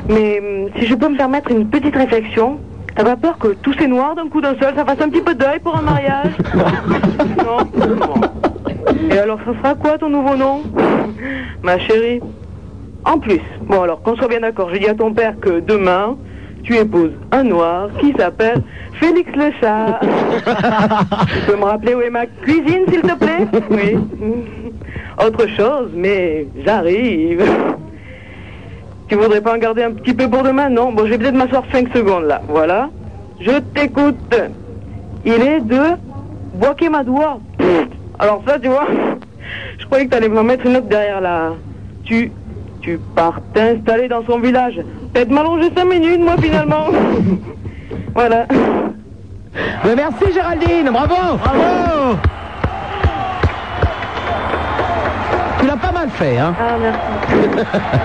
S6: Mais hum, si je peux me permettre une petite réflexion, t'as pas peur que tout ces noirs d'un coup d'un seul, ça fasse un petit peu d'œil pour un mariage et alors, ça sera quoi ton nouveau nom Ma chérie. En plus, bon alors, qu'on soit bien d'accord, j'ai dit à ton père que demain, tu épouses un noir qui s'appelle Félix le chat. tu peux me rappeler où est ma cuisine, s'il te plaît Oui. Autre chose, mais j'arrive. Tu voudrais pas en garder un petit peu pour demain Non Bon, je vais peut-être m'asseoir 5 secondes là. Voilà. Je t'écoute. Il est de Boakemadoua. Alors ça, tu vois, je croyais que t'allais me mettre une note derrière là. Tu, tu pars t'installer dans son village. Peut-être m'allonger 5 minutes, moi, finalement. voilà.
S2: merci Géraldine,
S4: Ah
S2: bravo Bravo Tu l'as pas mal fait, hein
S6: Ah, merci.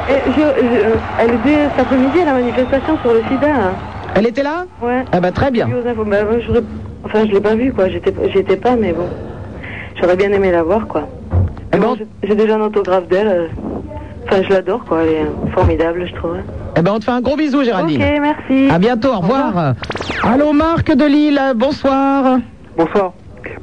S6: Et je- je- euh, elle était cet après-midi à la manifestation sur le sida. hein.
S2: Elle était là
S6: Ouais.
S2: Ah bah, très bien.
S6: Je suis aux infos. Bah, ouais, j'aurais- enfin, je l'ai pas vue, quoi. J'étais j'étais pas, mais bon. J'aurais bien aimé la voir, quoi.
S2: Eh
S6: Mais
S2: ben,
S6: bon, j'ai- J'ai déjà un autographe d'elle. euh. Enfin, je l'adore, quoi. Elle est euh, formidable, je trouve.
S2: Eh ben, on te fait un gros bisou, Géraldine.
S6: Ok, merci.
S2: À bientôt, au revoir. Allô, Marc de Lille, bonsoir.
S14: Bonsoir.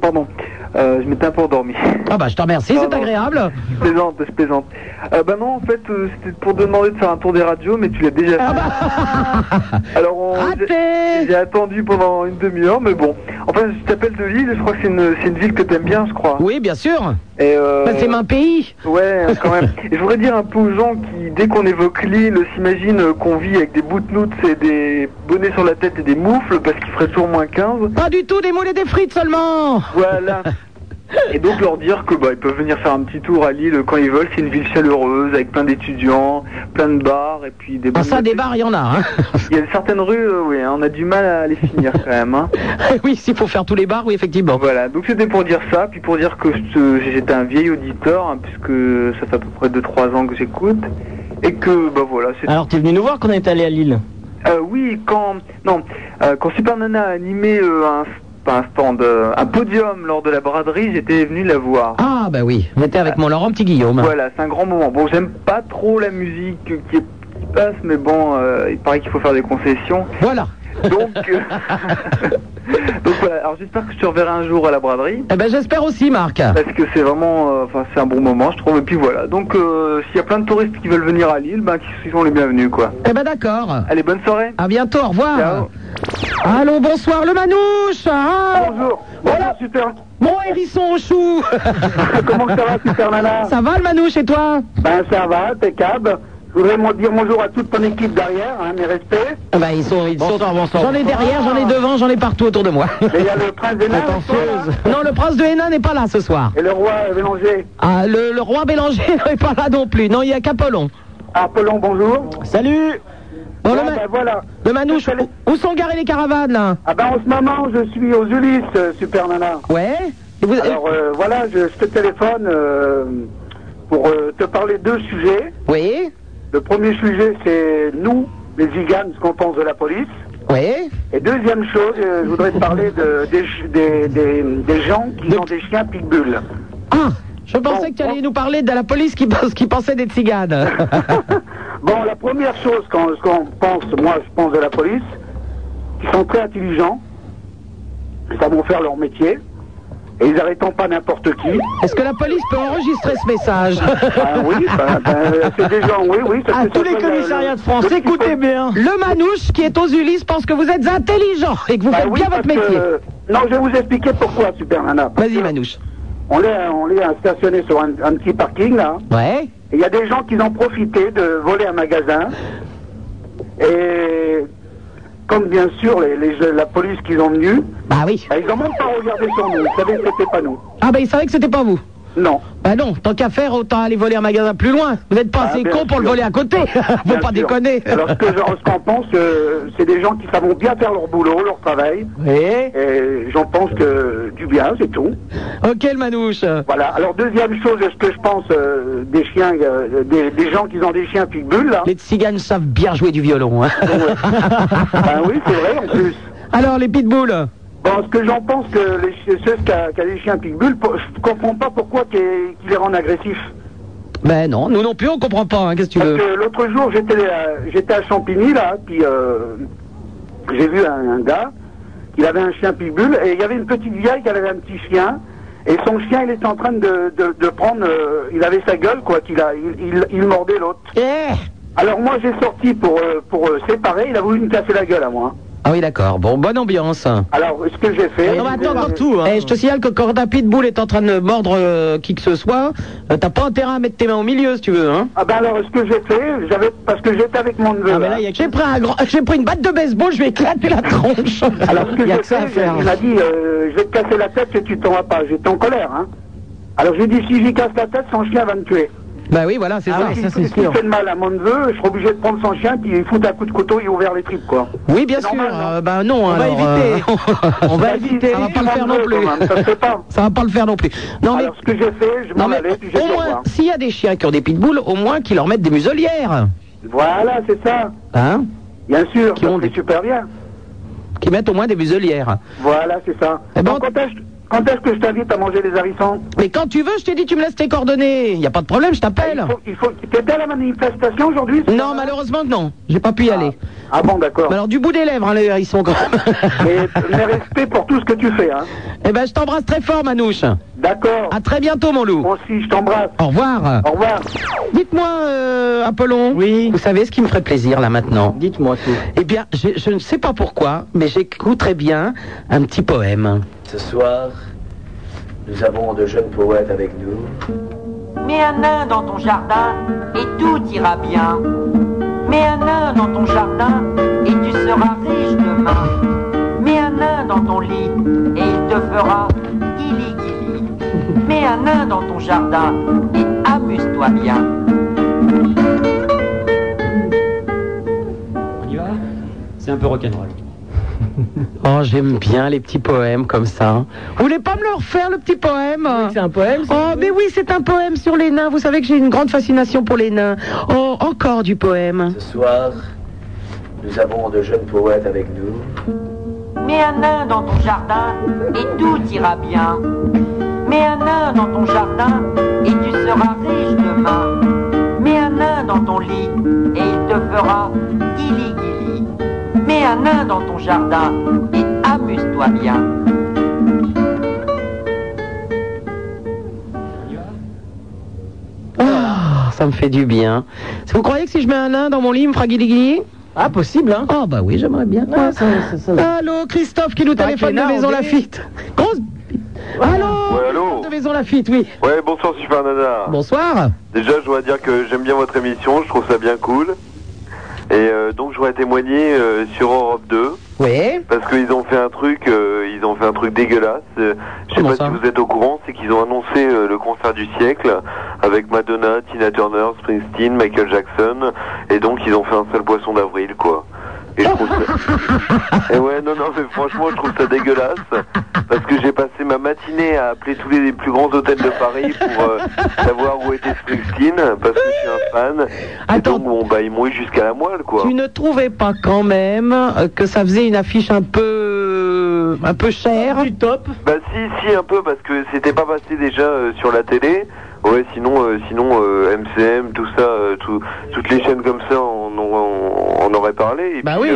S14: Pardon. Euh, je m'étais un peu endormi.
S2: Ah bah je t'en remercie, c'est agréable.
S14: Je plaisante, je plaisante. Euh, bah non, en fait, euh, c'était pour te demander de faire un tour des radios, mais tu l'as déjà fait.
S2: Ah bah.
S14: Alors, on- j'ai- j'ai attendu pendant une demi-heure, mais bon. Enfin, je t'appelle de Lille, je crois que c'est une, c'est une ville que t'aimes bien, je crois.
S2: Oui, bien sûr.
S14: Et euh,
S2: Bah, c'est mon pays.
S14: Ouais, hein, quand même. Et je voudrais dire un peu aux gens qui, dès qu'on évoque l'île, s'imaginent euh, qu'on vit avec des boutnouts et des bonnets sur la tête et des moufles parce qu'il ferait toujours moins 15.
S2: Pas du tout des moules et des frites seulement
S14: Voilà. Et donc leur dire que bah, ils peuvent venir faire un petit tour à Lille quand ils veulent. C'est une ville chaleureuse avec plein d'étudiants, plein de bars et puis des.
S2: Ah, ça, des bars, il y en a. Hein.
S14: Il y a certaines rues, euh, oui, hein, on a du mal à les finir quand même. Hein.
S2: oui, s'il faut faire tous les bars, oui effectivement.
S14: Voilà. Donc c'était pour dire ça, puis pour dire que je te- j'étais un vieil auditeur hein, puisque ça fait à peu près 2-3 ans que j'écoute et que bah voilà. c'est
S29: Alors, t'es venu nous voir qu'on est allé à Lille
S14: Euh, oui, quand non, euh, quand Super Nana a animé euh, un pas un stand, euh, un podium lors de la braderie, j'étais venu la voir.
S2: Ah bah oui, on était avec mon Laurent Petit Guillaume.
S14: Voilà, c'est un grand moment. Bon, j'aime pas trop la musique euh, qui, est- qui passe, mais bon, euh, il paraît qu'il faut faire des concessions.
S2: Voilà.
S14: Donc, euh, donc voilà. Alors j'espère que je te reverrai un jour à la braderie.
S2: Eh ben j'espère aussi Marc. Eh
S14: Parce que c'est vraiment, euh, enfin c'est un bon moment, je trouve. Et puis voilà. Donc euh, s'il y a plein de touristes qui veulent venir à Lille, ben qu'ils sont les bienvenus, quoi.
S2: Eh ben d'accord.
S14: Allez, bonne soirée.
S2: À bientôt, au revoir. Allô, bonsoir le manouche. Bonjour. Voilà.
S14: super.
S2: Mon hérisson au chou.
S3: Comment ça va, Super Nana
S2: Ça va le manouche et toi
S3: Ben ça va, impeccable. Je voudrais moi dire bonjour à toute ton équipe derrière, hein, mes respects.
S2: Ah bah ils sont, ils
S3: Bonsoir,
S2: sont.
S3: bonsoir.
S2: J'en ai derrière, j'en ai devant, j'en ai partout autour de moi.
S3: Et il y a le prince des nains,
S2: Non, le prince de Hénin n'est pas là ce soir.
S3: Et le roi euh, Bélanger.
S2: Ah, le, le roi Bélanger n'est pas là non plus. Non, il y a qu'Apollon.
S3: Apollon, bonjour. ben
S2: Salut. Bon, le, ma-
S3: voilà.
S2: le manouche, où, où sont garées les caravanes là
S3: Ah ben en ce moment, je suis aux Ulysses, euh, Super Nana.
S2: Ouais.
S3: Alors euh, voilà, je, je te téléphone euh, pour euh, te parler de deux sujets.
S2: Oui.
S3: Le premier sujet, c'est nous, les Ziganes, ce qu'on pense de la police.
S2: Oui.
S3: Et deuxième chose, euh, je voudrais te parler de, des, ch- des, des, des gens qui ont des chiens pitbull.
S2: Ah, je pensais que tu allais nous parler de la police qui, pense- qui pensait des tziganes.
S3: Bon, la première chose quand ce qu'on pense, moi je pense de la police, ils sont très intelligents, ils savent faire leur métier, et ils n'arrêtent pas n'importe qui.
S2: Est-ce que la police peut enregistrer ce message
S3: Ben oui, ben, ben, c'est des gens, oui, oui. ça, c'est
S2: À Ah,
S3: euh,
S2: tous
S3: ça,
S2: les
S3: le-
S2: commissariats de
S3: le-
S2: France,
S3: le-
S2: écoutez bien. Le manouche qui est aux Ulysses pense que vous êtes intelligent et que vous
S3: Ben
S2: faites
S3: oui,
S2: bien
S3: parce
S2: votre métier.
S3: que- non, je vais vous expliquer pourquoi, Super Nana.
S2: Vas-y, Manouche.
S3: On est, on est stationné sur un, un petit parking, là.
S2: Ouais.
S3: Et il y a des gens qui ont profité de voler un magasin. Et comme bien sûr les, les- la police qu'ils ont venue,
S2: bah oui.
S3: ils n'ont même pas regardé sur nous. Ils savaient que c'était pas nous.
S2: Ah ben il bah, savait que c'était pas vous. Non. Bah non, tant qu'à faire, autant aller voler un magasin plus loin. Vous n'êtes pas
S3: Ah,
S2: assez
S3: bien
S2: con pour le
S3: sûr.
S2: voler à côté. Faut
S3: Bien
S2: pas
S3: sûr.
S2: déconner.
S3: Alors, ce que je- ce qu'on pense, euh, c'est des gens qui savent bien faire leur boulot, leur travail. Et j'en pense que du bien, c'est tout.
S2: Ok, le manouche.
S3: Voilà. Alors, deuxième chose, ce que je pense euh, des chiens, euh, des, des gens qui ont des chiens pitbull, là.
S2: Les tziganes savent bien jouer du violon. hein.
S3: ben oui, c'est vrai, en plus.
S2: Alors, les pitbulls
S3: Bon, ce que j'en pense, que les, chi- ceux qui a, qui a les chiens pitbull, po- je comprends pas pourquoi qu'ils qu'ils les rendent agressifs.
S2: Ben non, nous non plus, on comprend pas. hein, Qu'est-ce que tu
S3: Parce
S2: veux
S3: que l'autre jour, j'étais à, j'étais à Champigny, là, puis euh, j'ai vu un, un gars, il avait un chien pitbull, et il y avait une petite vieille qui avait un petit chien, et son chien, il était en train de, de, de prendre, euh, il avait sa gueule, quoi, qu'il a, il, il, il mordait l'autre.
S2: Eh
S3: Alors moi, j'ai sorti pour, euh, pour euh, séparer, il a voulu me casser la gueule à moi.
S2: Ah oui, d'accord. Bon, bonne ambiance.
S3: Alors, ce que j'ai fait...
S2: Eh, je te signale que quand un pitbull est en train de mordre euh, qui que ce soit, euh, t'as pas intérêt à mettre tes mains au milieu si tu veux. Hein. Ah,
S3: Ah ben alors, ce que j'ai fait, j'avais parce que j'étais avec mon neveu. là.
S2: J'ai pris, un grand- j'ai pris une batte de baseball, je vais éclater la tronche.
S3: Alors, ce que
S2: Il y a
S3: j'ai
S2: que ça à
S3: fait,
S2: faire.
S3: il m'a dit, euh, je vais te casser la tête si tu t'en vas pas. J'étais en colère, hein. Alors, j'ai dit, si j'y casse la tête, son chien va me tuer.
S2: Bah oui, voilà, c'est ça,
S3: Si,
S2: ça, c'est
S3: si
S2: sûr.
S3: fait de mal à mon neveu, je serai obligé de prendre son chien, puis il fout un coup de couteau, il ouvre les tripes, quoi.
S2: Oui, bien sûr. euh, ben non,
S3: On va
S2: alors,
S3: éviter.
S2: euh, on va
S3: Vas-y,
S2: éviter. Ça va
S3: dis,
S2: pas le faire non
S3: demande-le,
S2: plus.
S3: quand même, ça se fait pas.
S2: Ça va pas le faire non plus. Non, mais.
S3: Ce que j'ai fait, je
S2: Non,
S3: m'en
S2: mais
S3: allais, puis j'ai
S2: au
S3: dit au
S2: moins,
S3: revoir.
S2: s'il y a des chiens qui ont des pitbulls, au moins qu'ils leur mettent des muselières.
S3: Voilà, c'est ça.
S2: Hein
S3: Bien sûr, qui ont super bien.
S2: Qui mettent au moins des muselières.
S3: Voilà, c'est ça.
S2: Eh ben,
S3: Donc, quand est-ce quand est-ce que je t'invite à manger les harissons
S2: Mais quand tu veux, je t'ai dit, tu me laisses tes coordonnées. Il n'y a pas de problème, je t'appelle.
S3: Ah, Il faut, T'étais à la manifestation aujourd'hui
S2: Non, malheureusement, non. J'ai pas pu y aller.
S3: Ah bon, d'accord.
S2: Alors, du bout des lèvres, hein, les hérissons, quand même.
S3: Mais, mais respect pour tout ce que tu fais, hein.
S2: Eh ben, je t'embrasse très fort, Manouche.
S3: D'accord.
S2: À très bientôt, mon loup.
S3: Moi aussi, je t'embrasse.
S2: Au revoir.
S3: Au revoir.
S2: Dites-moi, euh, Apollon. Oui. Vous savez ce qui me ferait plaisir, là, maintenant Dites-moi tout. Eh bien, je, je ne sais pas pourquoi, mais j'écouterais bien un petit poème.
S10: Ce soir, nous avons de jeunes poètes avec nous.
S12: Mets un nain dans ton jardin et tout ira bien. Mets un nain dans ton jardin et tu seras riche demain. Mets un nain dans ton lit et il te fera guili guili. Mets un nain dans ton jardin et amuse-toi bien.
S30: On y va C'est un peu rock'n'roll.
S2: Oh, j'aime bien les petits poèmes comme ça. Vous voulez pas me le refaire, le petit poème C'est un poème Oh, mais oui, c'est un poème sur les nains. Vous savez que j'ai une grande fascination pour les nains. Oh, encore du poème.
S10: Ce soir, nous avons de jeunes poètes avec nous.
S12: Mets un nain dans ton jardin et tout ira bien. Mets un nain dans ton jardin et tu seras riche demain. Mets un nain dans ton lit et il te fera guili guili. Mets un nain dans ton jardin et amuse-toi bien.
S2: Ah, ça me fait du bien. Vous croyez que si je mets un nain dans mon lit, il me fera guili Ah, possible, hein Oh, bah oui, j'aimerais bien. Allô, Christophe Ah, qui nous téléphone de
S3: nains,
S2: Maison
S3: on
S2: Lafitte. Grosse... Allô
S9: Ouais, allô
S2: De Maison Lafitte, oui.
S9: Ouais, bonsoir Super Nana.
S2: Bonsoir.
S9: Déjà, je voudrais dire que j'aime bien votre émission, je trouve ça bien cool. Et euh, donc, je voudrais témoigner euh, sur Europe 2.
S2: Oui.
S9: Parce qu'ils ont fait un truc, euh, ils ont fait un truc dégueulasse. Euh, je sais
S2: Comment
S9: pas
S2: ça
S9: si vous êtes au courant, c'est qu'ils ont annoncé euh, le concert du siècle avec Madonna, Tina Turner, Springsteen, Michael Jackson, et donc ils ont fait un seul poisson d'avril, quoi. Et je trouve ça... Et ouais, non, non, mais franchement, je trouve ça dégueulasse parce que j'ai passé ma matinée à appeler tous les, les plus grands hôtels de Paris pour euh, savoir où était Springsteen parce que je suis un fan. Et donc, bon, bah, ils m'ont eu jusqu'à la moelle, quoi.
S2: Tu ne trouvais pas quand même euh, que ça faisait une affiche un peu... un peu chère Du top.
S9: Bah si, si, un peu, parce que c'était pas passé déjà euh, sur la télé. Ouais, sinon, euh, sinon euh, MCM, tout ça, euh, tout- toutes les chaînes comme ça, on, on, on aurait parlé. Et
S2: bah
S9: oui.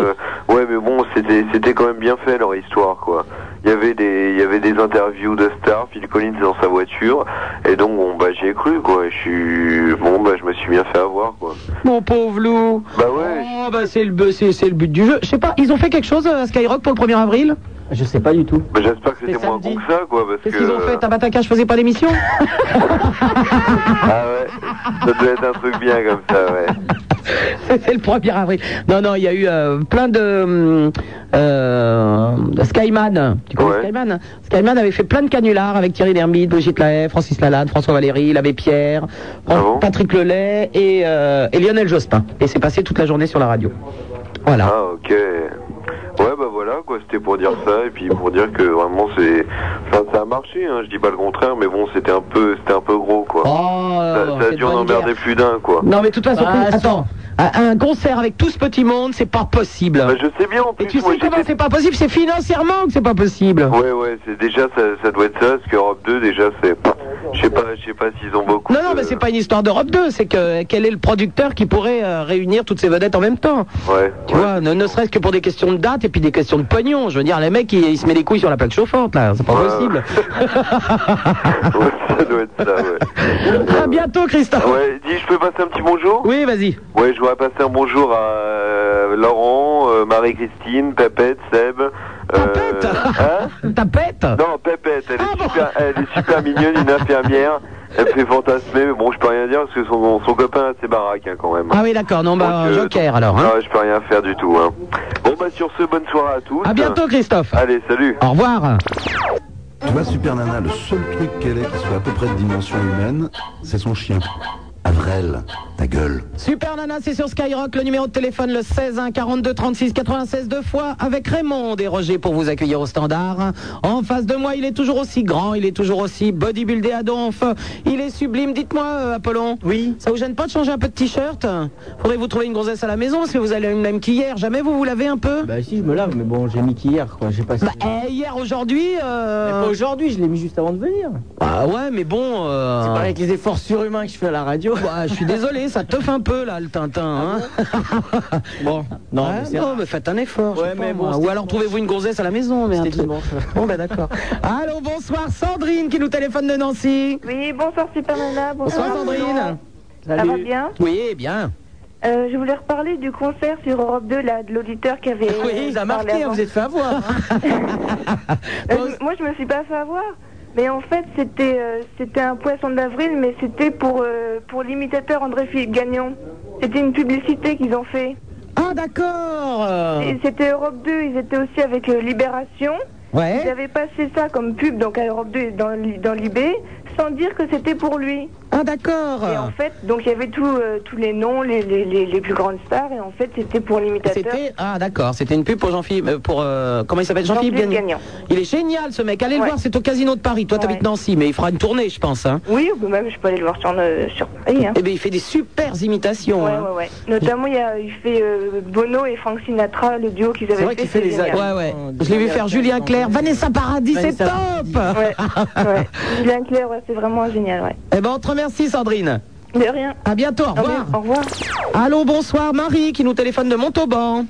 S9: ouais, mais bon, c'était, c'était quand même bien fait leur histoire, quoi. Il y avait des, il y avait des interviews de stars, Phil Collins dans sa voiture, et donc bon, bah j'y ai cru, quoi. Je suis, bon, bah je me suis bien fait avoir, quoi.
S2: Mon pauvre loup.
S9: Bah ouais.
S2: Oh, bah c'est le, bu- c'est, c'est le but du jeu. Je sais pas, ils ont fait quelque chose euh, à Skyrock pour le 1er avril
S12: Je sais pas du tout.
S9: Bah, j'espère que c'était moins con que ça, quoi, parce
S2: Qu'est-ce
S9: que.
S2: qu'ils ont fait Tabataka, je faisais pas d'émission
S9: ah ouais, ça devait être un truc bien comme ça, ouais.
S2: C'est C'était le 1er avril. Non, non, il y a eu euh, plein de. hum, euh, Skyman. Tu connais Skyman hein Skyman avait fait plein de canulars avec Thierry Lhermitte, Brigitte Lahaye, Francis Lalanne, François Valéry, l'abbé Pierre,
S9: Ah
S2: Fran- Patrick Lelay et, euh, et Lionel Jospin. Et c'est passé toute la journée sur la radio. Voilà.
S9: Ah ok. Ouais bah voilà quoi, c'était pour dire ça et puis pour dire que vraiment c'est, enfin, ça a marché. Hein, je dis pas le contraire, mais bon c'était un peu, c'était un peu gros quoi.
S2: Oh,
S9: ça, ça a dû en emmerder plus d'un quoi.
S2: Non, mais de toute façon,
S9: Bah,
S2: attends. Un un concert avec tout ce petit monde, c'est pas possible.
S9: Bah, je sais bien. En
S2: Et tu sais comment c'est pas possible C'est financièrement que c'est pas possible.
S9: Ouais ouais, c'est déjà ça, ça doit être ça parce qu'Europe 2 déjà c'est, je sais pas, je sais pas s'ils ont beaucoup.
S2: Non, non, mais c'est pas une histoire d'Europe 2, c'est que quel est le producteur qui pourrait euh, réunir toutes ces vedettes en même temps
S9: Ouais.
S2: Tu vois, ne, ne serait-ce que pour des questions de date et puis des questions de pognon. Je veux dire, les mecs, ils, ils se mettent les couilles sur la plaque chauffante, là, c'est pas
S9: Ouais.
S2: possible.
S9: ça doit être ça. Ouais.
S2: à bientôt, Christophe.
S9: Ouais, dis, je peux passer un petit bonjour
S2: Oui, vas-y.
S9: Ouais, je voudrais passer un bonjour à euh, Laurent, euh, Marie-Christine, Pépette, Seb. Pépette
S2: Tapette
S9: Non, Pépette, elle,
S2: Ah
S9: est super, elle est super mignonne, une infirmière. Elle me fait fantasmer, mais bon, je peux rien dire parce que son, son copain a ses baraques hein, quand même.
S2: Ah oui, d'accord, non, bah,
S9: Donc, euh,
S2: joker alors. Hein.
S9: Ah, je peux rien faire du tout. Hein. Bon, bah, sur ce, bonne soirée à tous.
S2: À bientôt, Christophe.
S9: Allez, salut.
S2: Au revoir.
S18: Tu vois, Super Nana, le seul truc qu'elle ait qui soit à peu près de dimension humaine, c'est son chien. Avrel, ta gueule.
S2: Super Nana, c'est sur Skyrock, le numéro de téléphone le 16 1 42 36 96 deux fois avec Raymond et Roger pour vous accueillir au standard. En face de moi, il est toujours aussi grand, il est toujours aussi bodybuildé à donf, il est sublime. Dites-moi, euh, Apollon, oui. ça vous gêne pas de changer un peu de t-shirt Faudrait vous trouver une grossesse à la maison parce que vous avez le même qu'hier. Jamais vous vous lavez un peu
S4: Bah si, je me lave, mais bon, j'ai mis qu'hier, quoi. J'ai pas.
S2: Bah, eh, hier, aujourd'hui. euh,
S4: Mais pas aujourd'hui, je l'ai mis juste avant de venir.
S2: Bah ouais, mais bon. euh,
S4: C'est pareil avec les efforts surhumains que je fais à la radio. Ah
S2: Bah, je suis désolé, ça teuf un peu là, le Tintin. hein. bon, non,
S4: mais c'est
S2: mais
S4: rare.
S2: faites un effort. je
S4: Ouais,
S2: sais
S4: mais
S2: pas,
S4: bon,
S2: moi.
S4: c'était
S2: ou alors trouvez-vous une gonzesse à la maison. Mais un truc- Bon, bah d'accord. Allô, bonsoir Sandrine qui nous téléphone de Nancy.
S6: Oui, bonsoir Super Nana,
S2: Bonsoir Sandrine.
S6: Ça va
S4: hein.
S6: bien
S2: Oui, bien.
S6: Euh, je voulais reparler du concert sur Europe 2, là, de l'auditeur qui avait.
S4: Oui, vous a
S6: parlé
S4: marqué,
S6: avant.
S4: vous êtes fait avoir. hein.
S6: Euh, moi, je me suis pas fait avoir. Mais en fait, c'était euh, c'était un poisson d'avril, mais c'était pour, euh, pour l'imitateur André-Philippe Gagnon. C'était une publicité qu'ils ont fait.
S2: Ah, d'accord
S6: Et C'était Europe 2, ils étaient aussi avec euh, Libération.
S2: Ouais.
S6: Ils avaient passé ça comme pub donc à Europe 2 et dans, li- dans Libé, sans dire que c'était pour lui.
S2: Ah d'accord.
S6: Et en fait, donc il y avait tout, euh, tous les noms, les, les, les, les plus grandes stars, et en fait c'était pour l'imitateur.
S2: C'était ah d'accord, c'était une pub pour Jean-Philippe euh, pour euh, comment il s'appelle Jean-Philippe
S6: Jean-Philippe
S2: Gagnon.
S6: Gagnon.
S2: Il est génial ce mec. Allez le voir, c'est au casino de Paris. Toi t'habites Nancy, mais il fera une tournée, je pense. Hein.
S6: Oui, ou même je peux aller le voir sur, euh, sur Paris. hein.
S2: Eh bien, il fait des super imitations.
S6: Ouais,
S2: hein.
S6: ouais, ouais. Notamment, il, y a, il fait euh, Bono et Frank Sinatra, le duo qu'ils avaient fait. c'est génial.
S2: Ouais, ouais. Je l'ai vu faire Julien Clerc, Vanessa Paradis, c'est
S6: Vanessa
S2: top
S6: Ouais. Julien Clerc, ouais, c'est vraiment génial, ouais.
S2: Eh ben, on te remercie, Sandrine.
S6: De rien. Ah
S2: À bientôt, au revoir.
S6: Au revoir.
S2: Allô, bonsoir, Marie, qui nous téléphone de Montauban.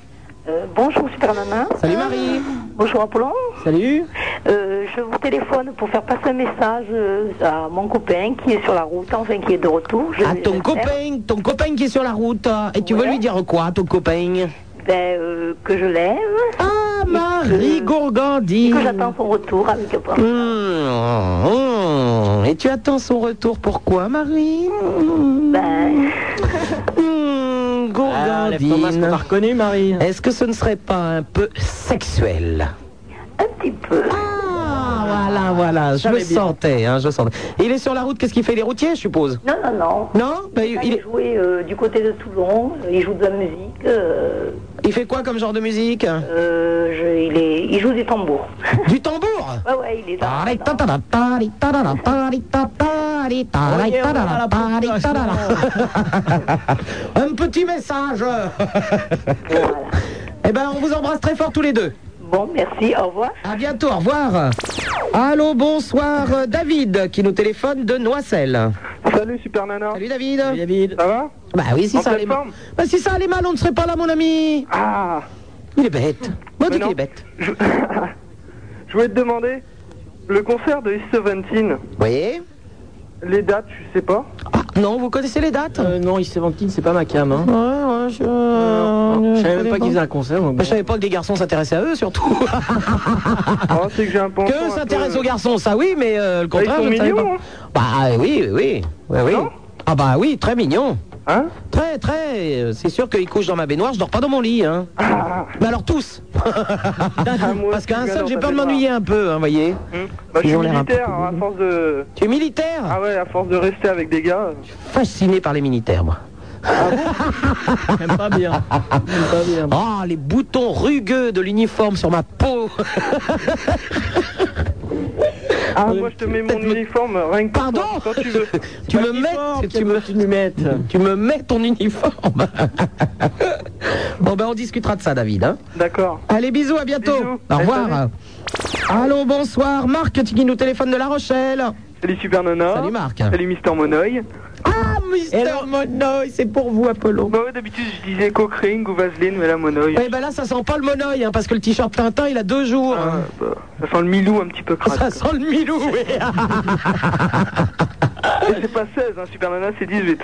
S23: bonjour Super Nana.
S2: Salut Marie.
S23: Bonjour Apollon.
S2: Salut.
S23: je vous téléphone pour faire passer un message euh, à mon copain qui est sur la route, enfin qui est de retour. Je-
S2: À ton
S23: j'espère.
S2: copain, ton copain qui est sur la route. Et tu veux lui dire quoi, ton copain
S23: Ben, euh, que je l'aime.
S2: Ah, Marie Gourgandine.
S23: Que j'attends son retour avec toi.
S2: Mmh, mmh. Et tu attends son retour, pourquoi, Marie Mmh.
S23: Ben... Ah,
S2: Gourgandine. reconnu, Marie. Est-ce que ce ne serait pas un peu sexuel Ah, voilà, voilà, je
S23: Ça
S2: le
S23: va bien.
S2: sentais, hein, je le sentais. Et il est sur la route, qu'est-ce qu'il fait Les routiers, je suppose
S23: Non, non, non.
S2: Non ben, il,
S23: il
S2: il-
S23: joue euh, du côté de Toulon, il joue de la musique. euh,
S2: il fait quoi comme genre de musique
S23: euh, je- il, est, il joue des tambours.
S2: Du tambour
S23: Ouais, ouais, il est dans...
S2: Un petit message Eh ben, on vous embrasse très fort tous les deux.
S23: Bon, merci, au revoir.
S2: À bientôt, au revoir. Allô, bonsoir, euh, David, qui nous téléphone de Noisselle.
S14: Salut Super Nana.
S2: Salut David.
S14: Ça va
S2: Bah oui, si
S14: En
S2: ça
S14: pleine
S2: allait mal.
S14: forme
S2: Bah, si ça allait mal, on ne serait pas là, mon ami.
S14: Ah
S2: Il est bête. Moi,
S14: Mais
S2: tu
S14: non.
S2: es bête.
S14: Je voulais te demander, le concert de East 17.
S2: Oui
S14: Les dates, je sais pas.
S2: Ah, Non, vous connaissez les dates
S4: Euh, Non, il s'est ventilé, c'est pas ma cam. Hein.
S2: Ouais, ouais, je.
S4: je savais
S2: connais
S4: même pas
S2: pas.
S4: qu'ils faisaient un concert. donc
S2: Bah, je savais pas que des garçons s'intéressaient à eux, surtout.
S14: Ah, c'est que j'ai un Bah,
S2: Que s'intéresse aux garçons, ça oui, mais euh, le contraire,
S14: ils sont hein.
S2: je ne savais
S14: mignons,
S2: pas. Bah oui, oui, oui. oui, oui. Ah bah oui, très mignon. Hein Très, très. euh, C'est sûr qu'ils couchent dans ma baignoire, je dors pas dans mon lit. Hein.
S14: Ah,
S2: Mais alors tous
S20: Ah,
S2: Parce qu'un
S14: viens
S2: seul,
S14: dans
S2: j'ai
S14: ta
S2: peur de
S14: baignoire.
S2: m'ennuyer un peu, hein, voyez.
S14: Bah, je
S2: Ils
S14: suis
S2: ont l'air un peu
S14: militaire, hein, à force de.
S2: Tu es militaire
S14: Ah ouais, à force de rester avec des gars.
S2: fasciné par les militaires, moi.
S14: Même Ah pas bien.
S2: Ah, les boutons rugueux de l'uniforme sur ma peau.
S14: Ah, moi je te mets mon uniforme, rien que Pardon quand tu veux.
S2: tu me mets, tu me, tu me mets ton uniforme. bon ben on discutera de ça, David. hein.
S14: D'accord.
S2: Allez, bisous, à bientôt. Au revoir. Allô, bonsoir, Marc qui nous téléphone de La Rochelle.
S14: Salut Super Nana. Salut
S2: Marc.
S14: Salut Mister Monoï.
S2: Ah, Mister Monoï, c'est pour vous, Apollo.
S14: Bah ouais, d'habitude je disais Cockring ou Vaseline, mais là Monoï.
S2: Eh ben là, ça sent pas le monoï, hein, parce que le t-shirt Tintin, il a deux jours.
S14: Ah,
S2: hein.
S14: bah, Ça sent le milou un petit peu crade.
S2: Ça sent le milou, oui.
S14: Et c'est pas 16, hein, Super Nana, c'est 18.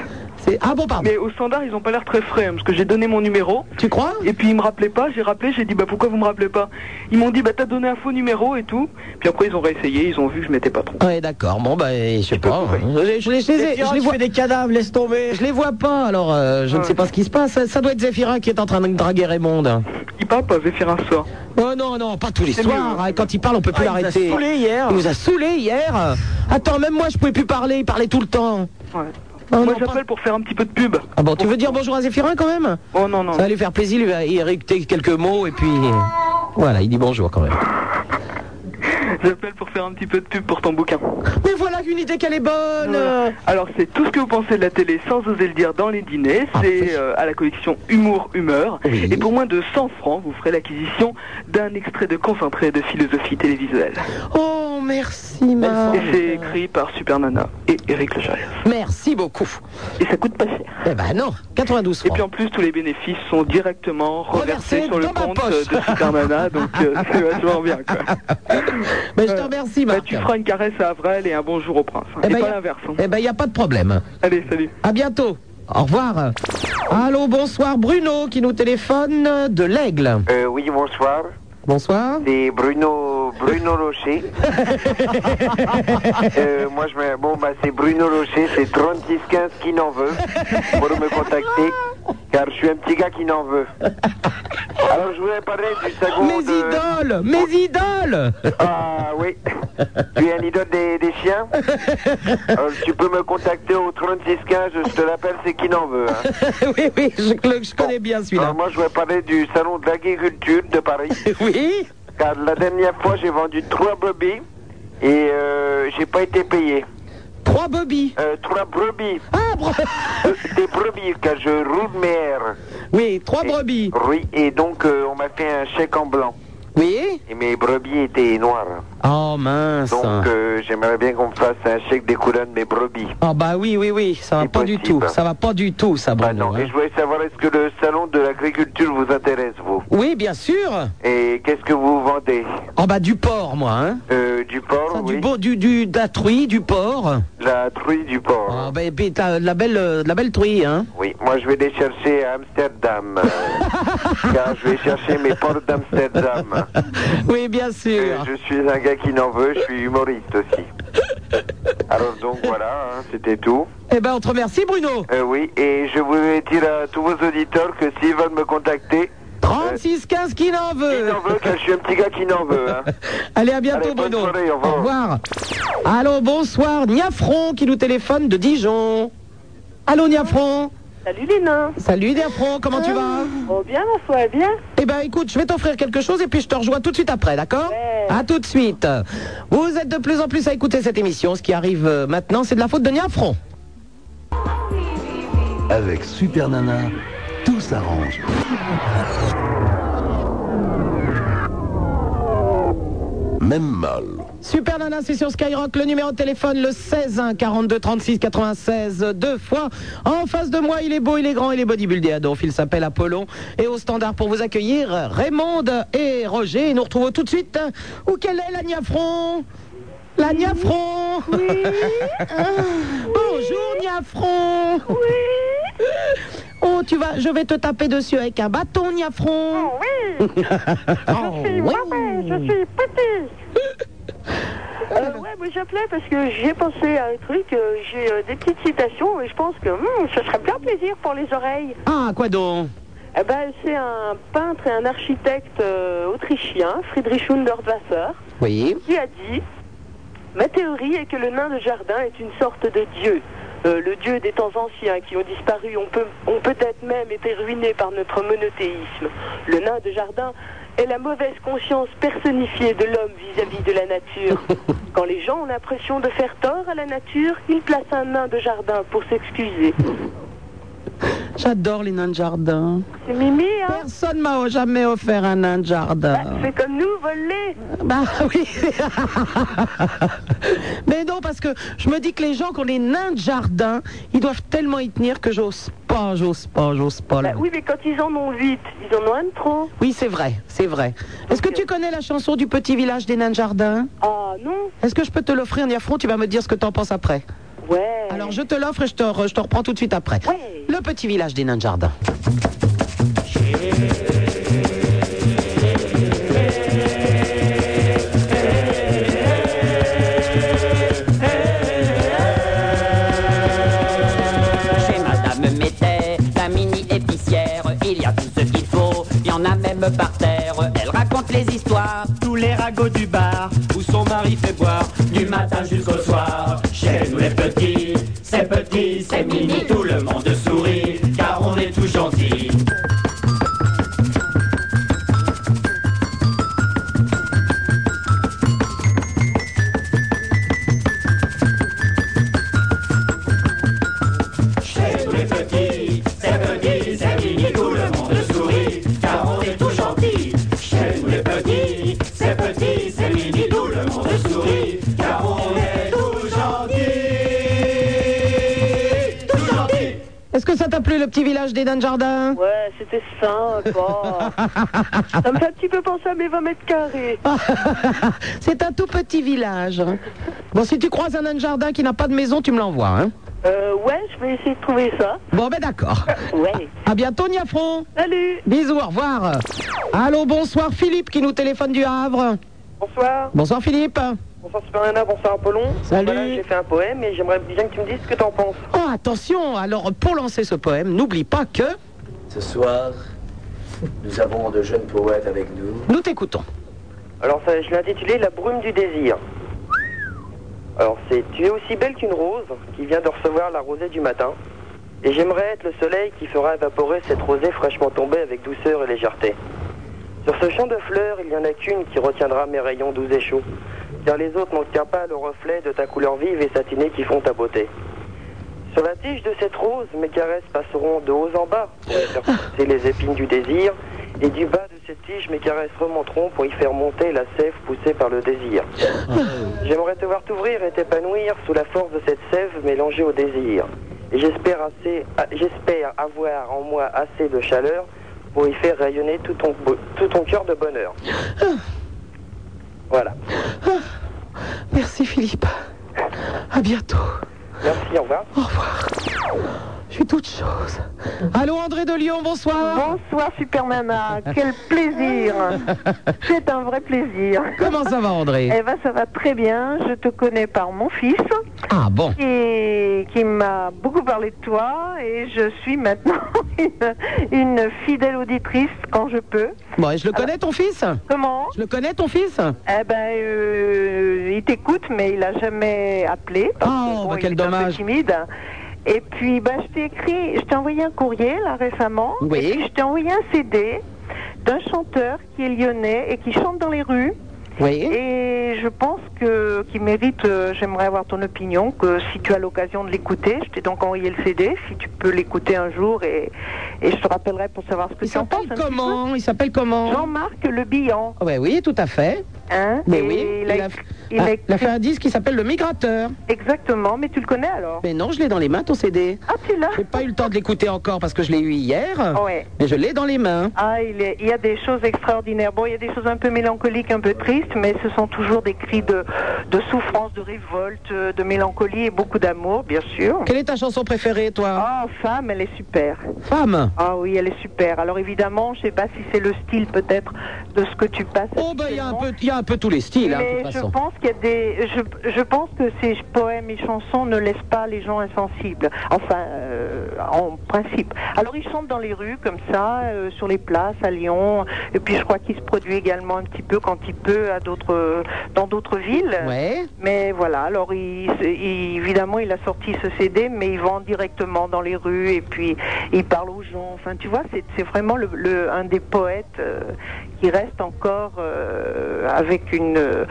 S2: Ah bon, pardon.
S14: Mais au standard, ils ont pas l'air très frais, hein, parce que j'ai donné mon numéro.
S2: Tu crois
S14: Et puis ils me rappelaient pas, j'ai rappelé, j'ai dit bah pourquoi vous me rappelez pas Ils m'ont dit bah t'as donné un faux numéro et tout. Puis après ils ont réessayé, ils ont vu que je m'étais pas trompé.
S2: Ouais, d'accord. Bon, bah, je sais pas. hein. Je, les- je les- je les
S14: Et
S2: ai-
S14: puis,
S2: je
S14: oh,
S2: les
S14: tu
S2: vois.
S14: fais
S2: des cadavres, laisse tomber. Je les vois pas, alors euh,
S14: Ah.
S2: je ne sais pas ce qui se passe. Ça, ça doit être Zéphirin qui est en train de draguer Raymond. hein.
S14: Il parle pas, Zéphirin sort.
S2: Oh non, non, pas tous les
S14: C'est
S2: soirs. hein. Quand il parle, on peut plus
S14: Ah, il nous a
S2: l'arrêter.
S14: saoulés hier.
S2: Il nous a saoulés hier. Attends, même moi, je pouvais plus parler. Il parlait tout le temps.
S4: Oh,
S14: Moi j'appelle pour faire un petit peu de pub.
S2: Ah bon, tu veux dire bonjour à Zéphirin quand même
S14: Oh non, non.
S2: Ça va lui faire plaisir, il va y réciter quelques mots et puis. Voilà, il dit bonjour quand même.
S14: J'appelle pour faire un petit peu de pub pour ton bouquin.
S2: Mais voilà qu'une idée qu'elle est bonne
S14: Alors c'est tout ce que vous pensez de la télé sans oser le dire dans les dîners.
S2: Ah,
S14: C'est euh, à la collection Humour Humeur. Et pour moins de 100 francs, vous ferez l'acquisition d'un extrait de concentré de philosophie télévisuelle.
S2: Oh, merci, Marc.
S14: Et c'est écrit par Super Nana et Eric Le Chariot.
S2: Merci beaucoup.
S14: Et ça coûte pas cher.
S2: Eh ben non, 92
S14: Et puis en plus, tous les bénéfices sont directement reversés sur le compte euh, de Super Nana, donc euh, c'est vachement bien. Quoi.
S2: Mais je te remercie, Marc.
S14: tu feras une caresse à Avril et un bonjour au prince. hein.
S2: Eh
S14: et
S2: ben, y
S14: pas
S2: a-
S14: l'inverse. hein.
S2: Eh ben, il n'y a pas de problème.
S14: Allez, salut.
S2: À bientôt. Au revoir. Allô, bonsoir, Bruno qui nous téléphone euh, de l'Aigle.
S20: Euh, oui, bonsoir.
S2: Bonsoir.
S20: C'est Bruno, Bruno Rocher. Euh, moi, je me... Bon, bah, c'est Bruno Rocher, c'est 3615 qui n'en veut pour me contacter, car je suis un petit gars qui n'en veut. Alors, je voulais parler du second...
S2: Mes
S20: de-
S2: idoles, mes idoles.
S20: Ah oui, tu es un idole des, des chiens Euh, Tu peux me contacter au 3615, je te l'appelle, c'est qui n'en veut. hein.
S2: oui, oui, je, le- je connais bien celui-là.
S20: Alors, moi, je vais parler du salon de l'agriculture de Paris.
S2: Oui.
S20: Car la dernière fois, j'ai vendu trois brebis et euh, j'ai pas été payé.
S2: Trois brebis
S20: Euh, Trois brebis. Euh,
S2: Ah,
S20: Des brebis, car je roule mes airs.
S2: Oui, trois brebis.
S20: oui, et donc, euh, on m'a fait un chèque en blanc.
S2: Oui
S20: Et mes brebis étaient noires.
S2: Oh mince.
S20: Donc, euh, j'aimerais bien qu'on me fasse un chèque des couleurs de mes brebis.
S2: Ah bah oui, oui, oui, ça va pas du tout. Ça va pas du tout, ça, Bruno. hein.
S20: Et Bah je voulais savoir, est-ce que le salon de l'agriculture vous intéresse, vous
S2: Oui, bien sûr.
S20: Et qu'est-ce que vous vendez
S2: Oh bah du porc, moi. Hein.
S20: Euh, Du porc,
S2: Du beau, du, du, de la truie, du porc.
S20: la truie du porc.
S2: Ah bah, et puis t'as de la belle, euh, de la belle truie, hein.
S20: Oui, moi je vais les chercher à Amsterdam. euh, car je vais chercher mes portes d'Amsterdam.
S2: Oui, bien sûr.
S20: Je suis un gars qui n'en veut, je suis humoriste aussi. Alors donc voilà, hein, c'était tout.
S2: Eh ben, on te remercie, Bruno.
S20: Euh, oui, et je voulais dire à tous vos auditeurs que s'ils veulent me contacter,
S2: 36, 15, qui n'en veut
S20: ils Euh, n'en veulent, car je suis un petit gars qui n'en veut. hein.
S2: Allez, à bientôt,
S20: Allez, bonne
S2: Bruno.
S20: soirée, au revoir.
S2: Au revoir. Allô, bonsoir, Niafron qui nous téléphone de Dijon. Allô, Niafron.
S31: Salut les nains.
S2: Salut, Niafron, comment tu
S6: Ah.
S2: vas
S31: Oh bien, ma foi, bien.
S2: Eh ben, écoute, je vais t'offrir quelque chose et puis je te rejoins tout de suite après, d'accord À tout de suite. Vous êtes de plus en plus à écouter cette émission. Ce qui arrive euh, maintenant, c'est de la faute de Niafron.
S18: Avec Super Nana, tout s'arrange. Même mal.
S2: Super Nana, c'est sur Skyrock, le numéro de téléphone, le 16 1 42 36 96, deux fois. En face de moi, il est beau, il est grand, il est bodybuildé à donf, il s'appelle Apollon. Et au standard pour vous accueillir, Raymond et Roger. Et nous retrouvons tout de suite, hein, où qu'elle est, la Niafron La Niafron Ah. Bonjour Niafron Oui Oh, tu vas, je vais te taper dessus avec un bâton, Niafron Oui Je Oh suis
S31: Ouais, je suis petit.
S6: Euh, ouais, moi j'appelais parce que j'ai pensé à un truc, euh, j'ai euh, des petites citations et je pense que hum, ce serait bien plaisir pour les oreilles.
S2: Ah, quoi donc
S6: Eh ben, c'est un peintre et un architecte euh, autrichien, Friedrich Hundertwasser,
S2: Oui.
S6: qui a dit Ma théorie est que le nain de jardin est une sorte de dieu. Euh, le dieu des temps anciens qui ont disparu ont, peut, ont peut-être même été ruinés par notre monothéisme. Le nain de jardin est la mauvaise conscience personnifiée de l'homme vis-à-vis de la nature. Quand les gens ont l'impression de faire tort à la nature, ils placent un nain de jardin pour s'excuser.
S2: J'adore les nains de jardin.
S6: C'est mimi, hein
S2: Personne m'a jamais offert un nain de jardin.
S6: C'est comme nous, voler
S2: Bah oui. Mais non, parce que je me dis que les gens qui ont les nains de jardin, ils doivent tellement y tenir que j'ose pas, j'ose pas, j'ose pas.
S6: Bah oui, mais quand ils en ont huit, ils en ont un de trop.
S2: Oui, c'est vrai, c'est vrai. Est-ce que tu connais la chanson du petit village des nains de jardin
S6: Ah non.
S2: Est-ce que je peux te l'offrir, Niafron Tu vas me dire ce que t'en penses après.
S6: Ouais.
S2: Alors je te l'offre et je te, re- je te reprends tout de suite après. Le petit village des nains de jardin.
S4: Chez Madame Mété, Eh, la mini épicière, il y a tout ce qu'il faut, il y en a même par terre. Elle raconte les histoires, tous les ragots du bar, où son mari fait boire, du matin jusqu'au soir. Chez nous les petits, c'est petit, c'est mini, tout le monde sourit, car on est tout gentil. Chez tous les petits, c'est petit, c'est mini, tout le monde sourit, car on est tout gentil. Chez tous les petits, c'est petit, c'est mini, tout le monde sourit, car on est tout gentil. Tout gentil.
S2: Est-ce que ça t'a plu le petit village des nains de jardin
S6: Ouais, c'était sympa. ça me fait un petit peu penser à mes 20 mètres carrés.
S2: C'est un tout petit village. Bon, si tu croises un nain de jardin qui n'a pas de maison, tu me l'envoies. Hein
S6: Euh, ouais, je vais essayer de trouver ça.
S2: bon, ben d'accord.
S6: Ouais.
S2: À bientôt, Niafron.
S6: Salut.
S2: Bisous, au revoir. Allô, bonsoir, Philippe qui nous téléphone du Havre.
S32: Bonsoir.
S2: Bonsoir, Philippe.
S32: Bonsoir Super Nana, bonsoir Apollon.
S2: Salut.
S32: Voilà, j'ai fait un poème et j'aimerais bien que tu me dises ce que t'en penses.
S2: Oh, attention, alors pour lancer ce poème, n'oublie pas que
S33: Ce soir, nous avons de jeunes poètes avec nous.
S2: nous t'écoutons.
S32: Alors ça, je l'ai intitulé La brume du désir. Alors c'est Tu es aussi belle qu'une rose qui vient de recevoir la rosée du matin. Et j'aimerais être le soleil qui fera évaporer cette rosée fraîchement tombée avec douceur et légèreté. Sur ce champ de fleurs, il n'y en a qu'une qui retiendra mes rayons doux et chauds, car les autres n'ont qu'un pas le reflet de ta couleur vive et satinée qui font ta beauté. Sur la tige de cette rose, mes caresses passeront de haut en bas pour y faire pousser les épines du désir, et du bas de cette tige, mes caresses remonteront pour y faire monter la sève poussée par le désir.
S2: Ah.
S32: J'aimerais te voir t'ouvrir et t'épanouir sous la force de cette sève mélangée au désir. Et j'espère assez, a- j'espère avoir en moi assez de chaleur pour y faire rayonner tout ton, bo- tout ton cœur de bonheur. Voilà.
S2: Merci, Philippe. À bientôt.
S32: Merci, au revoir.
S2: Au revoir. Je suis toute chose. Allô, André de Lyon, bonsoir.
S32: Bonsoir, Super Nana. hein. Quel plaisir. C'est un vrai plaisir.
S2: Comment ça va, André
S32: Eh ben, ça va très bien. Je te connais par mon fils.
S2: Ah, bon.
S32: Qui, qui m'a beaucoup parlé de toi et je suis maintenant une, une fidèle auditrice quand je peux.
S2: Bon, et je le connais, ton fils
S32: Comment
S2: Je le connais, ton fils
S32: Eh ben, euh, il t'écoute, mais il a jamais appelé parce que, bon,
S2: bah,
S32: il
S2: quel
S32: est un peu
S2: dommage.
S32: timide. Et puis, ben, je t'ai écrit, je t'ai envoyé un courrier là récemment.
S2: Oui.
S32: Et puis, je t'ai envoyé un CD d'un chanteur qui est lyonnais et qui chante dans les rues.
S2: Oui.
S32: Et je pense que qui mérite. euh, J'aimerais avoir ton opinion que si tu as l'occasion de l'écouter, je t'ai donc envoyé le CD. Si tu peux l'écouter un jour et, et je te rappellerai pour savoir ce que
S2: Il
S32: tu en penses.
S2: s'appelle
S32: un petit
S2: comment Il s'appelle comment
S32: Jean-Marc Le Billan.
S2: Ouais, Oh, ben oui, tout à fait.
S32: Hein
S2: Mais
S32: Et
S2: oui,
S32: il a-
S2: il
S32: il
S2: a,
S32: a
S2: ah, il a fait un disque qui s'appelle Le Migrateur.
S32: Exactement, mais tu le connais alors
S2: Mais non, je l'ai dans les mains, ton CD.
S32: Ah, tu l'as
S2: J'ai pas eu le temps de l'écouter encore parce que je l'ai eu hier.
S32: Ouais.
S2: Mais je l'ai dans les mains.
S32: Ah, il, est- il y a des choses extraordinaires. Bon, il y a des choses un peu mélancoliques, un peu tristes, mais ce sont toujours des cris de, de souffrance, de révolte, euh, de mélancolie et beaucoup d'amour, bien sûr.
S2: Quelle est ta chanson préférée, toi
S32: Ah, femme, elle est super.
S2: Femme
S32: Ah oui, elle est super. Alors évidemment, je sais pas si c'est le style peut-être de ce que tu passes.
S2: Oh, ben il y a un peu- il y a un un peu tous les styles, hein, de
S32: Mais
S2: toute
S32: je
S2: façon.
S32: pense qu'il y a des. Je, je pense que ces poèmes et chansons ne laissent pas les gens insensibles. Enfin, euh, en principe. Alors ils chantent dans les rues comme ça, euh, sur les places à Lyon. Et puis je crois qu'il se produit également un petit peu quand il peut à d'autres, dans d'autres villes. Mais voilà. Alors il, il- évidemment il a sorti ce CD, mais il vend directement dans les rues et puis il parle aux gens. Enfin, tu vois, c'est c'est vraiment le, le- un des poètes euh, qui reste encore euh, avec une, euh,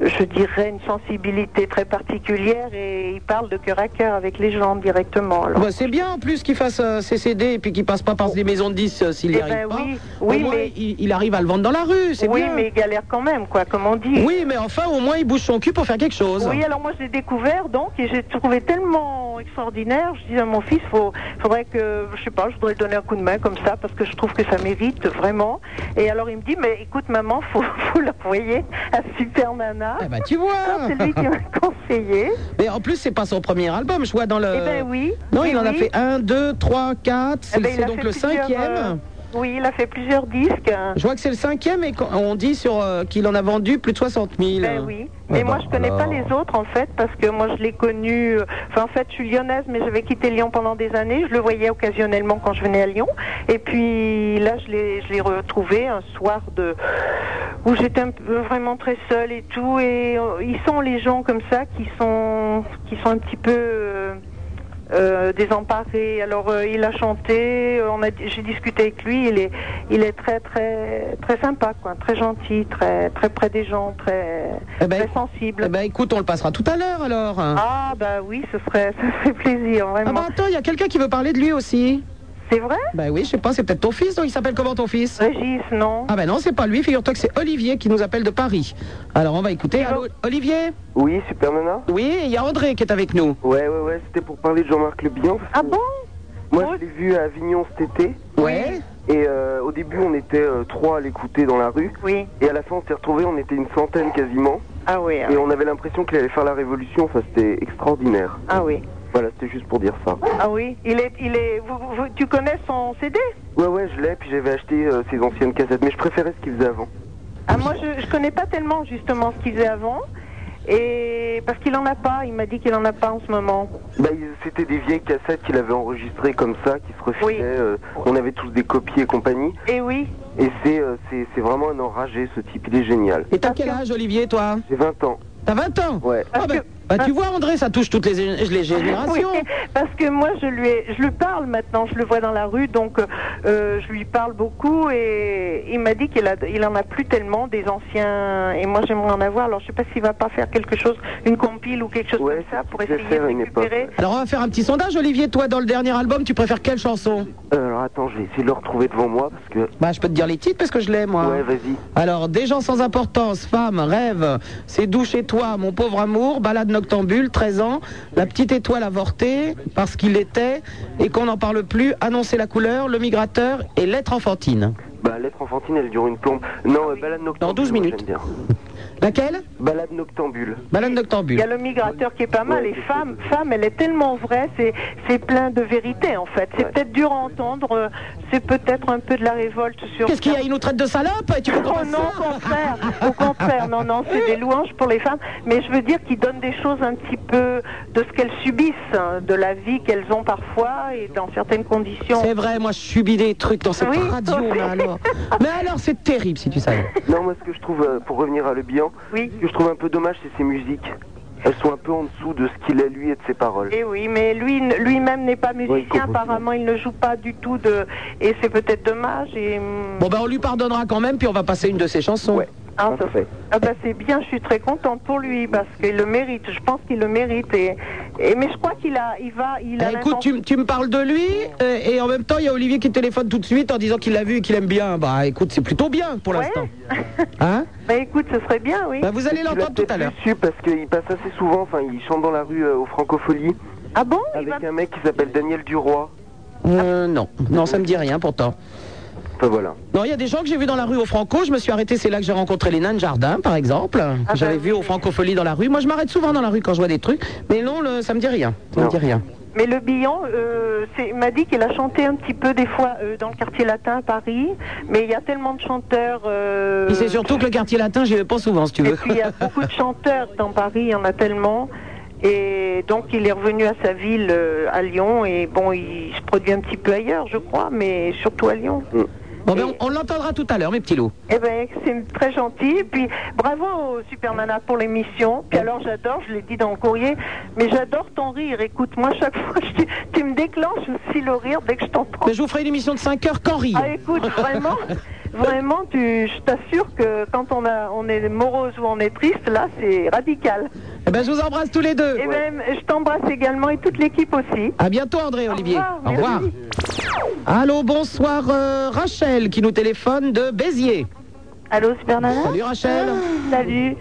S32: je dirais, une sensibilité très particulière et il parle de cœur à cœur avec les gens directement. Alors. Oh.
S2: Bah, c'est bien en plus qu'il fasse euh, ses CD et puis qu'il passe pas par des maisons de 10 euh, s'il n'y
S32: Eh
S2: arrive
S32: ben
S2: pas.
S32: oui,
S2: Au
S32: oui,
S2: moins,
S32: mais-
S2: il, il arrive à le vendre dans la rue, c'est
S32: oui,
S2: bien.
S32: mais il galère quand même, quoi, comme on dit.
S2: Oui, mais enfin, au moins, il bouge son cul pour faire quelque chose.
S32: Oui, alors moi j'ai découvert donc et j'ai trouvé tellement extraordinaire. Je disais à mon fils, faut, faudrait que, je sais pas, je voudrais lui donner un coup de main comme ça parce que je trouve que ça mérite vraiment. Et alors il me dit, mais écoute maman, faut, faut l'envoyer à Super Nana.
S2: Eh ben, tu vois.
S32: Alors, C'est lui qui m'a conseillé.
S2: Mais en plus, c'est pas son premier album, je vois dans le.
S32: Eh ben oui.
S2: Non,
S32: oui,
S2: il en a
S32: oui.
S2: fait 1, 2, 3, 4.
S32: Eh
S2: C'est
S32: ben, il
S2: c'est
S32: a
S2: donc
S32: fait
S2: le
S32: plusieurs,
S2: cinquième.
S32: euh, oui, il a fait plusieurs disques. hein.
S2: Je vois que c'est le cinquième et qu'on- on dit sur euh, qu'il en a vendu plus de 60 000.
S32: Ben oui. Mais
S2: Ah
S32: moi,
S2: bah,
S32: je connais pas
S2: alors.
S32: les autres, en fait, parce que moi, je l'ai connu. euh, Enfin, en fait, je suis lyonnaise, mais j'avais quitté Lyon pendant des années. Je le voyais occasionnellement quand je venais à Lyon. Et puis, là, je l'ai, je l'ai retrouvé un soir de, où j'étais un peu vraiment très seule et tout. Et euh, ils sont les gens comme ça qui sont, qui sont un petit peu, euh, euh, désemparé. Alors euh, il a chanté, euh, on a, j'ai discuté avec lui. Il est, il est très très très sympa, quoi, très gentil, très très près des gens, très très sensible.
S2: Eh ben écoute, hein. on le passera tout à l'heure alors.
S32: Ah bah oui, ce serait, ça ferait plaisir vraiment.
S2: Ah bah attends, il y a quelqu'un qui veut parler de lui aussi.
S32: C'est vrai
S2: Bah oui, je sais pas, c'est peut-être ton fils, donc il s'appelle comment ton fils
S32: Régis, non.
S2: Ah ben non, c'est pas lui, figure-toi que c'est Olivier qui nous appelle de Paris. Alors on va écouter. Allô, Olivier
S20: Oui, Super Nana
S2: Oui, il y a André qui est avec nous.
S20: Ouais, ouais, ouais, c'était pour parler de Jean-Marc Le Bihan. Ah bon Moi, je l'ai vu à Avignon cet été.
S2: Ouais.
S20: Et euh, au début, on était euh, trois à l'écouter dans la rue.
S32: Oui.
S20: Et à la fin, on s'est retrouvés, on était une centaine quasiment.
S32: Ah oui.
S20: Et on avait l'impression qu'il allait faire la révolution. Enfin, c'était extraordinaire.
S32: Ah oui.
S20: Voilà, c'était juste pour dire ça.
S32: Ah oui, il est, il est. vous- vous- vous- tu connais son CD
S20: Ouais, ouais, je l'ai, puis j'avais acheté euh, ses anciennes cassettes. Mais je préférais ce qu'il faisait avant.
S32: Ah, moi, je, je connais pas tellement justement ce qu'il faisait avant. Et parce qu'il en a pas, il m'a dit qu'il en a pas en ce moment.
S20: Bah, il- c'était des vieilles cassettes qu'il avait enregistrées comme ça, qui se refilaient. euh, on avait tous des copies et compagnie.
S32: Et Eh oui.
S20: Et c'est euh, c'est- c'est vraiment un enragé, ce type. Il est génial.
S2: Et t'as quel âge, Olivier, toi
S20: J'ai 20 ans.
S2: T'as 20 ans
S20: Ouais.
S2: Ah ben, bah, tu vois, André, ça touche toutes les, les générations.
S32: Oui, parce que moi, je lui, ai- je lui parle maintenant, je le vois dans la rue, donc euh, je lui parle beaucoup et il m'a dit qu'il a, il en a plus tellement des anciens. Et moi, j'aimerais en avoir. Alors, je sais pas s'il va pas faire quelque chose, une compile ou quelque chose comme ça pour essayer de récupérer.
S2: Alors on va faire un petit sondage, Olivier. Toi, dans le dernier album, tu préfères quelle chanson
S20: Euh, alors attends, je vais essayer de le retrouver devant moi parce que.
S2: Bah, je peux te dire les titres parce que je l'ai, moi.
S20: Ouais, vas-y.
S2: Alors, des gens sans importance, femmes, rêves, c'est doux chez toi, mon pauvre amour, balade noctambule, 13 ans, la petite étoile avortée, parce qu'il était, et qu'on n'en parle plus, annoncer la couleur, le migrateur et lettre enfantine.
S20: Bah, l'être enfantine, elle dure une plombe.
S32: Ah
S20: Non, euh, balade noctambule. Dans 12 minutes.
S2: Laquelle
S20: Balade noctambule.
S2: Balade
S32: Il y
S2: noctambule.
S32: a le migrateur qui est pas mal. et femme, femme, elle est tellement vraie, c'est, c'est plein de vérité en fait. C'est peut-être dur à entendre, euh, c'est peut-être un peu de la révolte sur.
S2: Qu'est-ce qu'il y a Il nous traite de salope Tu veux qu'on
S32: Oh
S2: fasse
S32: non, au contraire, au contraire, non, non, c'est des louanges pour les femmes. Mais je veux dire qu'ils donnent des choses un petit peu de ce qu'elles subissent, hein, de la vie qu'elles ont parfois et dans certaines conditions.
S2: C'est vrai, moi je subis des trucs dans cette
S32: Oui,
S2: radio,
S32: toi
S2: mais alors. Mais alors, c'est terrible si tu savais.
S20: Non, moi, ce que je trouve, euh, pour revenir à Le Bihan,
S32: ce
S20: que je trouve un peu dommage, c'est ses musiques. Elles sont un peu en dessous de ce qu'il est lui et de ses paroles.
S32: Et Eh oui, mais lui lui-même n'est pas musicien,
S20: complètement.
S32: apparemment il ne joue pas du tout de et c'est peut-être dommage et hum,
S2: Bon, ben on lui pardonnera quand même, puis on va passer une de ses chansons.
S32: ah, ça- ah bah c'est bien, je suis très contente pour lui parce qu'il le mérite, je pense qu'il le mérite et, et mais je crois qu'il a il va il a
S2: Eh, écoute, tu, m- tu me parles de lui euh, et, en même temps, il y a Olivier qui téléphone tout de suite en disant qu'il l'a vu et qu'il aime bien. Bah écoute, c'est plutôt bien pour l'instant. Hein
S32: Bah écoute, ce serait bien, oui.
S2: Bah, vous allez
S20: Et tu l'as
S2: l'entendre tout
S20: peut-être
S2: à l'heure.
S20: plus su parce qu'il passe assez souvent, enfin, il chante dans la rue euh, aux francopholies.
S32: Ah bon
S20: Avec un mec qui s'appelle Daniel Duroy.
S2: Euh, non, non, ça me dit rien pourtant.
S20: Enfin, voilà.
S2: Non, il y a des gens que j'ai vus dans la rue au Franco. Je me suis arrêté, c'est là que j'ai rencontré les nains de jardin, par exemple. bah J'avais vu au Francofolie dans la rue. Moi, je m'arrête souvent dans la rue quand je vois des trucs. Mais non, le- ça me dit rien. Ça me dit rien.
S32: Mais le Billon euh, c'est- il m'a dit qu'il a chanté un petit peu des fois euh, dans le quartier latin à Paris, mais il y a tellement de chanteurs. euh,
S29: Et c'est surtout que le quartier latin, j'y vais pas souvent, si tu
S32: Et
S29: veux.
S32: puis il y a beaucoup de chanteurs dans Paris, il y en a tellement. Et donc il est revenu à sa ville, euh, à Lyon, et bon, il se produit un petit peu ailleurs, je crois, mais surtout à Lyon.
S2: Bon, ben, on, on l'entendra tout à l'heure, mes petits loups.
S32: Eh ben, c'est très gentil. Et puis, bravo au Supermana pour l'émission. Puis alors, j'adore, je l'ai dit dans le courrier, mais j'adore ton rire. Écoute, moi, chaque fois, je te- tu me déclenches aussi le rire dès que je t'entends.
S2: Mais je vous ferai une émission de 5 heures qu'en rire.
S32: Ah, écoute, vraiment, vraiment, tu, je t'assure que quand on, a, on est morose ou on est triste, là, c'est radical.
S2: Eh ben, je vous embrasse tous les deux.
S32: Et même, je t'embrasse également et toute l'équipe aussi.
S2: À bientôt, André Olivier. Au revoir. Allô, bonsoir euh, Rachel qui nous téléphone de Béziers.
S1: Allô, Super Nana
S2: Salut Rachel
S1: Salut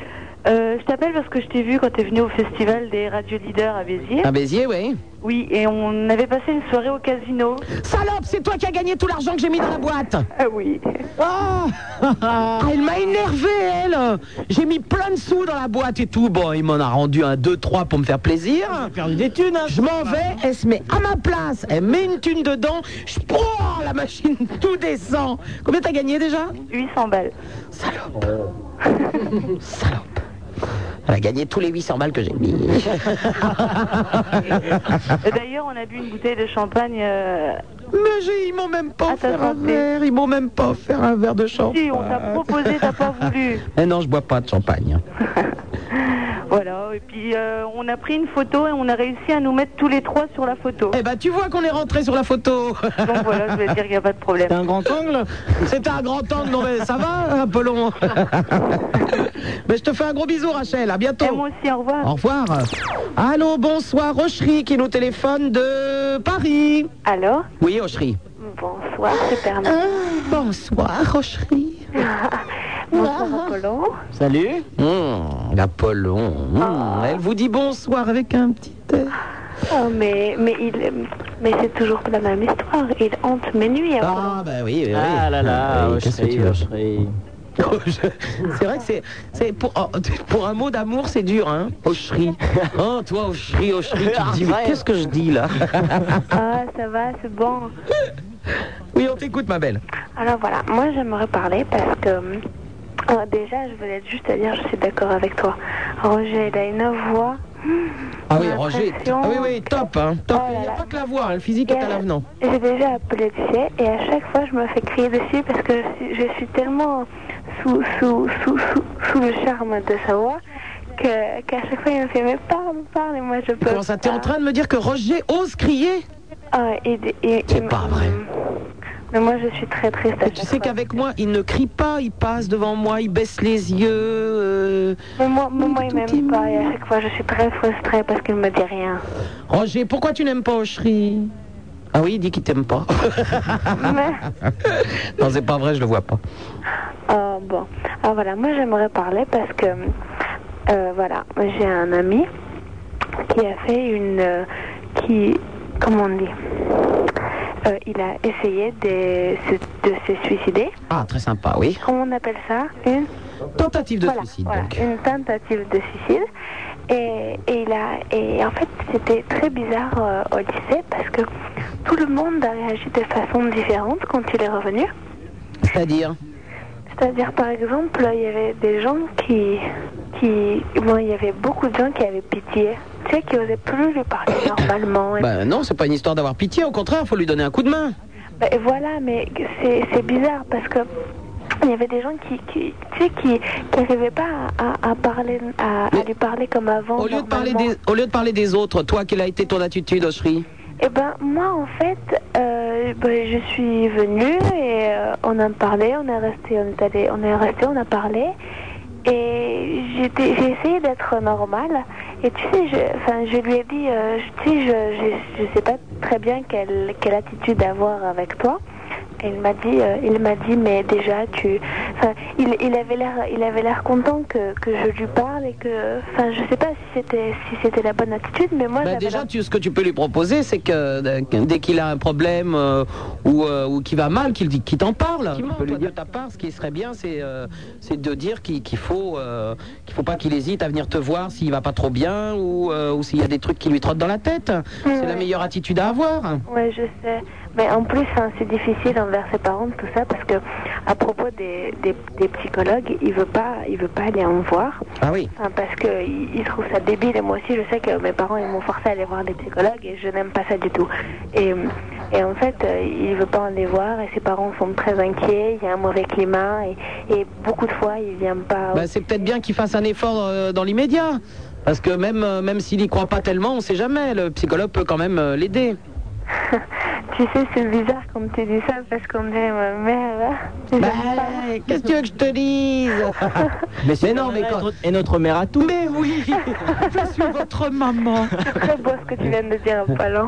S1: Euh, Je t'appelle parce que je t'ai vu quand t'es venu au festival des radios leaders à Béziers.
S2: À Béziers, oui.
S1: Oui, et on avait passé une soirée au casino.
S2: Salope, c'est toi qui as gagné tout l'argent que j'ai mis dans la boîte
S1: Ah oui.
S2: Ah, Ah, elle m'a énervé, elle J'ai mis plein de sous dans la boîte et tout. Bon, il m'en a rendu Ah, un 2-3 pour me faire plaisir. J'ai perdu des thunes. Je m'en vais, elle se met à ma place. Elle met une thune dedans. Je prends la machine, tout descend. Combien t'as gagné déjà
S1: 800 balles.
S2: Salope
S7: Oh.
S2: Salope Elle a gagné tous les 800 balles que j'ai mis.
S1: Et D'ailleurs, on a bu une bouteille de champagne. euh,
S2: Mais j'ai- ils m'ont même pas offert un verre, ils m'ont même pas offert un verre de champagne.
S1: Si, on t'a proposé, t'as pas voulu.
S2: Mais non, je bois pas de champagne.
S1: Voilà, et puis euh, on a pris une photo et on a réussi à nous mettre tous les trois sur la photo.
S2: Eh ben, tu vois qu'on est rentré sur la photo.
S1: Donc voilà, je voulais dire qu'il n'y a pas de problème.
S2: C'est un grand angle C'était un grand angle, non mais ça va, Apollon Mais je te fais un gros bisou, Rachel, à bientôt.
S1: moi aussi, au revoir.
S2: Au revoir. Allô, bonsoir, Rocherie qui nous téléphone de Paris.
S1: Alors
S2: Oui, Rocherie.
S1: Bonsoir, Super
S2: Ah, bonsoir, Rocherie. Ah.
S1: Bonsoir, Apollon.
S2: Salut. Hum, Apollon. Mmh, Elle vous dit bonsoir avec un petit...
S1: Oh, mais, mais, il, mais c'est toujours la même histoire. Il hante mes nuits.
S2: Ah, bah oui, oui.
S30: Ah là là,
S2: Oui, qu'est-ce que
S30: Rocherie,
S2: tu veux
S30: Rocherie.
S2: C'est vrai que c'est, c'est pour, oh, pour un mot d'amour, c'est dur, hein Ocherie. Oh, toi, Ocherie, Ocherie, tu te dis, mais qu'est-ce que je dis là
S1: Ah, ça va, c'est bon.
S2: Oui, on t'écoute, ma belle.
S1: Alors voilà, moi j'aimerais parler parce que euh, déjà, je voulais juste te dire, je suis d'accord avec toi. Roger, il a une voix.
S2: Ah oui, Roger. t- Ah oui, oui, top, hein, top. Il n'y a pas que la voix, hein, le physique est à l'avenant.
S1: Oh J'ai déjà appelé dessus et à chaque fois, je me fais crier dessus parce que je suis, je suis tellement sous, sous, sous, sous, sous le charme de sa voix que- qu'à chaque fois, il me fait Mais parle, parle, et moi je peux.
S2: Comment ça, t'es en train de me dire que Roger ose crier
S1: Ah, et, et,
S2: C'est pas vrai.
S1: Mais moi, je suis très triste. à
S2: Tu sais qu'avec moi, il ne crie pas, il passe devant moi, il baisse les yeux. euh,
S1: Mais moi, moi, moi, il m'aime pas et à chaque fois je suis très frustrée parce qu'il me dit rien.
S2: Roger, pourquoi tu n'aimes pas Ocherie Ah oui, il dit qu'il t'aime pas. non, c'est pas vrai, je le vois pas.
S1: Ah, bon, ah voilà, moi j'aimerais parler parce que euh, voilà, j'ai un ami qui a fait une euh, qui comment on dit Euh, Il a essayé de se, de se suicider.
S2: Ah, très sympa, oui.
S1: Comment on appelle ça Une
S2: Tentative de
S1: Voilà,
S2: suicide.
S1: voilà,
S2: donc.
S1: une tentative de suicide. Et, et il a, et en fait, c'était très bizarre euh, au lycée parce que tout le monde a réagi de façon différente quand il est revenu.
S2: C'est-à-dire
S1: C'est-à-dire, par exemple, il y avait des gens qui. qui bon, il y avait beaucoup de gens qui avaient pitié. Tu sais, qui n'osaient plus lui parler normalement. Et,
S2: Ben non, c'est pas une histoire d'avoir pitié, au contraire, faut lui donner un coup de main.
S1: bah, et voilà, mais c'est c'est bizarre parce que. Il y avait des gens qui, qui tu sais, qui qui n'arrivaient pas à, à- à parler, à, à lui parler comme avant.
S2: Au lieu, de parler des, au lieu de parler des autres, toi, quelle a été ton attitude, Oshri
S1: Eh ben moi en fait, euh, ben, je suis venue et euh, on a parlé, on est resté, on est allé, on est resté, on a parlé et j'étais, j'ai essayé d'être normale et tu sais, je, enfin je lui ai dit, euh, je- tu sais, je, je, je sais pas très bien quelle quelle attitude avoir avec toi, Et il m'a dit, euh, il m'a dit, mais déjà tu, enfin, il, il avait l'air, il avait l'air content que, que je lui parle et que, enfin, je sais pas si c'était, si c'était la bonne attitude, mais moi,
S2: Bah,
S1: j'avais
S2: déjà, tu- ce que tu peux lui proposer, c'est que euh, que dès qu'il a un problème euh, ou, euh, ou qu'il va mal, qu'il dit- qu'il t'en parle. Tu peux lui dire de ta part, ce qui serait bien, c'est euh, c'est de dire qu'il qu'il faut euh, qu'il faut pas qu'il hésite à venir te voir s'il va pas trop bien ou, euh, ou s'il y a des trucs qui lui trottent dans la tête. C'est la meilleure attitude à avoir.
S1: Ouais, je sais. Mais en plus, hein, c'est difficile envers ses parents tout ça parce que à propos des, des, des psychologues, il veut pas, il veut pas aller en voir.
S2: Ah oui.
S1: Enfin, parce que il, il trouve ça débile et moi aussi, je sais que mes parents ils m'ont forcé à aller voir des psychologues et je n'aime pas ça du tout. Et, et en fait, euh, il veut pas en aller voir et ses parents sont très inquiets. Il y a un mauvais climat et, et beaucoup de fois, il vient pas.
S2: Bah, c'est peut-être bien qu'il fasse un effort euh, dans l'immédiat. Parce que même, euh, même s'il n'y croit pas tellement, on sait jamais. Le psychologue peut quand même euh, l'aider.
S1: Tu sais, c'est bizarre quand tu dis ça parce qu'on dirait ma mère. Bah,
S2: qu'est-ce que tu veux que je te dise
S34: Mais c'est non, mais Et notre mère à tout.
S2: Mais oui Je suis votre maman
S1: C'est très beau ce que tu viens de dire, Palan.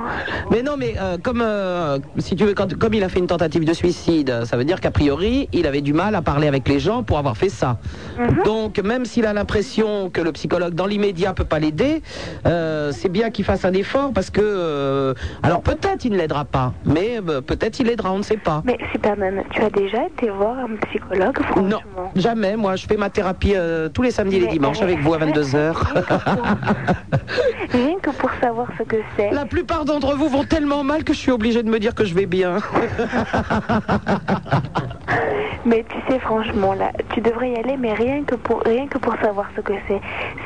S2: Mais non, mais euh, comme, euh, si tu veux, quand- comme il a fait une tentative de suicide, euh, ça veut dire qu'a priori, il avait du mal à parler avec les gens pour avoir fait ça.
S1: Mhm.
S2: Donc, même s'il a l'impression que le psychologue, dans l'immédiat, peut pas l'aider, euh, c'est bien qu'il fasse un effort parce que. euh, alors, peut-être il ne l'aidera pas, mais euh, peut-être il l'aidera, on ne sait pas.
S1: Mais Superman, tu as déjà été voir un psychologue
S2: Non, jamais. Moi, je fais ma thérapie euh, tous les samedis et les
S1: Mais,
S2: dimanches
S1: euh,
S2: avec vous à 22h.
S1: Rien que pour savoir ce que c'est.
S2: La plupart d'entre vous vont tellement mal que je suis obligé de me dire que je vais bien.
S1: Mais tu sais, franchement, là, tu devrais y aller, mais rien que pour, rien que pour savoir ce que c'est.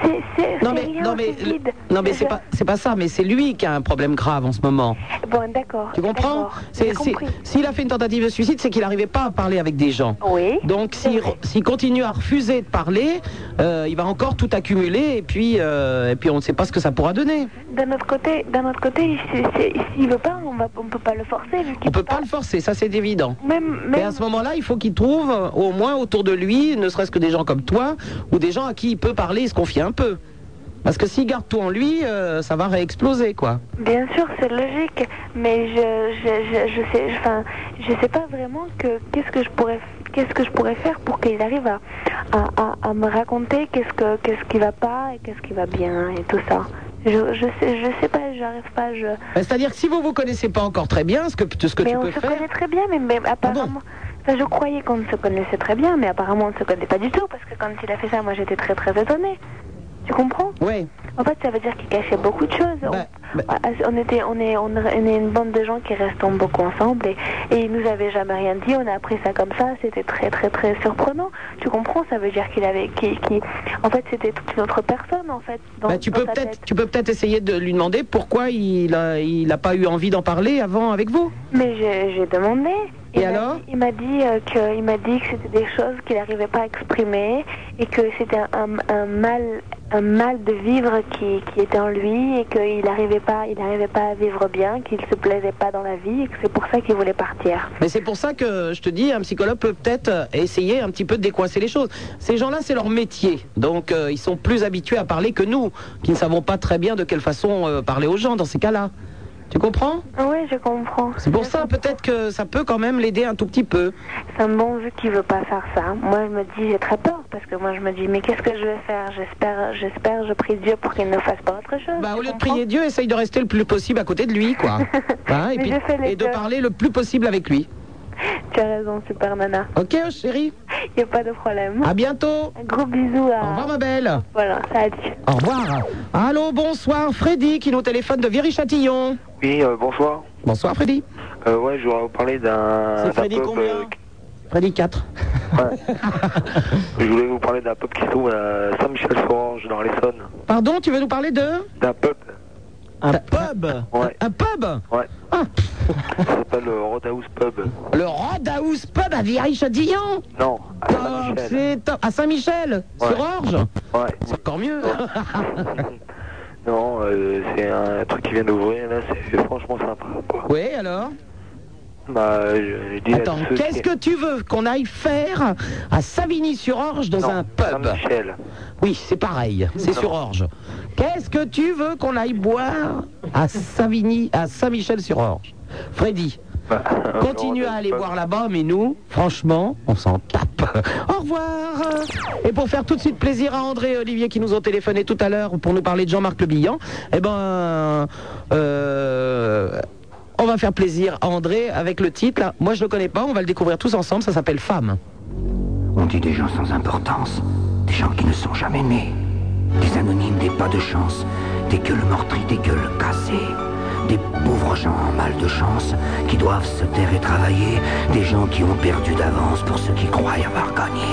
S1: C'est, c'est, c'est rien, c'est vide.
S2: Non, mais c'est pas, c'est pas ça, mais c'est lui qui a un problème grave en ce moment.
S1: Bon, d'accord.
S2: Tu comprends C'est-
S1: J'ai
S2: c'est-
S1: compris.
S2: S'il a fait une tentative de suicide, c'est qu'il n'arrivait pas à parler avec des gens.
S1: Oui.
S2: Donc s'il re- s'il continue à refuser de parler, euh, il va encore tout accumuler et puis, euh, et puis on ne sait pas ce que ça pourra donner.
S1: D'un autre côté, d'un autre côté, c'est- c'est- s'il veut pas, on va, on peut pas le forcer. vu qu'il-
S2: On ne peut pas le forcer, ça c'est évident.
S1: Même,
S2: Mais à ce moment-là, il faut qu'il trouve euh, au moins autour de lui, ne serait-ce que des gens comme toi, ou des gens à qui il peut parler et se confier un peu. Parce que s'il garde tout en lui, euh, ça va réexploser, quoi.
S1: Bien sûr, c'est logique, mais je, je, je, je sais, enfin, je sais pas vraiment que qu'est-ce que je pourrais, qu'est-ce que je pourrais faire pour qu'il arrive à, à, à- à me raconter qu'est-ce que qu'est-ce qui va pas et qu'est-ce qui va bien et tout ça. Je, je sais, je sais pas, j'arrive pas, je.
S2: Bah, C'est-à-dire que si vous vous connaissez pas encore très bien, ce que, ce que
S1: mais
S2: tu
S1: on
S2: peux
S1: se
S2: faire.
S1: connaît très bien, mais, mais apparemment. enfin, je croyais qu'on se connaissait très bien, mais apparemment on ne se connaît pas du tout, parce que quand il a fait ça, moi j'étais très très étonnée. Tu comprends
S2: Oui. Bah,
S1: En fait, ça veut dire qu'il cachait beaucoup de choses. on, ah, on était, on, est, on est on est une bande de gens qui restons beaucoup ensemble et, et il nous avait jamais rien dit. On a appris ça comme ça. C'était très, très, très surprenant. Tu comprends Ça veut dire qu'il avait. Qui, qui... En fait, c'était toute une autre personne, en fait. Dans,
S2: Bah, tu,
S1: dans
S2: peux
S1: sa
S2: peut-être,
S1: tête.
S2: tu peux peut-être essayer de lui demander pourquoi il n'a il a pas eu envie d'en parler avant avec vous.
S1: Mais j'ai j'ai demandé.
S2: Et
S1: Il m'a
S2: alors
S1: dit- Il m'a dit euh, que il m'a dit que c'était des choses qu'il n'arrivait pas à exprimer et que c'était un, un- un mal un mal de vivre qui, qui était en lui et qu'il n'arrivait pas il n'arrivait pas à vivre bien qu'il se plaisait pas dans la vie et que c'est pour ça qu'il voulait partir.
S2: Mais c'est pour ça que je te dis, un psychologue peut peut-être euh, essayer un petit peu de décoincer les choses. Ces gens-là, c'est leur métier. Donc, euh, ils sont plus habitués à parler que nous, qui ne savons pas très bien de quelle façon euh, parler aux gens dans ces cas-là. Tu comprends
S1: Oui, Ah je comprends.
S2: C'est pour ça, peut-être que ça peut quand même l'aider un tout petit peu.
S1: C'est bon vu qu'il veut pas faire ça. Moi je me dis j'ai très peur parce que moi je me dis mais qu'est-ce que je vais faire J'espère j'espère je prie Dieu pour qu'il ne fasse pas autre chose.
S2: Bah, au lieu de prier Dieu, essaye de rester le plus possible à côté de lui, quoi. Hein, et
S1: Mais
S2: puis,
S1: je fais les
S2: et de
S1: deux.
S2: parler le plus possible avec lui.
S1: Tu as raison super nana.
S2: Ok oh, chérie. Ah.
S1: Y a pas de problème.
S2: À bientôt.
S1: Un gros bisou à. Au revoir
S2: ma belle.
S1: Voilà salut.
S2: Au revoir. Allô, bonsoir, Freddy qui nous téléphone de Viry-Châtillon.
S11: Oui, euh, bonsoir.
S2: Bonsoir, Freddy.
S11: Euh, ouais, je voudrais vous parler d'un.
S2: C'est
S11: d'un
S2: Freddy
S11: pub,
S2: combien
S11: euh,
S2: Freddy 4.
S11: Je voulais vous parler d'un pub qui se trouve à Saint-Michel-Forange, dans l'Essonne.
S2: Pardon, tu veux nous parler de
S11: D'un pub.
S2: Un pub
S11: Ouais.
S2: Un pub
S11: Ouais.
S2: Ah.
S11: Ça s'appelle le Roadhouse Pub.
S2: Le Roadhouse Pub à Viry-Châtillon
S11: Non, à
S2: Oh, c'est top. À Saint-Michel
S11: Ouais.
S2: Sur Orge
S11: Ouais.
S2: C'est encore mieux.
S11: Non, euh, c'est un truc qui vient d'ouvrir, là, c'est franchement sympa.
S2: Oui, alors
S11: Bah, je, je dis à
S2: Attends,
S11: tous ceux
S2: qu'est-ce
S11: qui-
S2: que tu veux qu'on aille faire à Savigny-sur-Orge dans
S11: Non,
S2: un pub
S11: Saint-Michel.
S2: Oui, c'est pareil, c'est
S11: Non.
S2: sur Orge. Qu'est-ce que tu veux qu'on aille boire à Savigny, à Saint-Michel-sur-Orge Freddy,
S11: Bah,
S4: Continue à aller voir là-bas, mais nous, franchement, on s'en tape. Au revoir Et pour faire tout de suite plaisir à André et Olivier qui nous ont téléphoné tout à l'heure pour nous parler de Jean-Marc Le Bihan, eh ben... euh, on va faire plaisir à André avec le titre. là. Moi, je le connais pas, on va le découvrir tous ensemble, ça s'appelle Femme.
S7: On dit des gens sans importance, des gens qui ne sont jamais nés, des anonymes, des pas de chance, des gueules meurtries, des gueules cassées, des pauvres gens en mal de chance qui doivent se taire et travailler, des gens qui ont perdu d'avance pour ceux qui croient avoir gagné.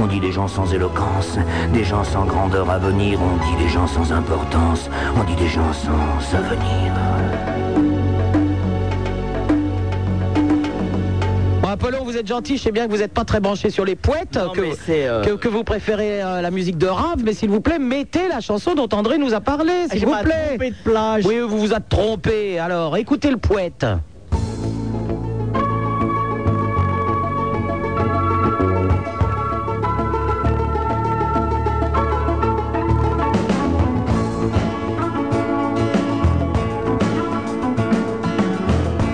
S7: On dit des gens sans éloquence, des gens sans grandeur à venir, on dit des gens sans importance, on dit des gens sans avenir.
S4: Bon, Apollon, vous êtes gentil, je sais bien que vous n'êtes pas très branché sur les poètes, que, vous-
S2: euh,
S4: que, que vous préférez euh, la musique de rave, mais s'il vous plaît, mettez la chanson dont André nous a parlé, s'il
S2: j'ai
S4: vous
S2: pas
S4: plaît.
S2: trompé de plage.
S4: Oui, vous vous êtes trompé. Alors, écoutez le poète.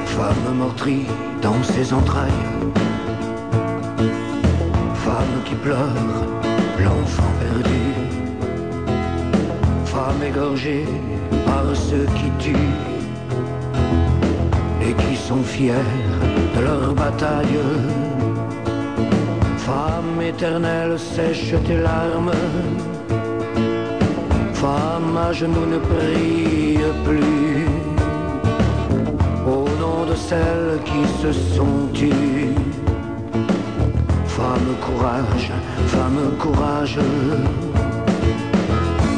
S7: Femme meurtrie dans ses entrailles. Femme qui pleure, l'enfant perdu. Femme égorgée par ceux qui tuent et qui sont fiers de leur bataille. Femme éternelle, sèche tes larmes. Femme à genoux, ne prie plus. Au nom de celles qui se sont tues. Femme courage, femme courage.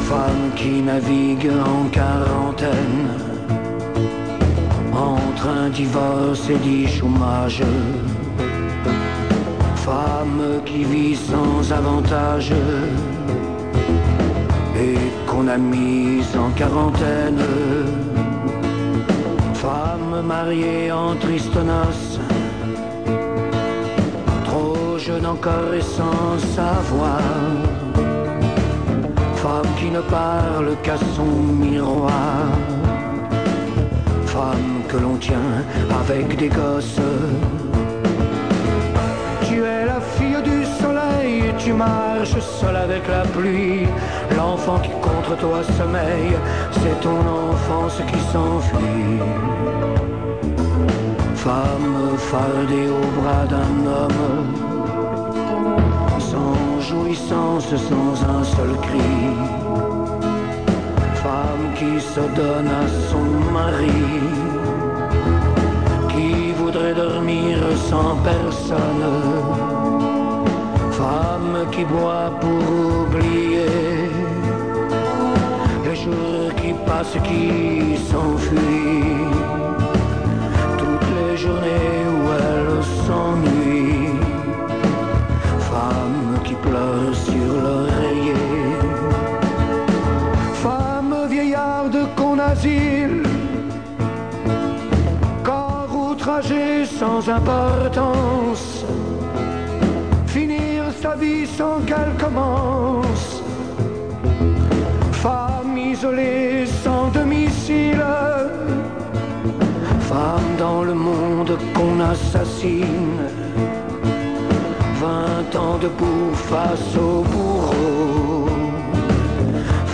S7: Femme qui navigue en quarantaine. Entre un divorce et dix chômages. Femme qui vit sans avantage. Et qu'on a mise en quarantaine. Femme mariée en triste noce, trop jeune encore et sans savoir. Femme qui ne parle qu'à son miroir. Femme que l'on tient avec des gosses. Tu es la fille du soleil, tu marches seule avec la pluie. L'enfant qui contre toi sommeille, c'est ton enfance qui s'enfuit. Femme fardée au bras d'un homme, sans jouissance, sans un seul cri. Femme qui se donne à son mari qui voudrait dormir sans personne. Femme qui boit pour oublier les jours qui passent, qui s'enfuient. Toutes les journées où elle s'ennuie. Femme qui pleure sur l'oreiller. Femme vieillarde qu'on asile corps outragé sans importance, finir sa vie sans qu'elle commence, femme isolée sans domicile, femme dans le monde qu'on assassine, vingt ans debout face au bourreau,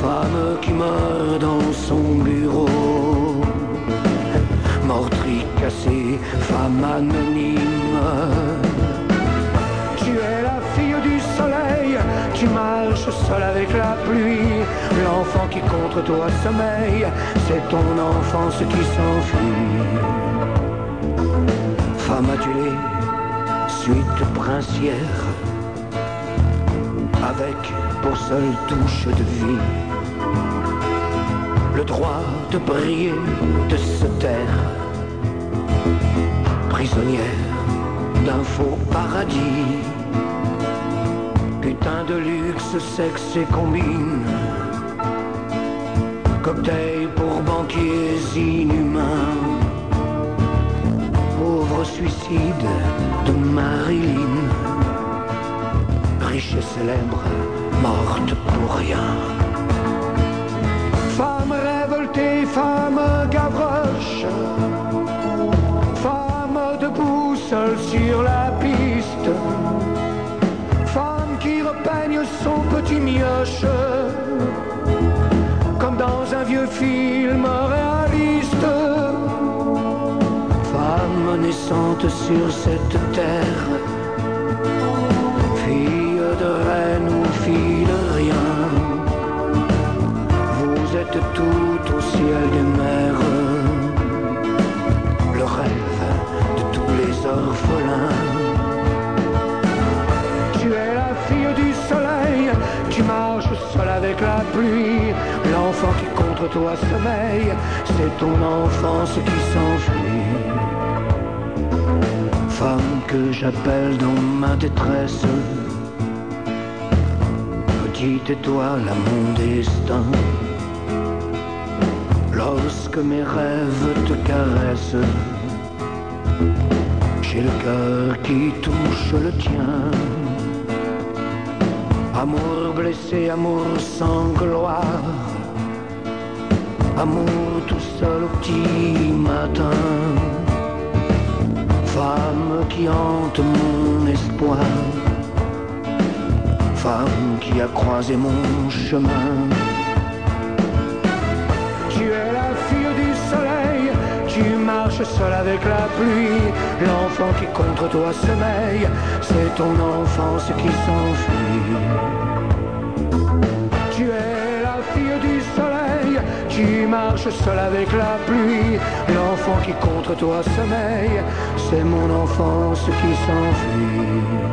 S7: femme qui meurt dans son bureau. Mortrie cassée, femme anonyme. Tu es la fille du soleil, tu marches seule avec la pluie. L'enfant qui contre toi sommeille, c'est ton enfance qui s'enfuit. Femme adulée, suite princière, avec pour seule touche de vie le droit de briller, de se taire, prisonnière d'un faux paradis, putain de luxe, sexe et combine, cocktail pour banquiers inhumains, pauvre suicide de Marilyn, riche et célèbre, morte pour rien.
S2: Femme révoltée, femme gavroche,
S7: femme
S35: tu mioches, comme dans un vieux film réaliste.
S7: Femme naissante sur cette terre, fille de reine ou fille de rien, vous êtes toutes au ciel des mers, le rêve de tous les orphelins.
S35: Tu es la fille du soleil, tu marches seule avec la pluie. L'enfant qui contre toi sommeille, c'est ton enfance qui s'enfuit.
S7: Femme que j'appelle dans ma détresse, petite étoile à mon destin. Lorsque mes rêves te caressent, j'ai le cœur qui touche le tien. Amour blessé, amour sans gloire, amour tout seul au petit matin. Femme qui hante mon espoir, femme qui a croisé mon chemin.
S35: Tu es la fille du soleil, tu marches seule avec la pluie. L'enfant qui contre toi sommeille, c'est ton enfance qui s'enfuit. Tu es la fille du soleil, tu marches seule avec la pluie. L'enfant qui contre toi sommeille, c'est mon enfance qui s'enfuit.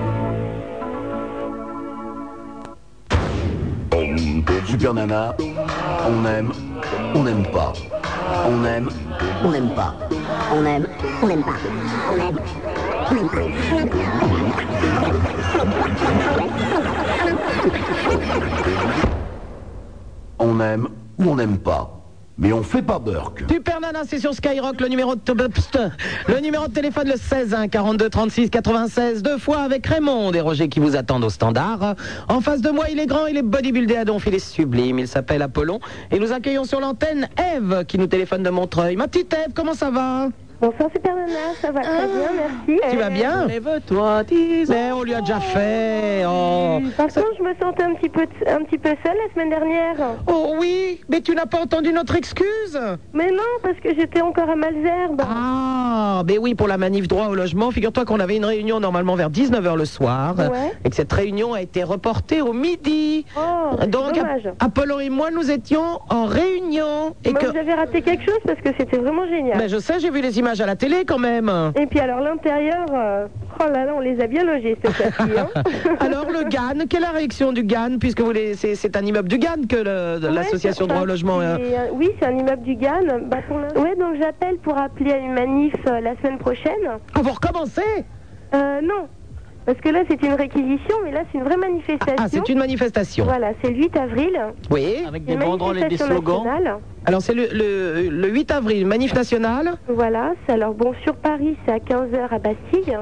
S18: Super Nana, on aime, on n'aime pas. On aime, on n'aime pas. On aime, on n'aime pas. On aime.
S2: Mmh.
S18: On aime ou on n'aime pas. Mais on fait pas Burke.
S2: Super Nana, c'est sur Skyrock, le numéro de, euh, pst, le numéro de téléphone le 16 1 42 36 96, deux fois avec Raymond et Roger qui vous attendent au standard. En face de moi, il est grand, il est bodybuildé à donf, il est sublime, il s'appelle Apollon. Et nous accueillons sur l'antenne Eve qui nous téléphone de Montreuil. Ma petite Eve, comment ça va Ah,
S23: Bonsoir Super Nana, ça va très bien, merci.
S2: Tu vas bien toi Mais on lui a déjà fait. Oh.
S23: Par contre, je me sentais un petit peu, un petit peu seule la semaine dernière.
S2: Oh oui, mais tu n'as pas entendu notre excuse
S23: Mais non, parce que j'étais encore à Malzerbe.
S2: Ah, ben oui, pour la manif droit au logement, figure-toi qu'on avait une réunion normalement vers 19h le soir
S23: Ouais.
S2: et que cette réunion a été reportée au midi. Donc,
S23: Oh, dommage.
S2: Ap- Apollon et moi, nous étions en réunion. Et
S23: Moi,
S2: que...
S23: Bah, vous avez raté quelque chose parce que c'était vraiment génial.
S2: Ben, je sais, j'ai vu les images à la télé quand même.
S23: Et puis alors l'intérieur, euh, oh là là, on les a bien logés cette fois-ci. hein.
S2: Alors le GAN, quelle est la réaction du GAN Puisque vous les- c'est c'est un immeuble du GAN que le- de l'association
S23: Ouais,
S2: droit au
S23: enfin,
S2: logement. euh,
S23: c'est, euh, oui, c'est un immeuble du GAN. Bah, pour l'in- ouais, donc j'appelle pour appeler à une manif euh, la semaine prochaine.
S2: Ah, vous recommencez
S23: euh, Non. Parce que là, c'est une réquisition, mais là, c'est une vraie manifestation.
S2: Ah, c'est une manifestation.
S23: Voilà, c'est le 8 avril.
S2: Oui.
S23: Avec des Une banderoles et des manifestation slogans. nationale.
S2: Alors c'est le, le- le 8 avril, manif nationale.
S23: Voilà, c'est- alors bon, sur Paris, c'est à 15h à Bastille.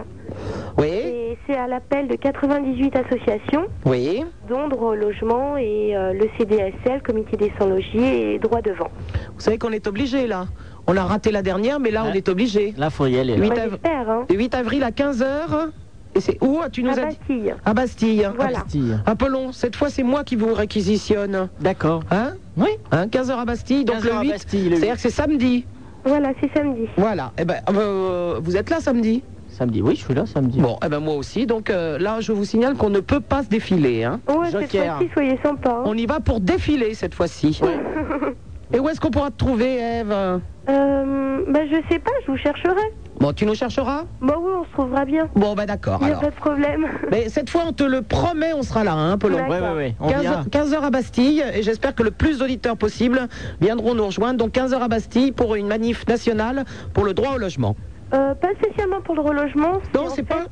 S2: Oui.
S23: Et c'est à l'appel de 98 associations,
S2: Oui.
S23: dont Droit au logement et euh, le CDSL, Comité des sans-logis et Droit devant.
S2: Vous savez qu'on est obligé là. On a raté la dernière, mais là on est obligé.
S4: Là, faut y aller. là.
S2: 8, av- le 8 avril à 15h. Et c'est où Tu nous
S23: hein. À
S2: as dit-
S23: Bastille.
S2: À Bastille.
S23: Voilà.
S2: À Bastille. Apollon, cette fois c'est moi qui vous réquisitionne.
S4: D'accord.
S2: Hein
S4: Oui.
S2: 15h à Bastille, donc
S4: 15
S2: le
S4: heures à
S2: 8.
S4: Bastille, le
S2: C'est-à-dire que c'est samedi.
S23: Voilà, c'est samedi.
S2: Voilà. Eh ben, euh, vous êtes là samedi
S4: Samedi, oui, je suis là samedi.
S2: Bon, eh ben moi aussi. Donc euh, là, je vous signale qu'on ne peut pas se défiler. Hein.
S23: Ouais, cette fois-ci, soyez sympas. hein.
S2: On y va pour défiler cette fois-ci. Et où est-ce qu'on pourra te trouver, Eve
S23: Euh, bah, je sais pas, je vous chercherai.
S2: Bon, tu nous chercheras
S23: Bon, oui, on se trouvera bien.
S2: Bon, bah d'accord.
S23: Il n'y a
S2: Alors.
S23: pas de problème.
S2: Mais cette fois, on te le promet, on sera là, hein, Polo.
S23: D'accord. Ouais, ouais, ouais, on
S2: 15,
S23: vient.
S2: 15 heures à Bastille, et j'espère que le plus d'auditeurs possible viendront nous rejoindre. Donc 15 heures à Bastille pour une manif nationale pour le droit au logement.
S23: Euh, pas spécialement pour le relogement, non, c'est pas...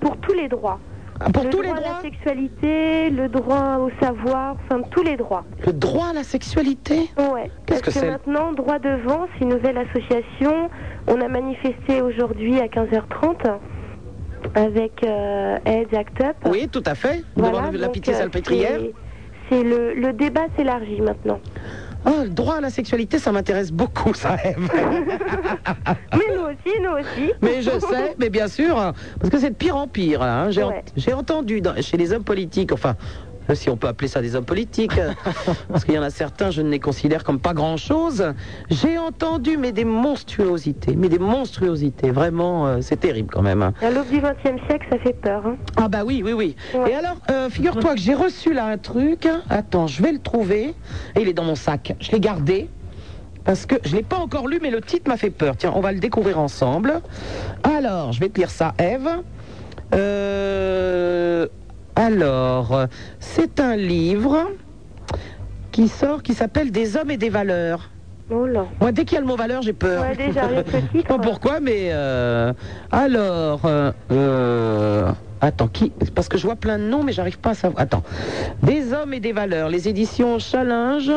S23: pour tous les droits.
S2: Ah, pour
S23: le
S2: tous les
S23: droit à la sexualité, le droit au savoir, enfin tous les droits.
S2: Le droit à la sexualité
S23: Ouais. Parce
S2: Qu'est-ce que c'est
S23: maintenant, droit devant, c'est une nouvelle association. On a manifesté aujourd'hui à 15h30 avec euh, Aids Act Up.
S2: Oui, tout à fait. Devant la
S23: donc,
S2: pitié
S23: euh,
S2: salpêtrière.
S23: c'est- C'est le, le débat s'élargit maintenant.
S2: Ah, le droit à la sexualité, ça m'intéresse beaucoup, ça, Eve.
S23: mais nous aussi, nous aussi.
S2: Mais je sais, mais bien sûr, hein, parce que c'est de pire en pire. là, hein. J'ai en-
S23: Ouais.
S2: j'ai entendu dans- chez les hommes politiques, enfin, euh, si on peut appeler ça des hommes politiques, euh, parce qu'il y en a certains, je ne les considère comme pas grand-chose. J'ai entendu, mais des monstruosités, mais des monstruosités, vraiment, euh, c'est terrible quand même. hein.
S23: À l'aube du XXe siècle, ça fait peur. hein.
S2: Ah bah oui, oui, oui. Et alors, euh, figure-toi que j'ai reçu là un truc. hein. Attends, je vais le trouver. Et il est dans mon sac. Je l'ai gardé. Parce que je ne l'ai pas encore lu, mais le titre m'a fait peur. Tiens, on va le découvrir ensemble. Alors, je vais te lire ça, Eve. Euh, alors, c'est un livre qui sort, qui s'appelle Des hommes et des valeurs.
S23: Oh
S2: Moi, dès qu'il y a le mot valeur, j'ai peur.
S23: Ouais, déjà, rien que le
S2: Je sais pas pourquoi, mais euh, alors, euh, euh, attends, qui Parce que je vois plein de noms, mais j'arrive pas à savoir. Attends, des hommes et des valeurs, les éditions Challenge.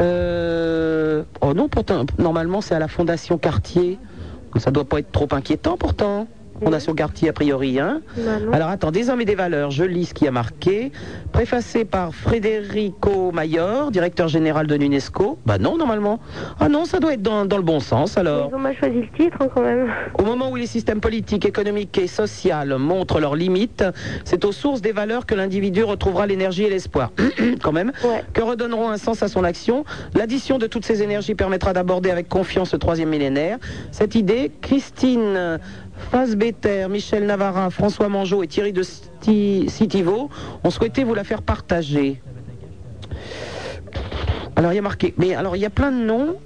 S2: euh, oh non, pourtant, normalement, c'est à la Fondation Cartier. Ça doit pas être trop inquiétant, pourtant. Fondation Cartier, a priori, hein.
S23: Maman.
S2: Alors attends, des hommes et des valeurs, je lis ce qui a marqué. Préfacé par Federico Mayor, directeur général de l'UNESCO. Bah non, normalement. Ah non, ça doit être dans, dans le bon sens alors.
S23: Ils ont mal choisi le titre hein, quand même.
S2: Au moment où les systèmes politiques, économiques et sociaux montrent leurs limites, c'est aux sources des valeurs que l'individu retrouvera l'énergie et l'espoir, quand même, que redonneront un sens à son action. L'addition de toutes ces énergies permettra d'aborder avec confiance le troisième millénaire. Cette idée, Christine Fassbetter, Michel Navarin, François Mangeot et Thierry de Sti- Citiveau ont souhaité vous la faire partager. Alors il y a marqué, mais alors il y a plein de noms.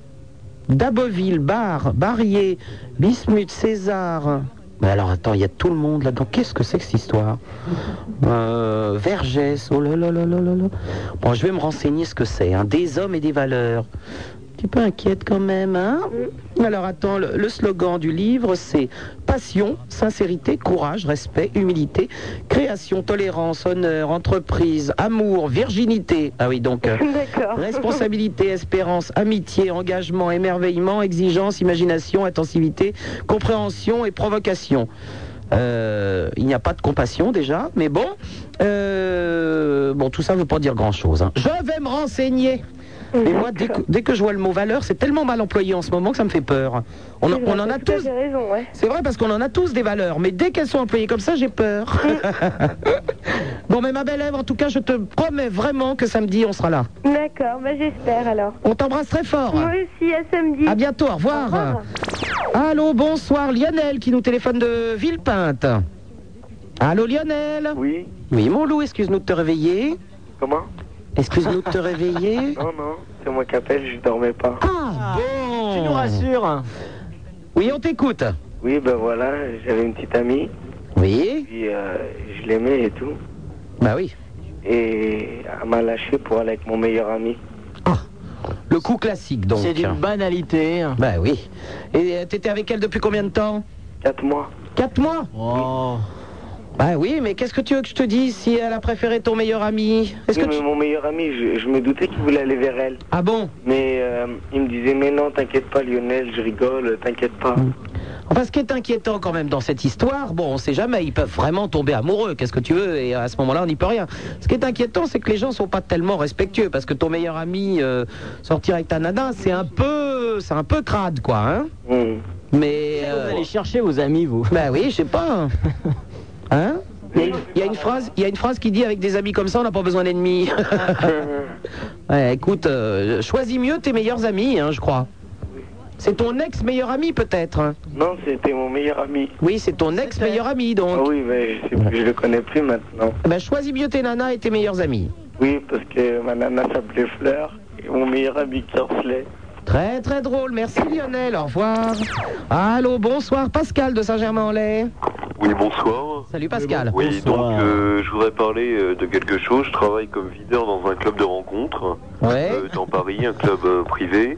S2: Daboville, Bar, Barrier, Bismuth, César. Mais alors attends, il y a tout le monde là-dedans. Qu'est-ce que c'est que cette histoire euh, Vergès, oh là là là là là là. Bon, je vais me renseigner ce que c'est. hein. Des hommes et des valeurs. Un petit peu inquiète quand même. Hein alors attends, le, le slogan du livre c'est passion, sincérité, courage, respect, humilité, création, tolérance, honneur, entreprise, amour, virginité. Ah oui, donc euh, responsabilité, espérance, amitié, engagement, émerveillement, exigence, imagination, intensivité, compréhension et provocation. Euh, il n'y a pas de compassion déjà, mais bon, euh, bon tout ça ne veut pas dire grand-chose. hein. Je vais me renseigner. Mais moi, dès que, dès que je vois le mot valeur, c'est tellement mal employé en ce moment que ça me fait peur. On, on en a tous.
S4: hein.
S2: C'est vrai parce qu'on en a tous des valeurs, mais dès qu'elles sont employées comme ça, j'ai peur. bon, mais ma belle Ève, en tout cas, je te promets vraiment que samedi, on sera là.
S23: D'accord,
S1: ben,
S23: bah j'espère alors.
S2: On Ah. t'embrasse très fort.
S23: Moi aussi, à samedi.
S2: À bientôt, au revoir. Allô, bonsoir, Lionel qui nous téléphone de Villepinte. Allô, Lionel
S11: Oui.
S2: Oui, mon loup, excuse-nous de te réveiller.
S11: Comment Oh,
S2: Excuse-nous de te réveiller.
S11: Non, non, c'est moi qui appelle, je dormais pas.
S2: Ah, bon Tu nous rassures. Oui, on t'écoute.
S11: Oui, ben voilà, j'avais une petite amie.
S2: Oui.
S11: Puis euh, je l'aimais et tout.
S2: Bah oui.
S11: Et elle m'a lâché pour aller avec mon meilleur ami.
S2: Le coup classique, donc.
S4: C'est d'une hein.
S2: banalité. Bah oui. Et euh, t'étais avec elle depuis combien de temps
S11: Quatre mois.
S2: Quatre mois Bah oui, mais qu'est-ce que tu veux que je te dise si elle a préféré ton meilleur ami Est-ce
S11: Oui,
S2: que
S11: mais
S2: tu...
S11: mon meilleur ami, je, je me doutais qu'il voulait aller vers elle.
S2: Ah bon
S11: Mais euh, il me disait, mais non, t'inquiète pas Lionel, je rigole, t'inquiète pas.
S2: Enfin, ce qui est inquiétant quand même dans cette histoire, bon, on sait jamais, ils peuvent vraiment tomber amoureux, qu'est-ce que tu veux, et à ce moment-là, on n'y peut rien. Ce qui est inquiétant, c'est que les gens sont pas tellement respectueux, parce que ton meilleur ami euh, sortir avec ta nana, c'est un peu, c'est un peu crade, quoi, hein Mais vous allez chercher vos amis, vous. Bah oui, je sais pas. Hein Il y a une- il y, a une phrase, il y a une phrase qui dit avec des amis comme ça, on n'a pas besoin d'ennemis. Ouais, écoute, euh, choisis mieux tes meilleurs amis, hein, je crois. C'est ton ex meilleur ami peut-être. hein.
S11: Non, c'était mon meilleur ami.
S2: Oui, c'est ton ex meilleur ami donc.
S11: Ah oui, mais je, sais plus, je le connais plus maintenant.
S2: Eh ben, choisis mieux tes nanas et tes meilleurs amis.
S11: Oui, parce que ma nana s'appelait Fleur et mon meilleur ami Kersley.
S2: Très très drôle, merci Lionel, au revoir. Allô, bonsoir, Pascal de Saint-Germain-en-Laye.
S9: Oui, bonsoir.
S2: Salut Pascal.
S9: Oui, donc euh, je voudrais parler euh, de quelque chose. Je travaille comme videur dans un club de rencontres euh, dans Paris, un club euh, privé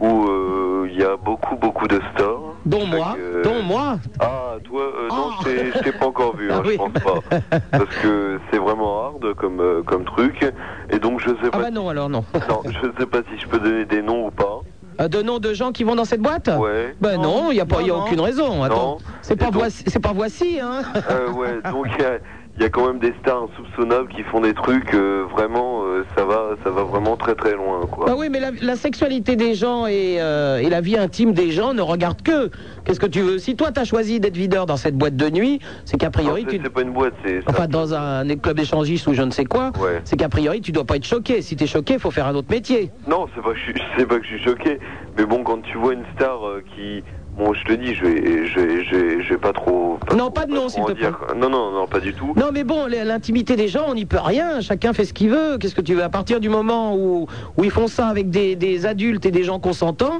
S9: où euh, il y a beaucoup, beaucoup de stars.
S2: Dont moi, dont moi.
S9: Ah, toi, euh, non, je t'ai- je t'ai pas encore vu, hein, je pense pas. Parce que c'est vraiment hard comme, euh, comme truc. Et donc, je sais pas.
S2: Ah non, alors non.
S9: bah Non, je sais pas si je peux donner des noms ou pas.
S2: Euh, de noms de gens qui vont dans cette boîte
S9: Ouais.
S2: Ben non, il n'y a, pas- y a
S9: Non, non.
S2: aucune raison. Attends,
S9: Non.
S2: c'est pas,
S9: Et donc-
S2: voici, c'est pas voici, hein
S9: Euh, ouais, donc il y a- il y, a quand même des stars insoupçonnables qui font des trucs euh, vraiment euh, euh, ça va, ça va vraiment très très loin, quoi.
S2: Bah oui, mais la, la sexualité des gens et, euh, et la vie intime des gens ne regardent que. Qu'est-ce que tu veux Si toi, t'as choisi d'être videur dans cette boîte de nuit, c'est qu'a priori,
S9: Non, c'est-
S2: tu.
S9: c'est pas une boîte, Ah, c'est.
S2: Enfin, dans un club échangiste ou je ne sais quoi, c'est qu'a priori, tu dois pas être choqué. Si t'es choqué, faut faire un autre métier.
S9: Non, c'est pas, que je suis- c'est pas que je suis choqué, mais bon, quand tu vois une star euh, qui. Bon, je te dis, je vais, je vais, je vais, je vais pas trop. non, pas de nom, s'il te plaît. Non, non, non, pas du tout.
S2: Non, mais bon, l- l'intimité des gens, on n'y peut rien. Chacun fait ce qu'il veut. Qu'est-ce que tu veux À partir du moment où, où ils font ça avec des, des adultes et des gens consentants,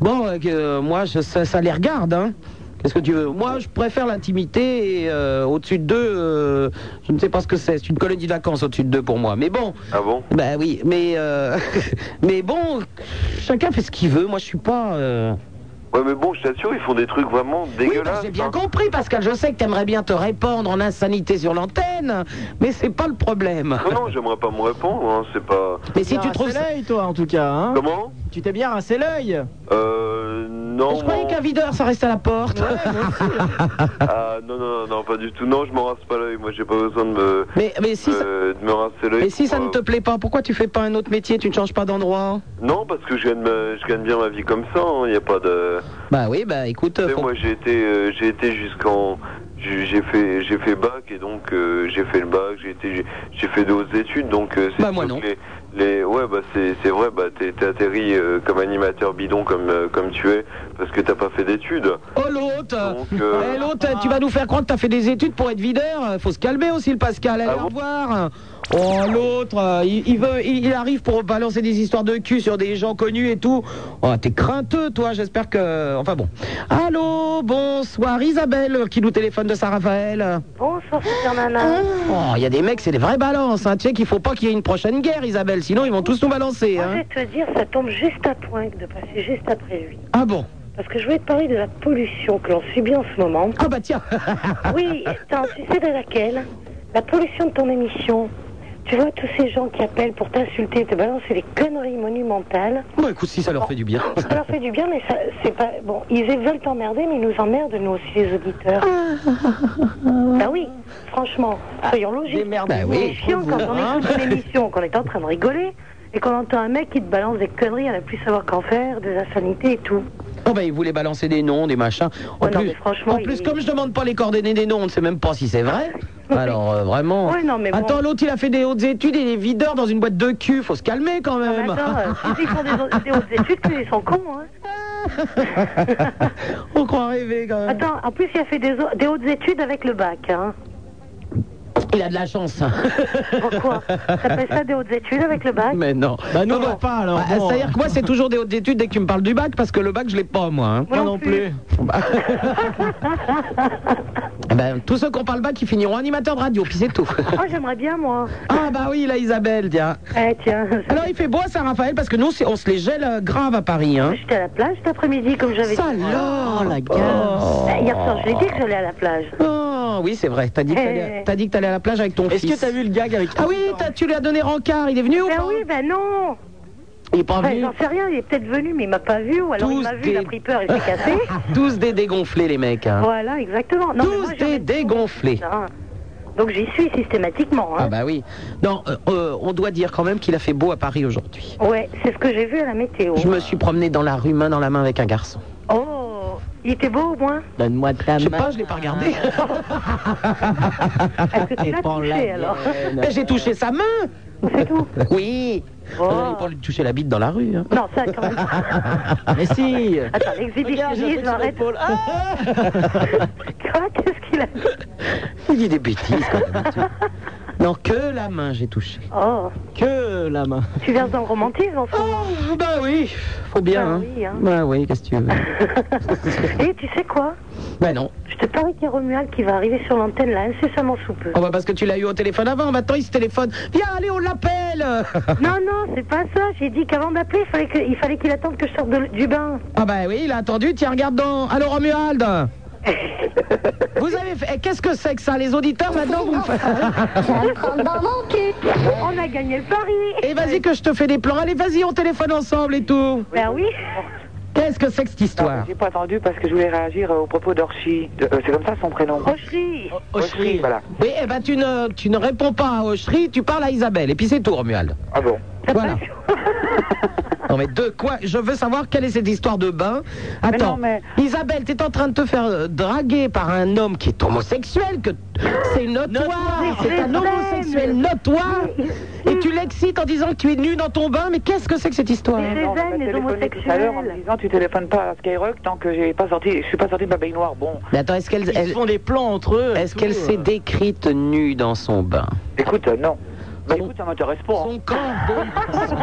S2: bon, euh, que- moi, je- ça, ça les regarde, hein. Qu'est-ce que tu veux Moi, je préfère l'intimité et euh, au-dessus de deux, euh, je ne sais pas ce que c'est. C'est une colonie de vacances au-dessus de deux pour moi. Mais bon.
S9: Ah bon
S2: Bah oui, mais euh, mais bon, chacun fait ce qu'il veut. Moi, je suis pas. euh,
S9: Ouais, mais bon, je t'assure, ils font des trucs vraiment dégueulasses.
S2: bah,
S9: hein.
S2: j'ai bien compris, Pascal. Je sais que t'aimerais bien te répandre en insanité sur l'antenne, mais c'est pas le problème.
S9: Non, non, j'aimerais pas me répondre, hein, c'est pas.
S2: Mais si
S36: tu trouves l'œil, toi, en tout cas. Hein
S9: Comment
S36: Tu t'es bien rincé l'œil.
S9: Euh. Non.
S2: Je croyais qu'un videur, ça reste à la porte.
S36: hein.
S9: Ah, non, non, non, non, pas du tout. Non, je me rase pas l'œil, moi j'ai pas besoin de me.
S2: Mais, mais si.
S9: euh, de me rincer l'œil.
S2: Et si ça
S9: pour,
S2: ne te
S9: euh,
S2: plaît pas, pourquoi tu fais pas un autre métier Tu ne changes pas d'endroit
S9: Non, parce que je gagne, ma- je gagne bien ma vie comme ça, hein. il n'y a pas de.
S2: Bah oui, bah écoute.
S9: Tu sais, moi j'ai été, euh, j'ai été jusqu'en. J'ai j'ai fait, j'ai fait bac et donc euh, j'ai fait le bac, j'ai été, j'ai- j'ai fait de hautes études donc. euh,
S2: Bah,
S9: c'est sûr que Les, les- ouais bah c'est, c'est vrai bah t'es, t'es atterri euh, comme animateur bidon comme euh, comme tu es parce que t'as pas fait d'études.
S2: Oh l'autre
S9: euh,
S2: Eh, L'autre, tu vas nous faire croire que t'as fait des études pour être videur Euh, Faut se calmer aussi, le Pascal.
S9: Ah
S2: Allez, au revoir. Oh l'autre, euh, il, il veut, il, il arrive pour balancer des histoires de cul sur des gens connus et tout. Oh t'es crainteux, toi. J'espère que, enfin bon. Allô, bonsoir Isabelle qui nous téléphone de Saint-Raphaël.
S23: Bonsoir, super nana.
S2: Oh, il y a des mecs, c'est des vraies balances. Hein. Tu sais qu'il faut pas qu'il y ait une prochaine guerre, Isabelle, sinon ils vont tous nous balancer.
S23: Moi, je
S2: Hein.
S23: vais te dire, ça tombe juste à point de passer juste après lui.
S2: Ah bon
S23: Parce que je voulais te parler de la pollution que l'on subit en ce moment.
S2: Ah bah tiens
S23: Oui, attends, tu sais de laquelle La pollution de ton émission. Tu vois tous ces gens qui appellent pour t'insulter, te balancer des conneries monumentales.
S2: Bon, écoute, si ça leur fait du bien.
S23: Ça leur fait du bien, mais ça, c'est pas. Bon, ils veulent t'emmerder, mais ils nous emmerdent, nous aussi, les auditeurs.
S2: Ah.
S23: bah oui, franchement, soyons logiques.
S2: Bah oui,
S23: C'est chiant quand on
S2: hein.
S23: écoute une émission, qu'on est en train de rigoler, et qu'on entend un mec qui te balance des conneries à ne plus savoir qu'en faire, des insanités et tout.
S2: Oh bah ils voulaient balancer des noms, des machins. En plus, en plus, comme je demande pas les coordonnées des noms, on ne sait même pas si c'est vrai. Alors euh, vraiment.
S23: Ouais, non, mais bon.
S2: Attends, l'autre il a fait des hautes études et il est videur dans une boîte de cul, faut se calmer quand même.
S23: Attends, euh, ils font des, des hautes études, puis ils sont cons, hein.
S2: On croit rêver quand même.
S23: Attends, en plus, il a fait des, o- des hautes études avec le bac, hein.
S2: Il a de la chance. hein.
S23: Pourquoi T'appelles ça des hautes études avec le bac
S2: Mais non. Bah
S23: nous, on
S2: pas alors. C'est-à-dire que moi c'est toujours des hautes études dès que tu me parles du bac parce que le bac je l'ai pas moi. hein.
S23: Moi non Moi non plus.
S2: Bah. Eh ben, tous ceux qui ont pas le bac ils finiront animateurs de radio, puis c'est tout.
S23: Oh, j'aimerais bien, moi. Eh,
S2: Ah bah oui, là Isabelle, tiens. Alors il fait beau à Saint-Raphaël parce que nous c'est- on se les gèle euh, grave à Paris. Hein.
S23: J'étais à la plage cet après-midi, comme j'avais dit.
S2: Oh la
S23: Bah, Hier soir, je l'ai dit que j'allais à la plage. Eh.
S2: Oh, oui, c'est vrai. T'as dit que t'allais- t'as dit que t'allais à la plage avec ton
S23: Est-ce
S2: fils.
S23: que t'as
S2: vu le gag avec Ah oui, t'as- tu lui as donné rencard. Il est venu ou
S23: Ben
S2: pas
S23: oui, ben non
S2: Il est pas
S23: Enfin,
S2: venu.
S23: J'en sais rien, il est peut-être venu, mais il m'a pas vu, ou alors il
S2: Tous
S23: m'a vu, il a
S2: des-
S23: pris peur, il s'est cassé.
S2: Tous des dégonflés, les mecs. hein.
S23: voilà, exactement. Ah. Non, mais moi,
S2: Tous des dégonflés.
S23: j'en- donc j'y suis systématiquement.
S2: Ah
S23: Hein.
S2: bah oui. Non, euh, euh, on doit dire quand même qu'il a fait beau à Paris aujourd'hui.
S23: Ouais, c'est ce que j'ai vu à la météo.
S2: Je me suis promené dans la rue main dans la main avec un garçon.
S23: Oh, il était beau au moins
S2: Donne-moi ta main. Je sais pas, je l'ai pas regardé.
S23: tu l'as touché, alors
S2: Mais j'ai touché sa main.
S23: C'est tout. Oh.
S2: Oui. On n'allait pas lui toucher la bite dans la rue. hein.
S23: Non, ça quand même.
S2: Mais si.
S23: Attends, l'exhibitionnisme, arrête.
S32: Ah.
S23: Quoi Qu'est-ce qu'il a
S2: Il dit des bêtises quand même. Non, que la main j'ai touché.
S23: Oh,
S2: Que la main.
S23: tu verses dans le romantisme en ce moment.
S2: Oh, bah oui, faut bien.
S23: Bah
S2: hein.
S23: oui, hein.
S2: Bah oui, qu'est-ce que tu veux.
S23: Et tu sais quoi
S2: bah non.
S23: Je te parie qu'il y a Romuald qui va arriver sur l'antenne là incessamment sous peu.
S2: Oh bah parce que tu l'as eu au téléphone avant, maintenant il se téléphone. Viens, allez, on l'appelle
S23: Non, non, c'est pas ça. J'ai dit qu'avant d'appeler, il fallait que- il fallait qu'il attende que je sorte de- du bain.
S2: Ah bah oui, il a attendu, tiens, regarde dans. Allô Romuald Vous avez fait. eh, Qu'est-ce que c'est que ça Les auditeurs maintenant
S23: Oh,
S2: vous me faites.
S23: On a gagné le pari
S2: Eh, Et vas-y que je te fais des plans. Allez, vas-y, on téléphone ensemble et tout.
S23: Ben oui.
S2: Qu'est-ce que c'est que cette
S23: Ah,
S2: histoire
S32: J'ai pas attendu parce que je voulais réagir euh, au propos d'Orchi. De- euh, c'est comme ça son prénom
S37: Rocherie
S2: Ocherie,
S32: voilà.
S2: Oui, eh ben tu ne, tu ne réponds pas à Ocherie, tu parles à Isabelle. Et puis c'est tout, Romuald.
S32: Ah bon
S2: Voilà. non mais de quoi Je veux savoir quelle est cette histoire de bain. Attends, Isabelle, t'es en train de te faire euh, draguer par un homme qui est homosexuel, que c'est notoire, c'est un homosexuel notoire, et tu l'excites en disant que tu es nu dans ton bain. Mais qu'est-ce que c'est que cette histoire
S32: Non, j'ai pas téléphoné tout à l'heure en me disant tu téléphones pas à Skyrock tant que j'ai pas sorti, je suis pas sorti de ma baignoire. Bon.
S2: Mais attends, est-ce qu'elle. elle-
S32: des plans entre eux. euh.
S2: Est-ce qu'elle s'est décrite nue dans son bain
S32: Écoute, euh, non. Bah écoute, ça m'intéresse pas. Son
S2: corps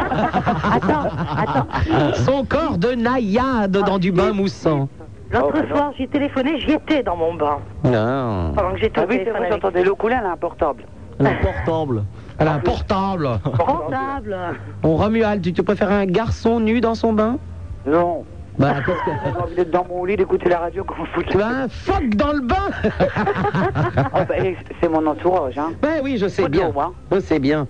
S2: Ah, Son corps de naïade dans du bain moussant.
S23: L'autre
S32: Oh, ben
S23: soir, j'ai téléphoné, j'y étais dans mon bain.
S2: Non.
S23: Pendant que j'étais
S32: Ah
S23: au
S32: oui, c'est
S23: téléphone
S32: vrai,
S23: avec
S32: j'entendais le couler, elle a un portable.
S2: Elle a un portable. Elle a un portable.
S23: Portable
S2: Bon, Romuald, tu, tu préfères un garçon nu dans son bain
S32: Non.
S2: Bah,
S32: J'ai envie d'être dans mon lit, d'écouter la radio, comment vous
S2: Tu as un phoque dans le bain
S32: Ah bah, eh, C'est mon entourage, hein.
S2: Ben oui, je sais bien. Je sais bien.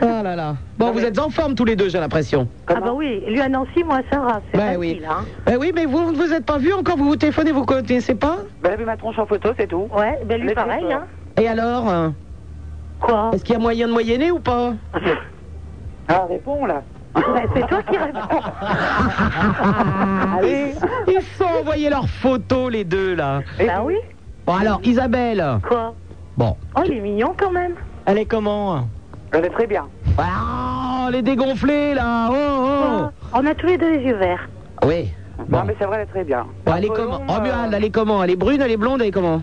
S2: Ah là là. Bon, vous êtes en forme tous les deux, j'ai l'impression.
S23: Ah bah oui, lui à Nancy, moi à Sarah, c'est
S2: Ben
S23: facile,
S2: oui.
S23: hein.
S2: Ben oui, mais vous, vous ne vous êtes pas vu encore, vous vous téléphonez, vous connaissez pas
S32: Bah, elle a vu ma tronche en photo, c'est tout.
S23: Ouais, ben lui
S32: Mais
S23: pareil,
S32: c'est
S23: hein.
S2: Et alors euh,
S23: Quoi
S2: Est-ce qu'il y a moyen de moyenner ou pas
S32: Ah, réponds là.
S23: Ben, c'est toi qui réponds.
S2: Allez. Ils se sont envoyés leurs photos, les deux, là.
S32: Ah
S23: Bah oui.
S2: Bon, alors, Isabelle.
S23: Quoi
S2: Bon.
S23: Oh, il est mignon quand même.
S2: Elle est comment
S32: Elle est très bien.
S2: Ah, elle est dégonflée, là. Oh,
S23: On a tous les deux les yeux verts.
S2: oh. Oui. euh,
S32: Non, mais c'est vrai, elle est très bien.
S2: Bon, elle est
S32: Apollon,
S2: comment Romuald, elle est comment Elle est brune, elle est blonde, elle est comment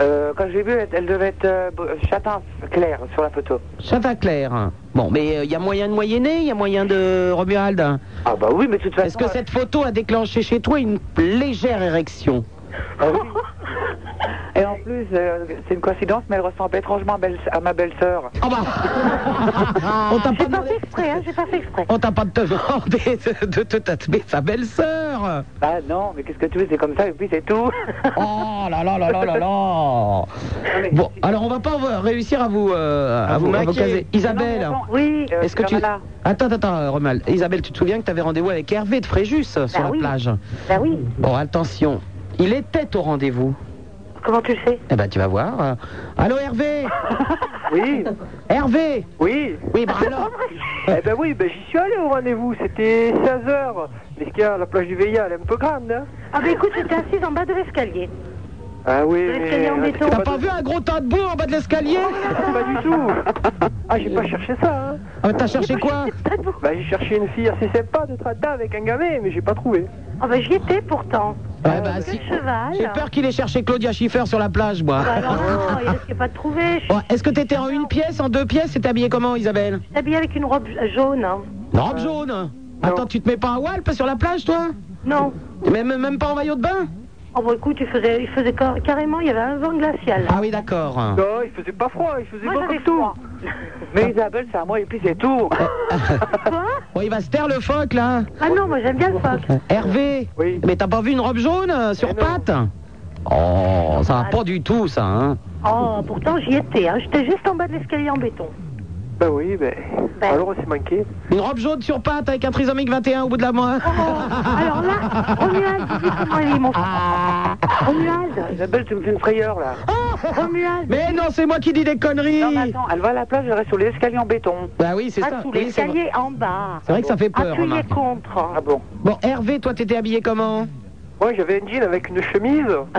S32: Euh, quand j'ai vu, elle, elle devait être euh, br- châtain clair sur la photo.
S2: Chata clair. Bon, mais il y a moyen de moyenner, il y a moyen de Romuald.
S32: Ah bah oui, mais de toute façon.
S2: Est-ce que cette photo a déclenché chez toi une légère érection
S32: Ah oui. Et en plus, euh, c'est une coïncidence, mais elle ressemble étrangement à, belle- à ma belle-sœur.
S2: Ah bah On t'a pas, demandé-
S23: Exprès, hein, j'ai pas fait exprès.
S2: on t'a Oh, pas demandé de, de te tatouer sa belle-sœur.
S32: Ah non, mais qu'est-ce que tu veux, c'est comme ça, et puis c'est tout.
S2: Oh là là là là là là Bon, alors on va pas euh, réussir à vous euh, à,
S32: vous
S2: vous, à vous
S32: maquer.
S2: caser. Isabelle.
S32: Non, non, non.
S23: Oui.
S32: Euh,
S2: Est-ce que tu
S32: Carmela.
S2: Attends attends euh, Romuald. Isabelle, tu te souviens que tu avais rendez-vous avec Hervé de Fréjus euh, sur
S23: Bah
S2: la
S23: oui.
S2: plage.
S23: Bah oui.
S2: Bon, attention. Il était au rendez-vous.
S23: Comment tu le sais
S2: Eh ben, tu vas voir. euh. Allô, Hervé
S32: Oui
S2: Hervé
S32: Oui
S2: Oui, bah alors
S32: Eh ben oui, ben j'y suis allé au rendez-vous, c'était 16h. Mais ce qu'il y a, la plage du Veilla, elle est un peu grande, hein
S23: Ah bah écoute, j'étais assise en bas de l'escalier.
S32: Ah oui,
S23: Vous l'escalier en béton.
S2: T'as pas vu un gros tas de boue en bas de l'escalier
S23: Oh,
S32: Pas du tout Ah, j'ai pas cherché ça, hein
S2: Ah, T'as cherché quoi
S32: Bah, j'ai cherché une fille assez sympa de Trata avec un gamin, mais j'ai pas trouvé.
S23: Ah bah j'y étais pourtant. euh,
S2: Ouais, bah, si.
S23: Cheval.
S2: J'ai peur qu'il ait cherché Claudia Schiffer sur la plage, moi.
S23: Bah alors non, il risquait pas de trouver. Je
S2: Ouais, Est-ce que t'étais en une pièce, en deux pièces et t'es habillée comment, Isabelle
S23: suis habillée avec une robe jaune. hein.
S2: Une
S32: Euh,
S2: robe jaune Attends, tu te mets pas à Walp sur la plage, toi
S23: Non.
S2: même, même pas en maillot de bain
S23: Oh bah écoute, il faisait, il faisait car- carrément, il y avait un vent glacial.
S2: Ah oui, d'accord.
S32: Non, Oh, il faisait pas froid, il faisait
S23: Moi
S32: pas
S23: j'avais
S32: comme tout.
S23: froid.
S32: Mais Isabelle, c'est à moi et puis c'est tout.
S2: Bon, il va se taire le phoque, là.
S23: Ah non, moi j'aime bien le phoque.
S2: Hervé Mais t'as pas vu une robe jaune euh,
S32: Eh
S2: sur pattes Oh, ça va pas du tout, ça, hein
S23: Oh, pourtant j'y étais, hein. j'étais juste en bas de l'escalier en béton.
S32: bah oui, ben. Alors on s'est manqué.
S2: Une robe jaune sur pattes avec un trisomique 21 au bout de la main.
S23: Oh, Alors là, Romuald, dis comment il est mon frère. Romuald,
S32: Isabelle, tu me fais une frayeur là.
S23: Romuald.
S2: Mais non, c'est moi qui dis des conneries.
S32: Non, mais attends, elle va à la plage, elle reste sur les escaliers en béton.
S2: Bah oui, c'est
S23: Ah,
S2: ça.
S23: sous
S2: Oui, c'est vrai.
S23: l'escalier en bas.
S2: C'est vrai que ça fait peur,
S23: Appuyez
S2: remarque.
S23: contre.
S32: Ah bon
S2: Bon, Hervé, toi, t'étais habillé comment
S32: Moi, j'avais un jean avec une chemise. ah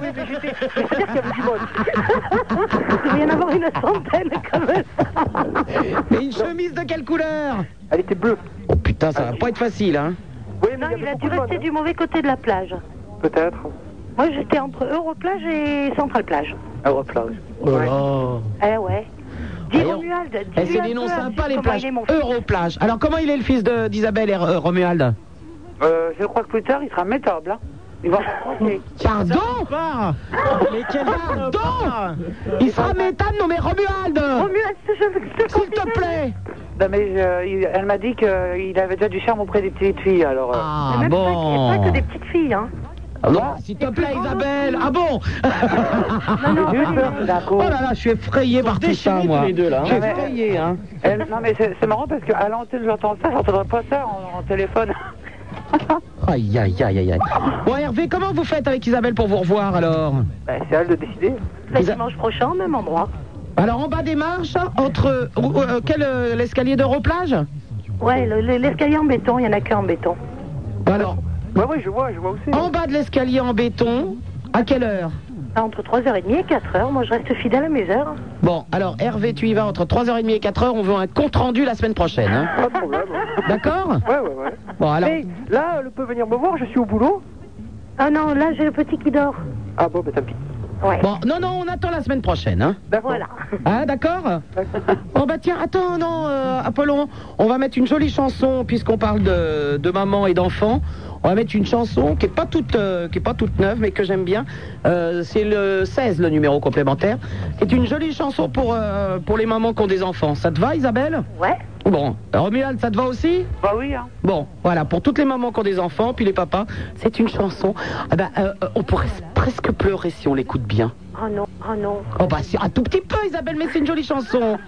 S32: oui, mais j'étais. C'est-à-dire qu'il y avait du monde.
S23: Il doit y en avoir une centaine comme ça.
S2: Mais une chemise de quelle couleur
S32: Elle était bleue.
S2: Oh putain, ça va pas être facile, hein
S32: Oui, mais
S23: Non,
S32: il y
S23: il
S32: avait
S23: a dû
S32: beaucoup de monde.
S23: rester du mauvais côté de la plage.
S32: hein. Peut-être.
S23: Moi, j'étais entre Europlage et Centrale Plage.
S32: Europlage.
S2: Oh là
S23: Eh ouais. Dis
S2: Voyons.
S23: Romuald, dis
S2: Eh, c'est des noms
S23: hein,
S2: sympas, les plages. Europlage. Alors, comment il est le fils de- d'Isabelle et euh, Romuald
S32: Euh, je crois que plus tard, il sera métable. Hein. Il va faire croquer.
S2: Pardon
S3: Mais quel
S2: Pardon Il sera méthane, non mais Romuald
S23: Romuald, je
S2: S'il te plaît
S32: Non, mais je- il- elle m'a dit qu'il avait déjà du charme auprès des petites filles, alors. euh,
S2: Ah
S23: même pas, que- pas
S2: bon
S23: que des petites filles, hein.
S2: Ah Non, s'il te plaît, Isabelle Ah bon
S23: Non, non,
S32: j'ai eu
S23: pas
S32: peur tout d'un coup.
S2: Oh là là, je suis effrayé par tout ça, moi. Je suis
S32: Ouais, Ah, mais-
S2: effrayé, hein.
S32: Elle- non, mais c'est c'est marrant parce qu'à l'antenne, j'entends ça, j'entendrai pas ça en, en téléphone.
S2: Aïe, aïe, aïe, aïe, aïe. Bon, Hervé, comment vous faites avec Isabelle pour vous revoir alors
S38: Bah,
S2: C'est elle de décider.
S23: dimanche prochain, au même endroit.
S2: Alors, en bas des marches, entre. euh, euh, quel. euh, l'escalier de plage
S23: Ouais, le- le- l'escalier en béton, il n'y en a qu'un en béton.
S2: Alors
S32: Bah
S23: Ouais, ouais, je vois, je vois aussi.
S2: En bas de l'escalier en béton, à quelle heure
S23: Ah, Entre 3h30 et 4h, moi je reste fidèle à mes heures.
S2: Bon, alors Hervé, tu y vas entre 3h30 et 4h. On veut un compte-rendu la semaine prochaine. hein.
S38: Pas de problème.
S2: D'accord
S38: Ouais, ouais, ouais.
S2: Bon, alors.
S38: Mais là, elle peut venir me voir, je suis au boulot.
S23: Ah non, là j'ai le petit qui dort.
S38: Ah bon, bah tant pis.
S2: Bon, non, non, on attend la semaine prochaine. Hein.
S23: Ben Voilà.
S2: Ah, d'accord Bon, bah tiens, attends, non, euh, Apollon, on va mettre une jolie chanson, puisqu'on parle de, de maman et d'enfant. On va mettre une chanson qui est pas toute, euh, qui est pas toute neuve, mais que j'aime bien. Euh, c'est le 16, le numéro complémentaire. C'est une jolie chanson pour, euh, pour les mamans qui ont des enfants. Ça te va, Isabelle
S23: Ouais.
S2: Bon, Romuald, ça te va aussi
S23: Bah oui, hein.
S2: Bon, voilà, pour toutes les mamans qui ont des enfants, puis les papas, c'est une chanson. Ah bah, euh, euh, on pourrait presque pleurer si on l'écoute bien.
S23: Oh non, oh non.
S2: Oh bah si, un tout petit peu Isabelle, mais c'est une jolie chanson.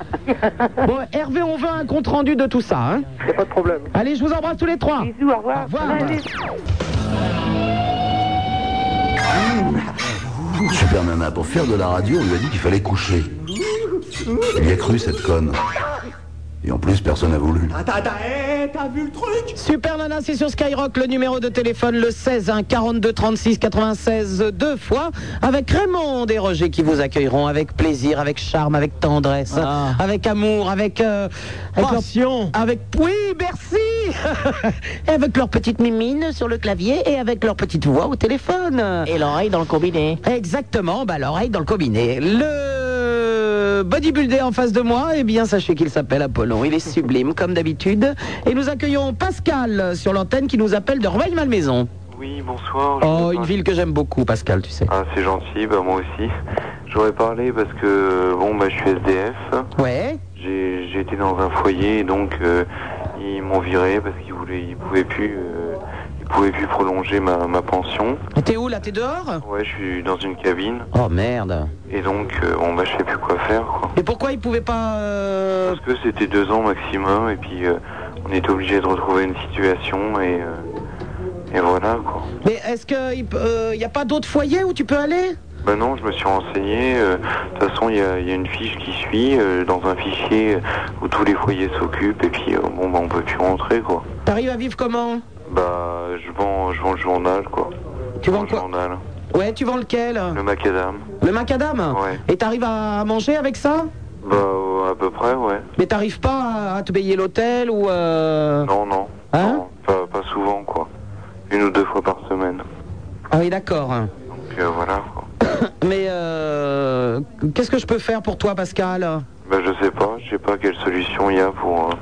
S2: bon Hervé, on veut un compte rendu de tout ça. Hein
S38: pas de problème.
S2: Allez, je vous embrasse tous les trois.
S23: Bisous, au revoir.
S18: Super Nana, pour faire de la radio, on lui a dit qu'il fallait coucher. Il y a cru, cette conne. Et en plus, personne n'a voulu.
S2: eh, T'as vu le truc Super Nana, c'est sur Skyrock, le numéro de téléphone le 16 1 42 36 96 deux fois avec Raymond et Roger qui vous accueilleront avec plaisir, avec charme, avec tendresse, avec amour, avec euh, avec leur- avec oui, merci. et avec leur petite mimine sur le clavier et avec leur petite voix au téléphone et l'oreille dans le combiné. Exactement, bah l'oreille dans le combiné. Le Euh, bodybuilder en face de moi, eh bien sachez qu'il s'appelle Apollon, il est sublime comme d'habitude et nous accueillons Pascal sur l'antenne qui nous appelle de Rueil-Malmaison.
S39: Oui, bonsoir.
S2: Oh, une ville que j'aime beaucoup Pascal, tu sais.
S39: Ah, c'est gentil, bah moi aussi. J'aurais parlé parce que, bon, bah je suis SDF.
S2: Ouais.
S39: J'ai j'ai été dans un foyer, et donc euh, ils m'ont viré parce qu'ils voulaient, ils pouvaient plus, euh, ils pouvaient plus prolonger ma, ma pension.
S2: Et T'es où là, t'es dehors
S39: Ouais, je suis dans une cabine.
S2: Oh merde.
S39: Et donc, euh, bon, bah je sais plus quoi faire, quoi.
S2: Et pourquoi ils pouvaient pas euh,
S39: Parce que c'était deux ans maximum, et puis euh, on était obligé de retrouver une situation, et, euh, et voilà, quoi.
S2: Mais est-ce qu'il n'y euh, a pas d'autres foyers où tu peux aller
S39: Ben non, je me suis renseigné. euh, De toute façon, il y, a- il y a une fiche qui suit euh, dans un fichier où tous les foyers s'occupent et puis euh, bon, ben on peut plus rentrer quoi.
S2: T'arrives à vivre comment
S39: Bah, je vends, je vends le journal quoi.
S2: Tu
S39: vends le journal.
S2: Ouais, tu vends lequel Ah.
S39: Le macadam.
S2: Le macadam
S39: Ouais.
S2: Et t'arrives à manger avec ça
S39: Bah, euh, à peu près, ouais.
S2: Mais t'arrives pas à- à te payer l'hôtel ou... euh,
S39: Non, non.
S2: Hein
S39: non, pas, pas souvent quoi. Une ou deux fois par semaine.
S2: Ah oui, d'accord.
S39: Donc euh, voilà. quoi.
S2: Mais euh, qu'est-ce que je peux faire pour toi, Pascal
S39: Ben je sais pas, je sais pas quelle solution il y a pour euh,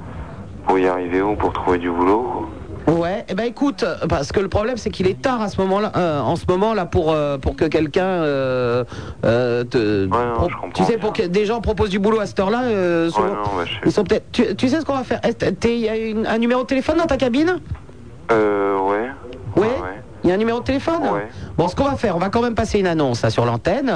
S39: pour y arriver ou pour trouver du boulot. quoi.
S2: Ouais, eh ben écoute, parce que le problème c'est qu'il est tard à ce moment-là, euh, en ce moment là pour euh, pour que quelqu'un euh, euh, te, pro- tu sais pour que des gens proposent du boulot à cette heure-là, euh, souvent, ils sont peut-être. Tu, tu sais ce qu'on va faire Est-ce que t'es- Il y a une- un numéro de téléphone dans ta cabine
S39: Euh, Ah ouais.
S2: Ouais. Il y a un numéro de téléphone Bon, ce qu'on va faire, on va quand même passer une annonce là, sur l'antenne.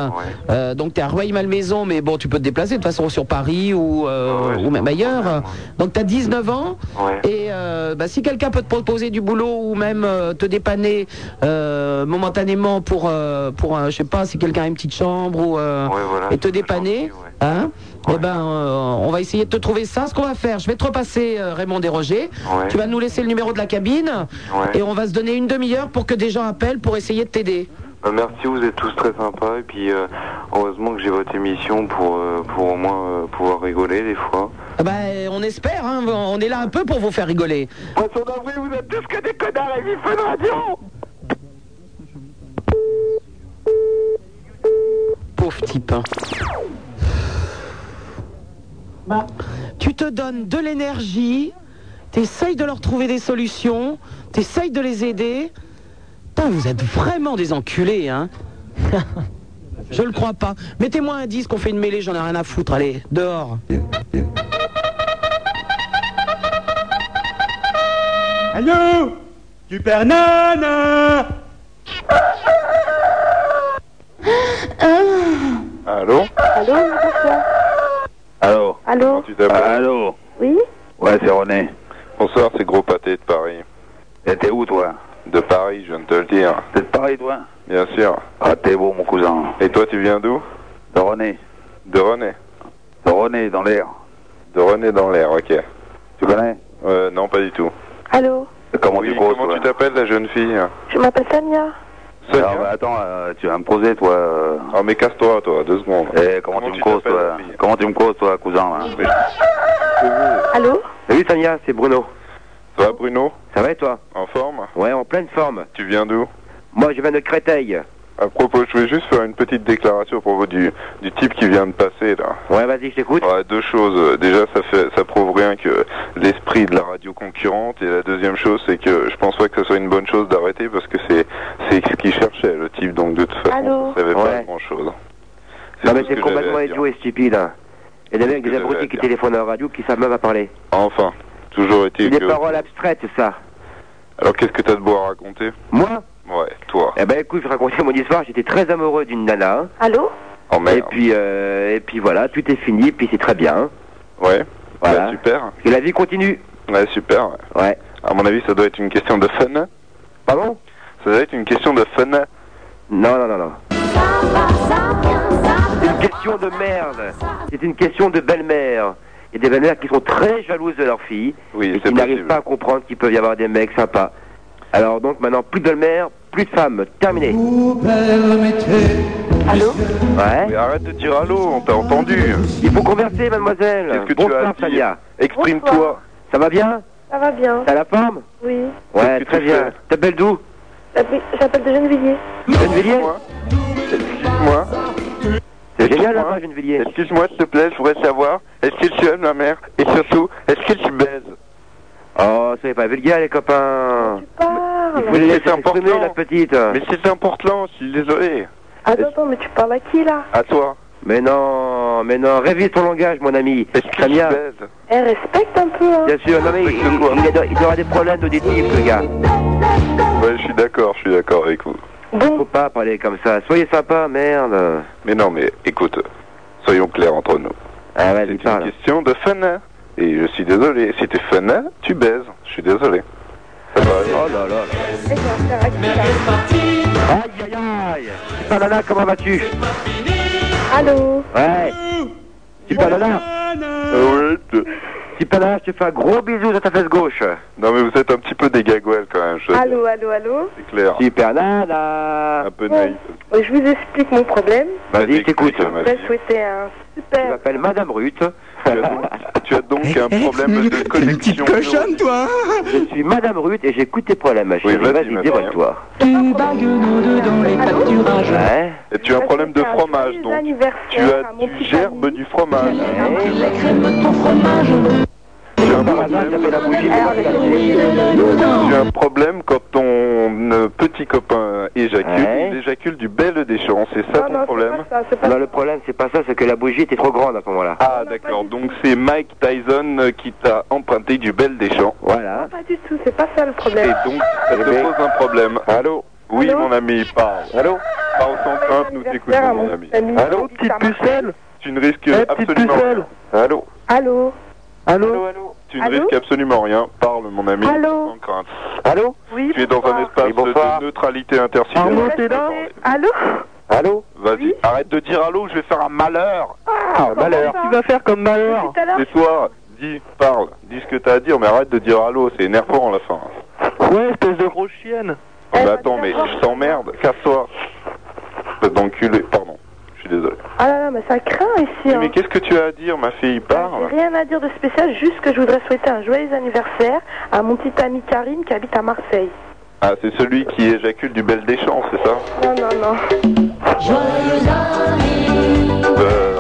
S2: Euh, donc, tu es à Rueil-Malmaison, mais bon, tu peux te déplacer de toute façon sur Paris ou,
S39: Ah
S2: euh, ou même ailleurs. Donc, tu as 19 ans. Et euh, bah, si quelqu'un peut te proposer du boulot ou même euh, te dépanner euh, momentanément pour, euh, pour un- je sais pas, si quelqu'un a une petite chambre ou, euh, et te dépanner, hein, eh ben, euh, on va essayer de te trouver ça. Ce qu'on va faire, je vais te repasser euh, Raymond Desrochers.
S39: Ouais.
S2: Tu vas nous laisser le numéro de la cabine
S39: Ouais.
S2: et on va se donner une demi-heure pour que des gens appellent pour essayer de t'aider.
S39: Euh, Merci, vous êtes tous très sympas et puis euh, heureusement que j'ai votre émission pour, euh, pour au moins euh, pouvoir rigoler des fois.
S2: Ah bah, on espère, hein, on est là un peu pour vous faire rigoler.
S40: vous êtes tous que des connards et vive Fun Radio
S2: Pauvre type. hein. Bah, Tu te donnes de l'énergie, t'essayes de leur trouver des solutions, t'essayes de les aider. Putain, vous êtes vraiment des enculés, hein Je le crois pas. Mettez-moi un disque, on fait une mêlée, j'en ai rien à foutre, allez, dehors.
S3: Allô Super Nana
S41: Allô
S4: Allô, oui, bonsoir.
S41: Allô
S4: Allô
S41: Allô
S42: Ah,
S4: Oui
S41: Ouais, c'est René. Bonsoir, c'est Gros Pâté de Paris.
S42: Et t'es où, toi
S41: De Paris, je viens de te le dire.
S42: T'es de Paris, toi
S41: Bien sûr.
S42: Ah, t'es beau, mon cousin.
S41: Et toi, tu viens d'où
S42: De René.
S41: De René.
S42: De René, dans l'air.
S41: De René dans l'air, ok.
S42: Tu connais
S41: Euh, non, pas du tout.
S6: Allô
S42: Comment
S41: Oui,
S42: tu crois,
S41: comment tu t'appelles, la jeune fille
S6: Je m'appelle Samia.
S41: Sonia
S42: Alors, bah, attends, euh, tu vas me poser, toi. euh.
S41: Ah, mais casse-toi, toi, deux secondes.
S42: Eh, comment, tu me causes, toi Comment tu me causes, toi, cousin là
S6: Allô
S20: Salut Samia, c'est Bruno.
S41: Ça va, Bruno
S20: Ça va et toi
S41: En forme
S20: Ouais, en pleine forme.
S41: Tu viens d'où
S20: Moi, je viens de Créteil.
S41: À propos, je voulais juste faire une petite déclaration à propos du, du type qui vient de passer, là.
S20: Ouais, vas-y, je t'écoute.
S41: Ouais, deux choses. Déjà, ça fait, ça prouve rien que l'esprit de la radio concurrente. Et la deuxième chose, c'est que je pense pas que ce soit une bonne chose d'arrêter parce que c'est, c'est ce qu'il cherchait, le type. Donc, de toute façon,
S6: Allô
S41: ça savait pas
S20: Ouais.
S41: grand chose.
S20: Non, mais c'est complètement idiot et stupide. hein. Et d'ailleurs,
S41: que
S20: des
S41: j'avais à
S20: abrutis qui
S41: dire.
S20: téléphonent à la radio qui savent même pas parler.
S41: Enfin, toujours
S20: C'est
S41: été
S20: des
S41: que-
S20: paroles abstraites, ça.
S41: Alors, qu'est-ce que t'as de beau à raconter?
S20: Moi
S41: Ouais, toi.
S20: Eh ben, écoute, je vais raconter mon histoire. J'étais très amoureux d'une nana. hein.
S6: Allô
S41: Oh
S20: Et
S41: merde.
S20: puis, euh, et puis voilà, tout est fini, puis c'est très bien.
S41: Ouais.
S20: Voilà.
S41: Bah, super.
S20: Et la vie continue.
S41: Ouais, super. ouais.
S20: Ouais.
S41: À mon avis, ça doit être une question de fun.
S20: Pardon
S41: Ça doit être une question de fun.
S20: Non, non, non, non. C'est une question de merde. C'est une question de belle-mère. Il y a des belles-mères qui sont très jalouses de leurs filles
S41: Oui,
S20: et
S41: c'est
S20: qui n'arrivent
S41: possible.
S20: pas à comprendre qu'il peut y avoir des mecs sympas. Alors donc maintenant, plus de belle-mère, plus de femmes. Terminé.
S6: Allô
S20: Ouais.
S41: Mais arrête de dire allô, on t'a entendu.
S20: Il faut converser, mademoiselle.
S41: Qu'est-ce que tu as à
S20: Bonsoir,
S41: dire
S20: Tania.
S41: Exprime-toi.
S20: Ça va bien
S6: Ça va bien
S20: T'as la forme
S6: Oui.
S20: Ouais,
S41: que
S20: très
S41: tu
S20: bien.
S41: fais
S20: T'appelles d'où
S6: J'appelle j'appelle de Gennevilliers.
S20: Gennevilliers
S41: Moi Excuse-moi.
S20: C'est génial
S41: Excuse-moi.
S20: là-bas, Gennevilliers.
S41: Excuse-moi, s'il te plaît, je voudrais savoir, est-ce que tu aimes la mère Et surtout, est-ce que tu baises
S20: Oh, soyez pas vulgaire, les copains. Il
S6: Parle
S20: faut les
S41: Mais
S20: laisser
S41: c'est important.
S20: s'exprimer, la petite.
S41: Mais c'est important, je suis désolé.
S6: Attends, attends, mais tu parles à qui là
S41: À toi.
S20: Mais non, mais non, révise ton langage, mon ami.
S41: Est-ce que
S20: Samia,
S41: tu baises
S6: Eh, respecte un peu, hein
S20: bien sûr, non mais il, il- il doit- il aura des problèmes auditifs, le gars.
S41: Ouais, je suis d'accord, je suis d'accord avec vous.
S20: Faut
S6: Bon,
S20: pas parler comme ça. Soyez sympa, merde.
S41: Mais non, mais écoute, soyons clairs entre nous.
S20: Ah,
S41: C'est
S20: vas-y,
S41: une
S20: parle.
S41: question de fun. hein. Et je suis désolé, si t'es fun, hein, tu baises. Je suis désolé. Ça va, hein.
S20: Oh là là.
S6: eh, j'ai affaire à qui, là
S20: Aïe, aïe, aïe. Super Nana, comment vas-tu
S6: Allô
S20: Ouais. Super Nana,
S41: Euh, ouais, t-
S20: Super Nana, je te fais un gros bisou dans ta fesse gauche. Ah,
S41: Non, mais vous êtes un petit peu des gagoelles quand même, je dois dire.
S6: Allô, allô, allô
S41: C'est clair.
S20: Super Nana.
S41: Un peu naïf.
S6: Euh, Je vous explique mon problème.
S20: Vas-y, je t'écoute.
S41: explique, ma
S6: Je vais
S41: fille.
S6: souhaiter un
S20: Je
S6: super...
S20: m'appelle Madame Ruth.
S41: Tu as donc, tu as donc un problème de connexion.
S43: toi
S20: Je suis Madame Ruth et j'écoute tes problèmes, ma chérie.
S41: vas-y,
S20: Vas-y,
S41: madame.
S20: dévoile-toi.
S6: Allô
S20: Ouais.
S41: Et tu as un problème de fromage, donc. Tu as du gerbe du fromage.
S20: Ah,
S41: Tu as un problème,
S20: la bougie,
S41: tu as un problème quand ton euh, petit copain éjacule,
S20: Ouais.
S41: il éjacule du bel déchant. C'est ça ton
S6: Non, non, c'est
S41: problème
S6: pas ça, c'est pas
S20: Non,
S6: ça.
S20: Bah, le problème, c'est pas ça, c'est que la bougie était trop grande à ce moment-là.
S41: Ah,
S6: non,
S41: d'accord.
S6: pas du
S41: Donc c'est Mike Tyson euh, qui t'a emprunté du bel déchant.
S20: Voilà.
S6: Pas du tout, c'est pas ça le
S41: Et
S6: problème.
S41: donc, ça te
S20: Eh ben.
S41: pose un problème. Allô Oui,
S6: Allô
S41: mon ami, parle. Allô Parle au centre, nous
S6: Anniversaire à
S41: t'écoutons, mon ami.
S6: ami
S41: Allô,
S6: qui
S41: petite
S6: s'appelle-
S41: pucelle Tu ne risques
S20: Eh, petite
S41: absolument
S20: pucelle
S41: rien. Allô
S6: Allô
S20: Allô
S41: Tu ne
S6: Allô
S41: risques absolument rien. Parle, mon ami.
S6: Allô
S41: sans crainte.
S20: Allô
S6: Oui,
S41: Tu es dans un
S6: bonsoir.
S41: espace
S20: Oui, bonsoir.
S41: de neutralité intersidérale.
S20: Arnaud,
S6: Respectez-
S20: t'es là
S6: Allô
S20: Allô
S41: Vas-y,
S6: Oui.
S41: arrête de dire allô, je vais faire un malheur.
S20: Ah, malheur.
S6: Tu vas faire comme malheur Tout à l'heure,
S41: C'est toi, dis, parle, dis ce que t'as à dire, mais arrête de dire allô, c'est énervant à la fin.
S20: Ouais, espèce de grosse chienne.
S41: Ah
S6: Eh,
S41: bah
S6: bah,
S41: attends, mais
S6: d'accord.
S41: je t'emmerde, casse-toi. Espèce d'enculé, pardon. Je suis désolé.
S6: Ah là là, mais ça craint ici.
S41: Mais,
S6: hein.
S41: qu'est-ce que tu as à dire, ma fille
S6: J'ai
S41: Parle.
S6: rien à dire de spécial, juste que je voudrais souhaiter un joyeux anniversaire à mon petit ami Karine qui habite à Marseille.
S41: Ah, c'est celui qui éjacule du bel des champs, c'est ça
S6: Non, non, non.
S41: Euh,